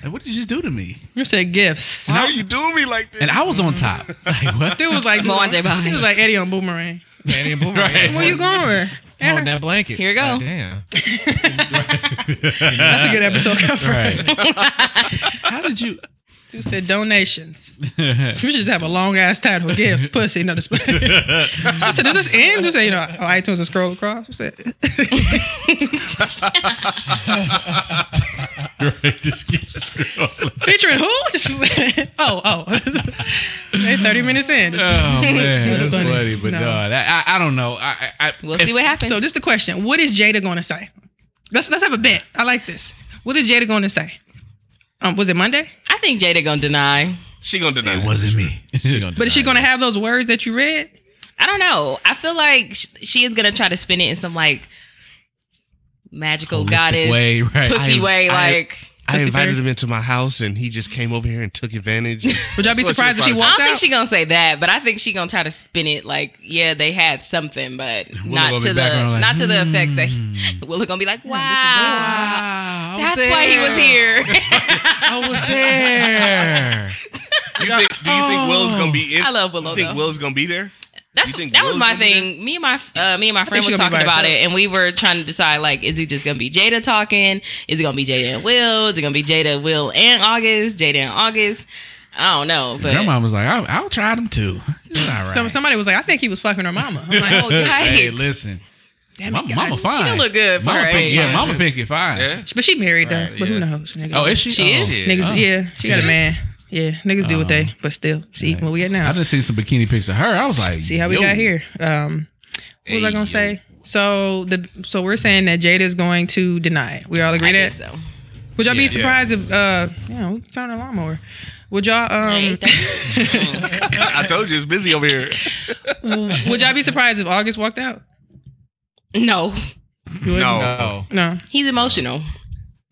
S1: Like, what did you just do to me?
S2: You said gifts.
S4: How you doing me like this?
S1: And I was on top. Like what?
S2: Dude was like,
S9: Moan J. Bye.
S2: he was like Eddie on Boomerang.
S8: Manny and Boomerang.
S2: Where you going?
S8: Holding that blanket.
S9: Here you go.
S8: God damn.
S2: That's a good episode cover.
S1: Right. How did you?
S2: You said donations. We should just have a long ass title. Gifts, pussy, no display. I said, does this end? You said, you know, on iTunes and scroll across. You said,
S1: right. Just keep scrolling.
S2: featuring who? Just, oh, oh. They 30 minutes in.
S1: Oh man,
S2: That's
S1: that's
S2: funny.
S1: funny. But
S2: No.
S1: no, that, I, I don't know. I, I, I
S9: We'll
S1: if-
S9: see what happens.
S2: So this is the question. What is Jada going to say? Let's let's have a bet. I like this. What is Jada going to say? Um, was it Monday?
S9: I think Jada gonna deny.
S4: she gonna deny.
S1: It wasn't me.
S2: But is she going to have those words that you read?
S9: I don't know. I feel like sh- she is gonna try to spin it in some like magical
S1: Holistic
S9: goddess
S1: way, right.
S9: pussy
S1: I-
S9: way.
S4: I-
S9: like
S4: I
S2: Pussy
S4: invited
S2: fairy.
S4: him into my house and he just came over here and took advantage.
S2: Would y'all be
S4: That's what
S2: surprised if she
S4: surprised me.
S9: I
S2: walked
S9: don't think
S2: out?
S9: she gonna say that, but I think she gonna try to spin it like, yeah, they had something, but
S1: gonna
S9: not to
S1: be
S9: the
S1: back around like, hmm.
S9: not to the effect that Willa gonna be like, wow,
S2: Wow,
S9: that's why he was here.
S1: I was there.
S4: you think, do you think Will's gonna be? In,
S9: I love Willow,
S4: You think
S9: though.
S4: Will's gonna be there?
S9: That's
S4: You think
S9: that was
S4: Will's
S9: my
S4: gonna be
S9: thing. Me and my uh, me and my friend
S2: she
S9: was
S2: gonna be
S9: talking
S2: by
S9: about
S2: herself.
S9: it, and we were trying to decide like, is it just gonna be Jada talking? Is it gonna be Jada and Will? Is it gonna be Jada, Will, and August? Jada and August. I don't know, but
S1: Her mom was like, I'll, I'll try them too. It's all right.
S2: Some, somebody was like, I think he was fucking her mama. I'm like,
S9: oh,
S1: hey,
S9: yikes.
S1: listen.
S2: Damn it,
S1: Mama,
S2: guys.
S1: mama fine.
S9: She gonna look good for
S1: Mama
S9: her
S1: Pink,
S9: age.
S1: yeah, Mama Pinky fine.
S4: Yeah.
S2: But she married though.
S4: Right,
S2: but who
S4: yeah.
S2: knows? Nigga.
S1: Oh, is she?
S9: She
S1: Oh.
S9: is?
S2: Niggas,
S1: Oh.
S2: yeah, she got a
S4: Yes.
S2: man. Yeah, niggas do what they, but still, see where we at
S1: I
S2: now.
S1: done seen some bikini pics of her. I was like,
S2: See how we
S1: yo.
S2: got here. Um, what was I
S4: Hey,
S2: gonna
S4: yo.
S2: say? So the so we're saying that Jada is going to deny it. We all agree
S9: I
S2: that.
S9: think so.
S2: Would y'all be
S4: Yeah.
S2: surprised if uh yeah we found a lawnmower? Would y'all um
S9: Ain't that-
S4: I told you it's busy over here.
S2: would y'all be surprised if August walked out?
S9: no,
S4: No,
S8: Oh.
S2: No,
S1: Oh.
S9: he's emotional.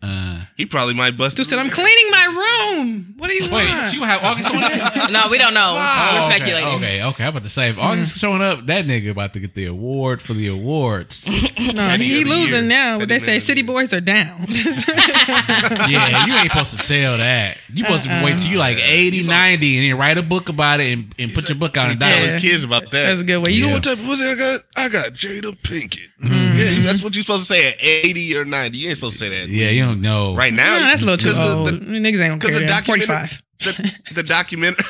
S1: Uh,
S4: He probably might bust.
S2: Dude said,
S4: through
S2: I'm
S4: there.
S2: cleaning my room. What do you
S1: Wait,
S2: want?
S1: you have August on there?
S9: No, we don't know.
S4: Wow.
S9: We're
S1: Oh, okay,
S9: speculating. Mm-hmm.
S1: Okay, okay. I'm about to say if August is showing up, that nigga about to get the award for the awards.
S2: no,
S4: At the
S2: he
S4: end of the year.
S2: losing now.
S4: At
S2: But
S4: the
S2: they
S4: end
S2: say
S4: of the
S2: city
S4: year.
S2: boys are down.
S1: yeah, you ain't supposed to tell that. You supposed to
S2: Uh-uh.
S1: wait till you like 80, 90, and then write a book about it and, and put your book out
S4: He
S1: and
S4: tell
S1: die.
S4: his kids about that.
S2: That's a good way.
S4: You
S2: You
S4: know what type of pussy I got? I got Jada Pinkett.
S2: Mm-hmm.
S4: Yeah, that's what you're supposed to say at 80 or 90. You ain't supposed to say that.
S1: Yeah, you don't know.
S4: Right now,
S2: no, that's a little too
S4: 'cause the-
S2: old.
S4: The,
S2: Niggas ain't gonna
S4: 'cause
S2: care.
S4: the
S2: that. I'm
S4: documentary-
S2: 45.
S4: the, the documentary,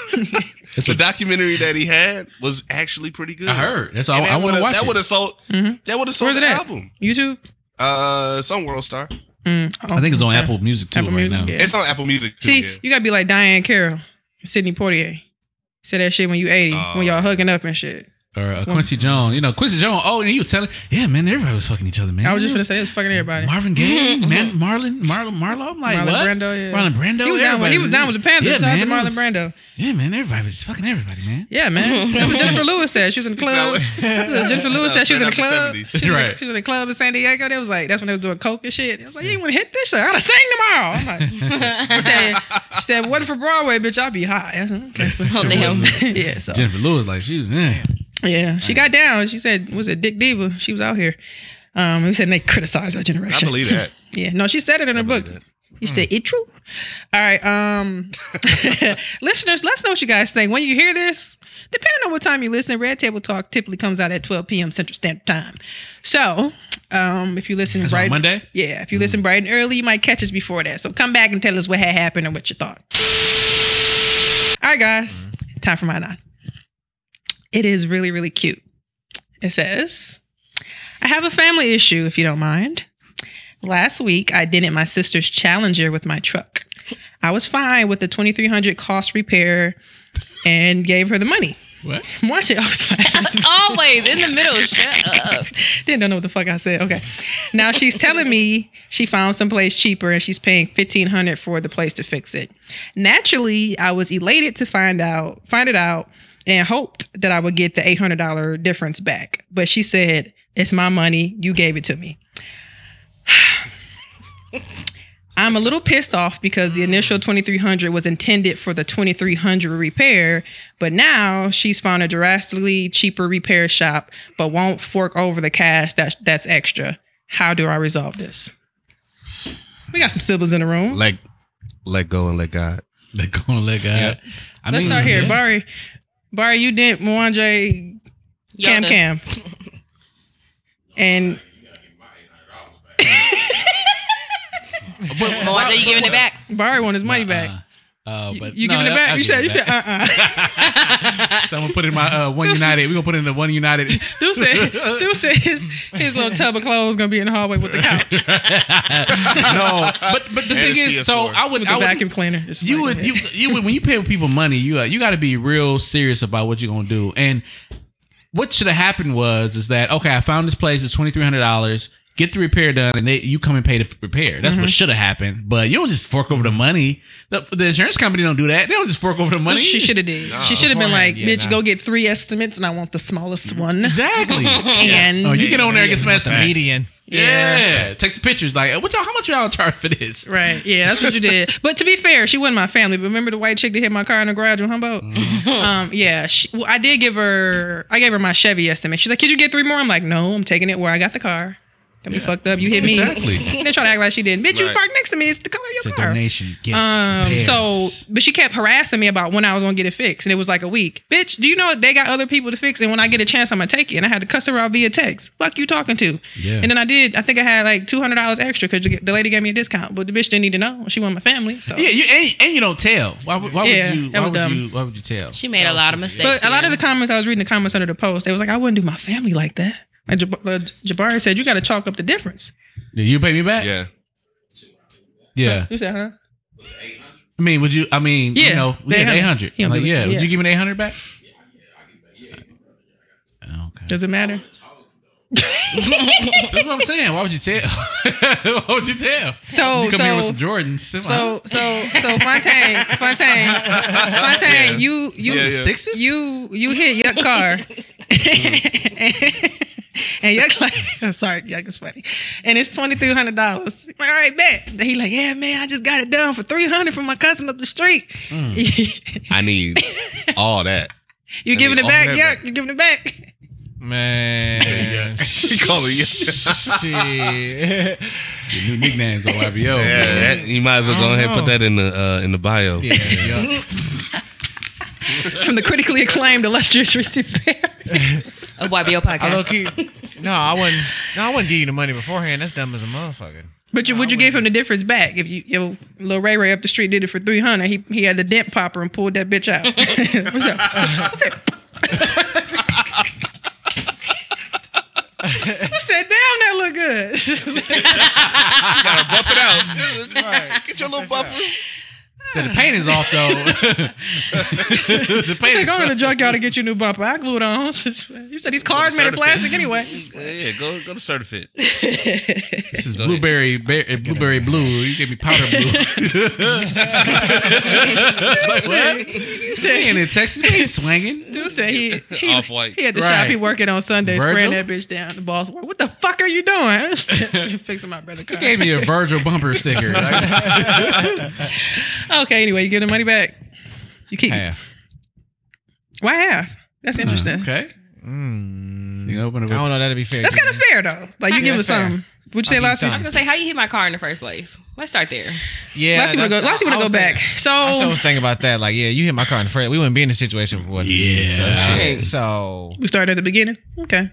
S4: the documentary that he had was actually pretty good.
S1: I heard. That's all.
S4: And that
S1: I want to
S4: would've-
S1: watch
S4: That
S1: it.
S4: would have sold.
S2: Mhm.
S4: That would have sold
S2: Where's
S4: the
S2: it at?
S4: album.
S2: YouTube?
S4: Uh, some world star.
S2: Mm, oh,
S1: I think it's on
S2: okay.
S1: Apple Music too
S2: Apple
S1: right
S2: Music,
S1: now.
S2: yeah.
S4: It's on Apple Music. Too,
S2: See,
S4: yeah.
S2: you gotta be like Diane Carroll, Sydney Portier. Say that shit when you 80,
S4: Oh,
S2: when y'all
S4: yeah.
S2: hugging up and shit.
S1: Or uh, Quincy Jones. You know, Quincy Jones. Oh, and he was telling, yeah, man, everybody was fucking each other, man.
S2: I was just
S1: It
S2: gonna say it's fucking everybody.
S1: Marvin Gaye, man, Marlon, Marlon, Marlo. I'm like,
S2: Marlon
S1: what?
S2: Brando, yeah.
S1: Marlon Brando.
S2: he was down with he
S1: everybody.
S2: was down with the Panthers. Yeah,
S1: it
S2: Marlon
S1: was-
S2: Brando.
S1: Yeah, man, everybody was fucking everybody, man.
S2: Yeah, man. That's what Jennifer Lewis said. She was in the club. That's what Jennifer Lewis said she was in the
S4: Straight out
S2: club.
S4: the
S2: She was, in the-
S1: Right.
S2: she was in the club in San Diego. They was like, that's when they was doing coke and shit. It was like, you ain't wanna hit this shit. I gotta sing tomorrow. I'm like, she said, she said, what for Broadway, bitch? I'll be high. I said, okay.
S9: Oh, damn.
S2: yeah, so
S1: Jennifer Lewis, like she was, eh.
S2: yeah, she got down. She said, was it Dick Diva? She was out here. Um, we said and they criticized our
S4: I
S2: generation.
S4: believe that.
S2: Yeah, no, she said it in her book.
S4: believe that. Hmm.
S2: You said it true. All right, um, listeners, let us know what you guys think when you hear this. Depending on what time you listen, Red Table Talk typically comes out at 12 p.m. Central Standard Time. So, um, if you listen
S1: That's
S2: bright
S1: on Monday.
S2: yeah, if you listen bright and early, you might catch us before that. So come back and tell us what had happened and what you thought. All right, guys, time for my nine. It is really, really cute. It says, I have a family issue, if you don't mind. Last week, I dented my sister's Challenger with my truck. I was fine with the 2300 cost repair and gave her the money.
S1: What?
S2: Watch it. I was like,
S9: Always in the middle. Shut up.
S2: Didn't don't know what the fuck I said. Okay. Now she's telling me she found someplace cheaper and she's paying fifteen hundred for the place to fix it. Naturally, I was elated to find out find it out and hoped that I would get the eight hundred dollar difference back. But she said, It's my money, you gave it to me. I'm a little pissed off because the initial 2300 was intended for the 2300 repair, but now she's found a drastically cheaper repair shop but won't fork over the cash that's that's extra. How do I resolve this? We got some siblings in the room.
S4: Let, let go and let God.
S1: They gonna let go.
S8: Yeah.
S1: I
S2: Let's
S1: mean,
S2: start here.
S1: yeah.
S2: Bari, Bari, you did Mwanje Cam
S9: Yoda.
S2: Cam. And
S9: Well, why are you giving it back?
S2: Bari want his money back.
S1: Uh, uh, but
S2: you
S1: no,
S2: giving it
S1: I-
S2: back?
S1: I'll
S2: you
S1: give
S2: said
S1: it
S2: you said
S1: back.
S2: uh uh
S1: so I'm gonna put it in my uh, one united. We're gonna put it in the one united.
S2: Dude said, Dude said his, his little tub of clothes gonna be in the hallway with the couch,
S1: no, but but the
S4: And
S1: thing
S4: it's
S1: is, so
S4: PS4.
S1: I would
S2: with
S1: I
S2: the
S1: would,
S2: vacuum cleaner. It's
S1: You
S2: fine,
S1: would
S2: go
S1: you
S2: ahead.
S1: you would when you pay people money, you uh, you got to be real serious about what you're gonna do. And what should have happened was is that okay, I found this place. It's twenty three hundred dollars. Get the repair done, and they you come and pay the repair.
S2: Mm-hmm.
S1: That's what should have happened. But you don't just fork over the money. The, the insurance company don't do that. They don't just fork over the money.
S2: She should have did. she should have been like,
S8: beforehand,
S2: "Bitch,
S8: yeah, nah.
S2: go get three estimates, and I want the smallest
S1: Mm-hmm.
S2: one."
S1: exactly.
S2: And
S1: Oh, you get on there and get some estimates.
S8: Median.
S1: Yeah. take some pictures. Like, what y'all? How much y'all charge for this?
S2: right, yeah, that's what you did. But to be fair, she wasn't my family. But remember the white chick that hit my car in the garage on Humboldt?
S1: Mm-hmm.
S2: Um, yeah, she, well, I did give her. I gave her my Chevy estimate. She's like, "Could you get three more?" I'm like, "No, I'm taking it where I got the car." Got me fucked up. You hit me.
S1: Exactly.
S2: They try to act like she didn't. Bitch, you
S4: Right.
S2: parked next to me. It's the color of your
S1: It's a
S2: car.
S1: donation. Gifts,
S2: Um,
S1: repairs.
S2: so, but she kept harassing me about when I was gonna get it fixed, and it was like a week. Bitch, do you know they got other people to fix? And when I get a chance, I'm gonna take it. And I had to cuss her out via text. Fuck you talking to.
S1: Yeah.
S2: And then I did. I think I had like two hundred dollars extra because the lady gave me a discount, but the bitch didn't need to know. She wasn't my family. So
S1: yeah, you and, and you don't tell. Why, would- why
S2: Yeah,
S1: would you?
S2: that
S1: Why
S2: was
S1: would
S2: dumb.
S1: you? Why would you tell?
S9: She made a lot of mistakes.
S2: But a lot of the
S9: yeah.
S2: comments I was reading the comments under the post, they was like, I wouldn't do my family like that. And Jab- uh, Jabari said, you got to chalk up the difference.
S1: Do you pay me back?
S4: Yeah.
S1: Yeah.
S2: You said, huh?
S1: I mean, would you? I mean,
S2: Yeah,
S1: you know,
S2: they
S1: yeah,
S2: have-
S1: eight hundred.
S2: he don't
S1: Like,
S2: do it,
S1: yeah.
S2: so yeah.
S1: Would you give me eight hundred back? Okay.
S2: Does it matter?
S1: That's what I'm saying. Why would you tell? why would you tell?
S2: So,
S1: you come here with
S2: so-
S1: some Jordans.
S2: So so so Fontaine, Fontaine, Fontaine, you you
S4: Yeah, yeah.
S1: sixes.
S2: you you hit your car. and And Yuck like, I'm sorry, Yuck is funny. And it's twenty three hundred dollars. All right, bet. And He like, yeah, man, I just got it done for three hundred from my cousin up the street.
S4: Hmm. I need all that.
S2: you
S4: I
S2: giving it
S4: mean, all
S2: back,
S4: that
S2: Yuck?
S4: back.
S2: You giving it back?
S8: Man.
S4: He called it.
S8: Shit.
S1: Your new nicknames on YBO.
S4: Yeah, that, you might as well go ahead and put that in the uh, in the bio.
S8: Yeah, yeah.
S2: From the critically acclaimed illustrious Reese Fair.
S9: Of YBO
S8: I low
S9: podcast.
S8: key. No, I wouldn't. No, I wouldn't give you the money beforehand. That's dumb as a motherfucker.
S2: But you, would you
S8: I
S2: give him
S8: wouldn't.
S2: the difference back if you, you little Ray Ray up the street did it for three hundred? He he had the dent popper and pulled that bitch out. What's up? What's up? I said, "Damn, that look good."
S4: Gotta buff it out. Get your little buffer.
S1: So the paint is off though. the paint
S2: Take
S1: is
S2: go to the
S1: off.
S2: junkyard to get you a new bumper. I glued on. You said these cars made of plastic anyway.
S4: Yeah, go go to Certifit.
S1: This is blueberry, bear, blueberry blue. You gave me powder blue. like, what?
S2: You
S1: Ain't
S2: said,
S1: in Texas, we ain't swinging.
S2: dude said he, he,
S4: Off white.
S2: he had the shop.
S1: Right.
S2: He working on Sunday, spreading
S1: Virgil?
S2: that bitch down. The boss, work. what the fuck are you doing? I said, Fixing my brother.
S1: You gave me a Virgil bumper sticker. Like,
S2: Okay, anyway, you get the money back. You keep
S8: Half. Hmm.
S2: why half? That's interesting.
S1: Okay.
S8: Mm,
S1: You open
S8: I
S1: it
S8: don't
S1: with
S8: know. That'd be fair.
S2: That's kind of fair though. Like you
S8: Yeah,
S2: give us
S8: that's fair.
S2: something. Would you say
S8: I'll give
S2: last
S8: you
S9: I was
S2: time?
S9: gonna say, how you hit my car in the first place? Let's start there.
S8: yeah.
S2: Last year we
S8: that's-
S2: go. Last year
S8: I
S2: we go
S8: was
S2: back. Oh.
S8: thinking- I also
S2: So
S8: was thinking about that. Like, yeah, you hit my car in the front. We wouldn't be in this situation. For what? Yeah. So, shit. so
S2: we started at the beginning. Okay.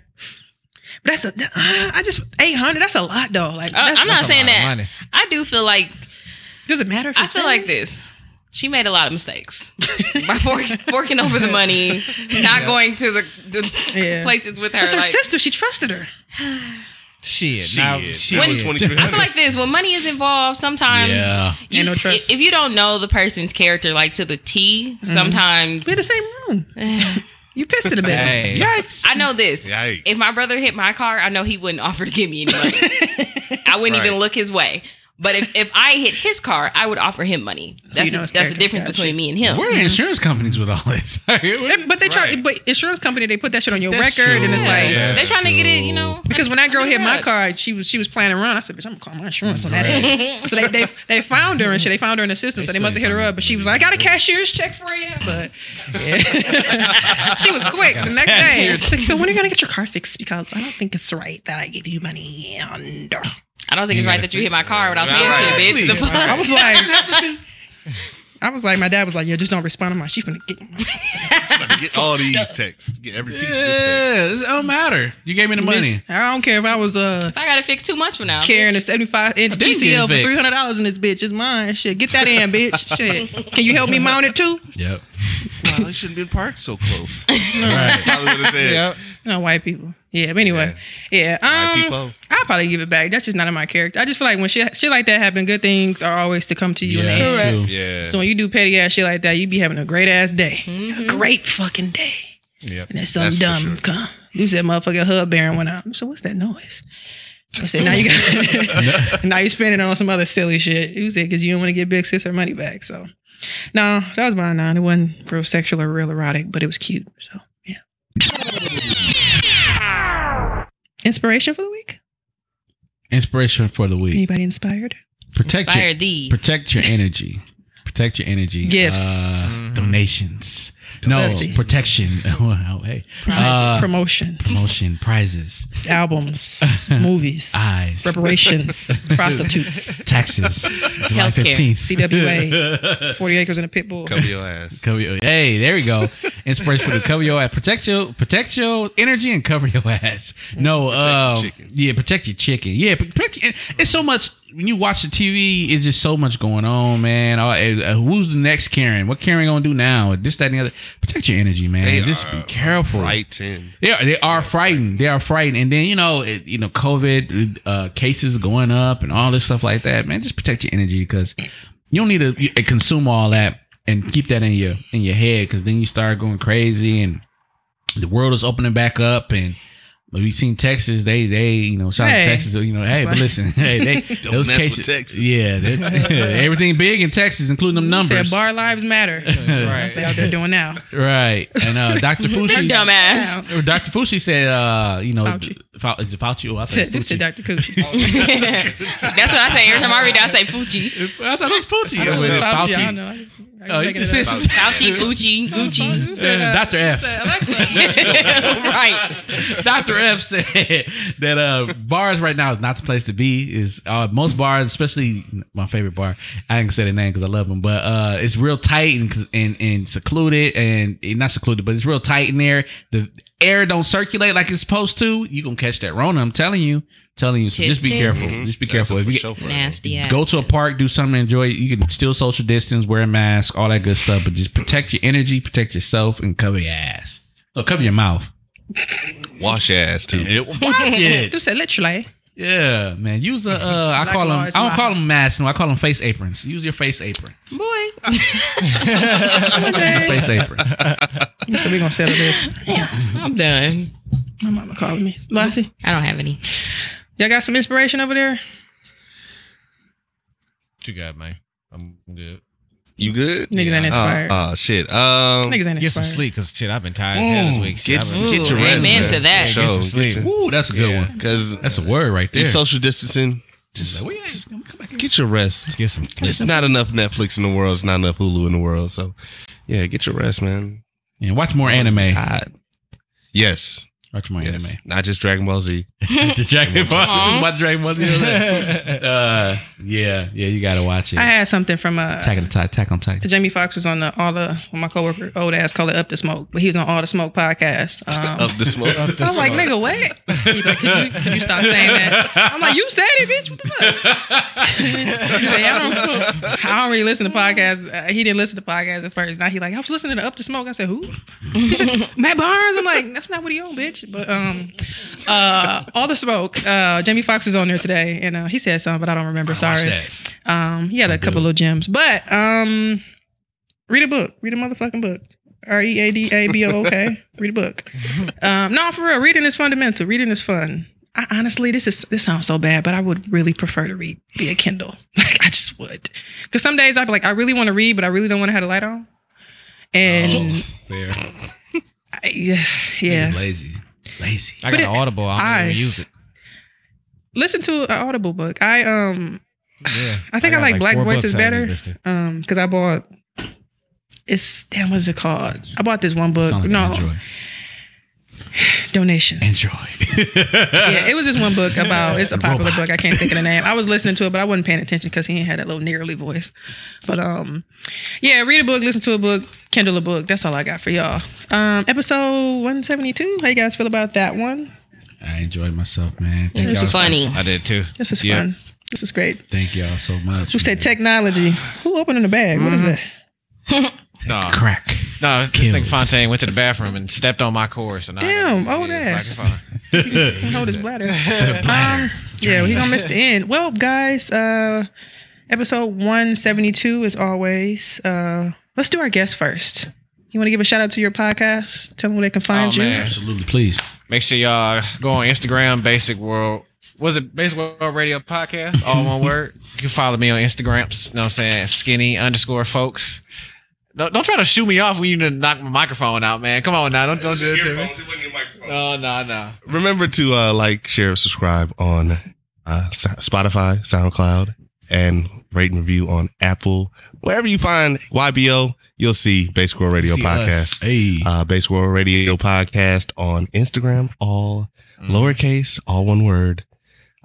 S2: But that's a. Uh, I just eight hundred. That's a lot though. Like
S9: Uh,
S2: that's,
S9: I'm not
S8: that's a
S9: saying
S8: lot of
S9: that.
S8: money.
S9: I do feel like
S2: does it matter? If
S9: I
S2: it's
S9: feel
S2: fair?
S9: like this. She made a lot of mistakes by fork, forking over the money, not going to the, the
S2: Yeah.
S9: places with her.
S2: It's her
S9: like-
S2: sister. She trusted her.
S8: shit.
S4: Shit.
S8: Now,
S4: That was
S8: shit.
S9: I feel
S4: 2300.
S9: like this when money is involved. Sometimes
S1: Yeah.
S9: you,
S2: Ain't no trust.
S9: i- if you don't know the person's character like to the T, sometimes
S2: We had the same room. you pissed it a bit.
S8: Hey.
S9: I know this.
S4: Yikes.
S9: If my brother hit my car, I know he wouldn't offer to give me any money. I wouldn't
S4: Right.
S9: even look his way. But if, if I hit his car, I would offer him money. That's
S2: you know
S9: the,
S2: his
S9: that's the
S2: character.
S9: difference
S2: Gotcha.
S9: between me and him.
S1: Where are insurance companies with all this?
S2: They- But they try.
S4: Right.
S2: But insurance company they put that shit on your
S1: That's
S2: record, and it's
S1: true.
S2: like
S1: Yeah.
S9: They're trying to get it, you know.
S2: Because when that girl hit my
S9: Yeah.
S2: car, she was she was playing around. I said, "Bitch, I'm gonna call my insurance on that." ass." So they, they they found her and shit. They found her in the system, so they must have hit her up. But she was like, "I got a cashier's check for you," but yeah. she was quick the next day. It's like, so when are you gonna get your car fixed? Because I don't think it's right that I give you money. And uh."
S9: I don't think it's right that you hit my car without saying shit, bitch. The fuck?
S2: I was like, I was like, my dad was like, "Yeah, just don't respond." I'm like, "She's gonna get."
S4: Get all these texts. Get every piece of this
S1: Yeah, it don't matter. You gave me the money.
S2: I don't care if I was uh
S9: If I gotta fix two months from now.
S2: carrying a
S9: bitch.
S2: 75 inch
S1: They
S2: TCL for
S1: getting fixed.
S2: $300 in this bitch. It's mine. Shit, get that in, bitch. Shit. Can you help me mount it too?
S1: Yep.
S4: text. Wow, they shouldn't been parked so close.
S1: Right.
S4: Probably would have said.
S8: Yep.
S2: No, white people. Yeah, but anyway. Yeah.
S4: White
S2: um,
S4: people.
S2: I'll probably give it back. That's just not in my character. I just feel like when shit, shit like that happen, good things are always to come to you. in the
S1: Yeah,
S2: end.
S1: true.
S4: Yeah.
S2: So when you do petty ass shit like that, you be having a great ass day. A great fucking day.
S8: Yep.
S2: And then some
S4: That's for
S2: dumb
S4: sure.
S2: come. You said motherfucking hub baron went out. So what's that noise? I said, now you got now you spending it on some other silly shit. You said because you don't want to get big sis her money back. So no, that was my nine. It wasn't real sexual or real erotic, but it was cute. So yeah. Inspiration for the week?
S1: Inspiration for the week.
S2: Anybody inspired?
S1: Protect
S9: Fire
S1: your
S9: these.
S1: protect your energy. Protect your energy.
S2: Gifts.
S1: Uh, Donations. No
S2: Pussy.
S1: protection. Wow, hey. Uh,
S2: Promotion,
S1: promotion. Prizes.
S2: albums, movies,
S1: Eyes.
S2: reparations, prostitutes,
S1: Taxes. July
S9: Healthcare.
S1: fifteenth.
S2: CWA, 40 acres and a pit bull.
S4: Cover your ass.
S1: Cover your, hey, there we go. Inspiration for the cover your ass. Protect your protect your energy and cover your ass. No, um,
S4: Mm-hmm. chicken.
S1: yeah, protect your chicken. Yeah, protect. Your, it's so much when you watch the TV. It's just so much going on, man. All- uh, who's the next Karen? What Karen gonna do now? This, that, and the other. Protect your energy, man.
S4: They
S1: just
S4: are
S1: be careful.
S4: Frightened.
S1: They are, they are frightened. They are frightened, and then you know, it, you know, COVID uh, cases going up and all this stuff like that. Man, just protect your energy because you don't need to you- consume all that and keep that in your in your head because then you start going crazy and the world is opening back up and But we seen Texas. They they you know shout out to
S2: Hey.
S1: Texas. You know hey,
S2: That's
S1: but
S2: right.
S1: listen hey they
S4: Don't
S1: those
S4: mess with
S1: cases
S4: Texas.
S1: yeah they- everything big in Texas, including them
S2: Said
S1: numbers.
S2: bar lives matter.
S1: right,
S2: That's what they're doing now.
S1: right. And uh, Dr. Fushi,
S9: Dumbass.
S1: or Dr. Fushi said, uh, you know,
S2: Fauci.
S1: Fau- is it Fauci? Oh, I said
S2: Said, you said
S1: Fucci.
S2: Dr.
S1: Oh,
S2: Coochie.
S9: That's what I say. Every time I read that, I say Fuji.
S1: I thought it was Fucci.
S4: I
S1: It
S4: don't
S1: was
S4: know.
S2: Fauci, I don't
S1: Fauci.
S2: know. I- I
S1: Oh, you
S2: making
S1: just
S2: it
S1: said
S2: up.
S1: some.
S9: Fauci, Fucci, Gucci.
S2: You said,
S1: Uh,
S2: uh,
S1: Dr. F.
S2: said Alexa.
S9: right.
S1: Dr. F said that uh, bars right now is not the place to be. Is uh, most bars, especially my favorite bar. I ain't gonna say the name because I love them, but uh, it's real tight and and, and secluded and eh, not secluded, but it's real tight in there. The air don't circulate like it's supposed to. You gonna catch that Rona. I'm telling you, telling you. So
S9: Tis,
S1: just be
S9: tis.
S1: careful.
S4: Mhm.
S1: Just be
S4: That's
S1: careful.
S4: a
S1: If you
S4: for
S1: get-
S4: sure for us.
S9: Nasty ass.
S1: Go to a park, do something, enjoy. it. You can still social distance, wear a mask, all that good stuff, but just protect your energy, protect yourself, and cover your ass. Oh, cover your mouth.
S4: Wash your ass too.
S1: Shit.
S2: You said literally.
S1: Yeah, man. Use a uh, I
S2: Black
S1: call them. I
S2: Lives
S1: don't
S2: Matter.
S1: call them masks. No, I call them face aprons. Use your face apron.
S9: Boy.
S1: Use your face apron.
S2: You said we're going to settle this.
S9: I'm done.
S2: My mama calling me. Lassie,
S9: I don't have any.
S2: y'all got some inspiration over there?
S8: What you got, man? I'm good.
S4: You good?
S2: Niggas ain't
S4: Oh
S2: inspired.
S4: shit. Um,
S2: Niggas ain't
S8: Oh, Get some
S2: inspired.
S8: sleep, cause shit, I've been tired as hell this week. Shit,
S4: get,
S8: I've been-
S4: get your
S9: Ooh,
S4: rest.
S9: amen
S4: man.
S9: to that.
S4: For
S8: Get some
S4: sure.
S8: sleep.
S4: your-
S1: Ooh, that's a good one.
S4: Cause
S1: That's a word right there.
S4: this social distancing. Just
S1: Well, yeah, come- come back here.
S4: get your rest.
S8: Get some.
S4: It's not enough Netflix in the world. It's not enough Hulu in the world. So, yeah, get your rest, man.
S1: And watch more anime.
S4: Tired. Yes.
S1: Watch more
S4: Yes. Not just Dragon Ball Z.
S1: anime. The Dragon Ball.
S9: Aw.
S1: Watch Dragon Ball. Z. Uh, yeah, yeah. You gotta watch it.
S2: I had something from uh,
S1: Attack on Titan. Attack on Titan.
S2: Jamie Foxx was on the all the well, my coworker old ass called it Up the Smoke, but he was on All the Smoke podcast. Um,
S4: Up the smoke.
S2: I was like, nigga, what? He like, could you, could you stop saying that? I'm like, you said it, bitch. What the fuck? He say, I, don't, I don't really listen to podcasts. Uh, he didn't listen to podcasts at first. Now he like, I was listening to Up the Smoke. I said, who? He said, Matt Barnes. I'm like, that's not what he owned, bitch. But um, uh, All the Smoke. Uh, Jamie Foxx was on there today, and uh, he said something, but I don't remember.
S1: Watch
S2: Sorry.
S1: that.
S2: Um, he had a couple little gems, but um, read a book. Read a motherfucking book. R e a d a b o o k. Read a book. Um, no, for real, reading is fundamental. Reading is fun. I, honestly, this is this sounds so bad, but I would really prefer to read via Kindle. Like I just would, because some days I'd be like, I really want to read, but I really don't want to have the light on. And
S1: Oh, Fair.
S2: I, yeah, yeah.
S1: Lazy. Lazy.
S8: I
S2: But
S8: got
S2: it-
S8: an Audible. I don't even use it.
S2: Listen to an Audible book. I um
S8: Yeah.
S2: I think I
S8: got
S2: like Black
S8: four
S2: voices
S8: books I
S2: better.
S8: need, mister.
S2: um because I bought it's damn what's it called? I bought this one book.
S1: Sound like
S2: uh, no
S1: Android.
S2: donations.
S1: Android.
S2: yeah, it was just one book about it's a popular book. I can't think of the name. I was listening to it, but I wasn't paying attention because he ain't had that little niggerly voice. But um, yeah, read a book, listen to a book, Kindle a book. That's all I got for y'all. Um, episode one seventy two. How you guys feel about that one?
S1: I enjoyed myself, man. Thank
S9: This
S1: y'all.
S9: is funny.
S8: I did too.
S2: This is
S8: Yeah.
S2: fun. This is great.
S1: Thank y'all so much.
S2: Who
S1: man.
S2: said technology? Who opening the bag? What is
S8: Mm-hmm.
S2: that?
S8: No,
S1: crack?
S8: no. This this
S1: Kills.
S8: nigga Fontaine went to the bathroom and stepped on my course, and
S2: Damn,
S8: I
S2: old ass. He hold his bladder.
S1: bladder.
S2: Um, yeah, well, he gonna miss the end. Well, guys, uh, episode one seventy two as always. Uh, let's do our guest first. You want to give a shout out to your podcast? Tell them where they can find
S8: Oh,
S2: you.
S8: man.
S1: Absolutely, please.
S8: Make sure y'all go on Instagram, Basic World. Was it Basic World Radio Podcast? All one word. You can follow me on Instagrams. Know what I'm saying? Skinny underscore folks. Don't, don't try to shoot me off when you done knock my microphone out, man. Come on now. Don't, don't do it to me. No, no, no.
S4: Remember to uh, like, share, and subscribe on uh, Sa- Spotify, SoundCloud, and rate and review on Apple. Wherever you find YBO, you'll see Base Squirrel Radio
S8: See
S4: Podcast.
S8: us.
S1: Hey,
S4: Uh, Base Squirrel Radio Podcast on Instagram, all
S8: Mm.
S4: lowercase, all one word.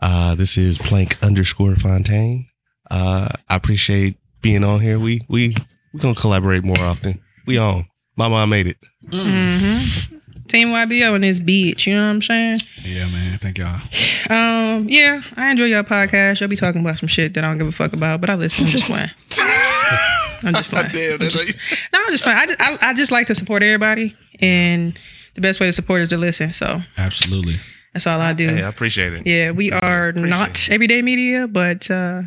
S4: Uh, this is Plank underscore Fontaine. Uh, I appreciate being on here. We we we gonna collaborate more often. We on. My mom made it.
S2: Mm-hmm. Team YBO and this bitch. You know what I'm saying?
S1: yeah, man. Thank y'all.
S2: Um, yeah, I enjoy your podcast. Y'all be talking about some shit that I don't give a fuck about, but I listen. I'm just playing. I'm just playing.
S4: Damn, that's how you-
S2: No, I'm just playing. I just, I, I just like to support everybody, and the best way to support is to listen. So
S1: Absolutely.
S2: that's all I do.
S4: Hey, I appreciate it.
S2: Yeah, we are not everyday media, but uh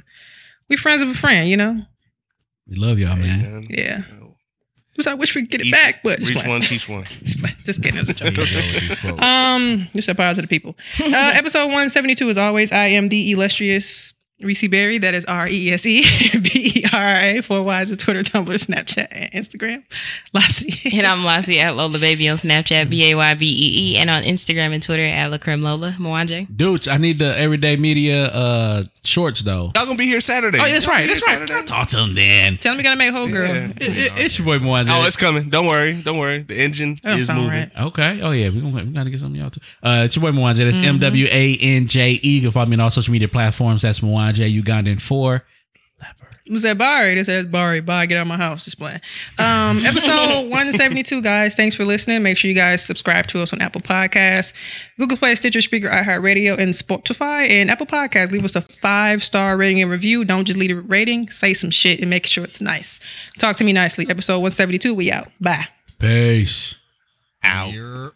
S2: we friends of a friend, you know?
S1: We love y'all,
S4: Hey,
S1: man.
S4: Oh, man.
S2: Yeah. So I wish we could get it
S4: Each-
S2: back, but just,
S4: Reach
S2: playing.
S4: one, teach one.
S2: just kidding. It was a joke.
S8: There you go with these quotes.
S2: Um, just a power to the people. Uh, episode 172 is always I am the illustrious Reese Berry. That is R E E S E B E R A. Four Y's of Twitter, Tumblr, Snapchat, and Instagram. Lassie.
S9: And I'm Lassie at Lola Baby on Snapchat, B A Y B E E, and on Instagram and Twitter at Lacrim Lola Mwanje.
S1: Dudes, I need the everyday media uh shorts though.
S4: Y'all gonna be here Saturday.
S1: Oh, yeah, that's
S4: Y'all
S1: right.
S4: gonna be
S1: That's
S4: here
S1: right. I'll
S4: Saturday.
S1: talk to them then.
S2: Tell me we gotta make whole girl.
S4: Yeah.
S1: It- it- it's your boy Moise.
S4: Oh, it's coming. Don't worry. Don't worry. The engine
S2: That don't
S4: is
S2: sound
S4: moving.
S2: right.
S1: Okay. Oh yeah, we gonna we gotta get some of y'all too. Uh, it's your boy Mwanje. That's M W A N J E. You can follow me on all social media platforms. That's Mwanje Ugandan four.
S2: It was at Bari. This says Bari. Bye. Get out of my house. Just playing. Um, episode 172, guys. Thanks for listening. Make sure you guys subscribe to us on Apple Podcasts, Google Play, Stitcher, Speaker, iHeartRadio, and Spotify. And Apple Podcasts, leave us a five star rating and review. Don't just leave a rating. Say some shit and make sure it's nice. Talk to me nicely. Episode 172. We out. Bye.
S1: Peace.
S4: Out.
S8: You're-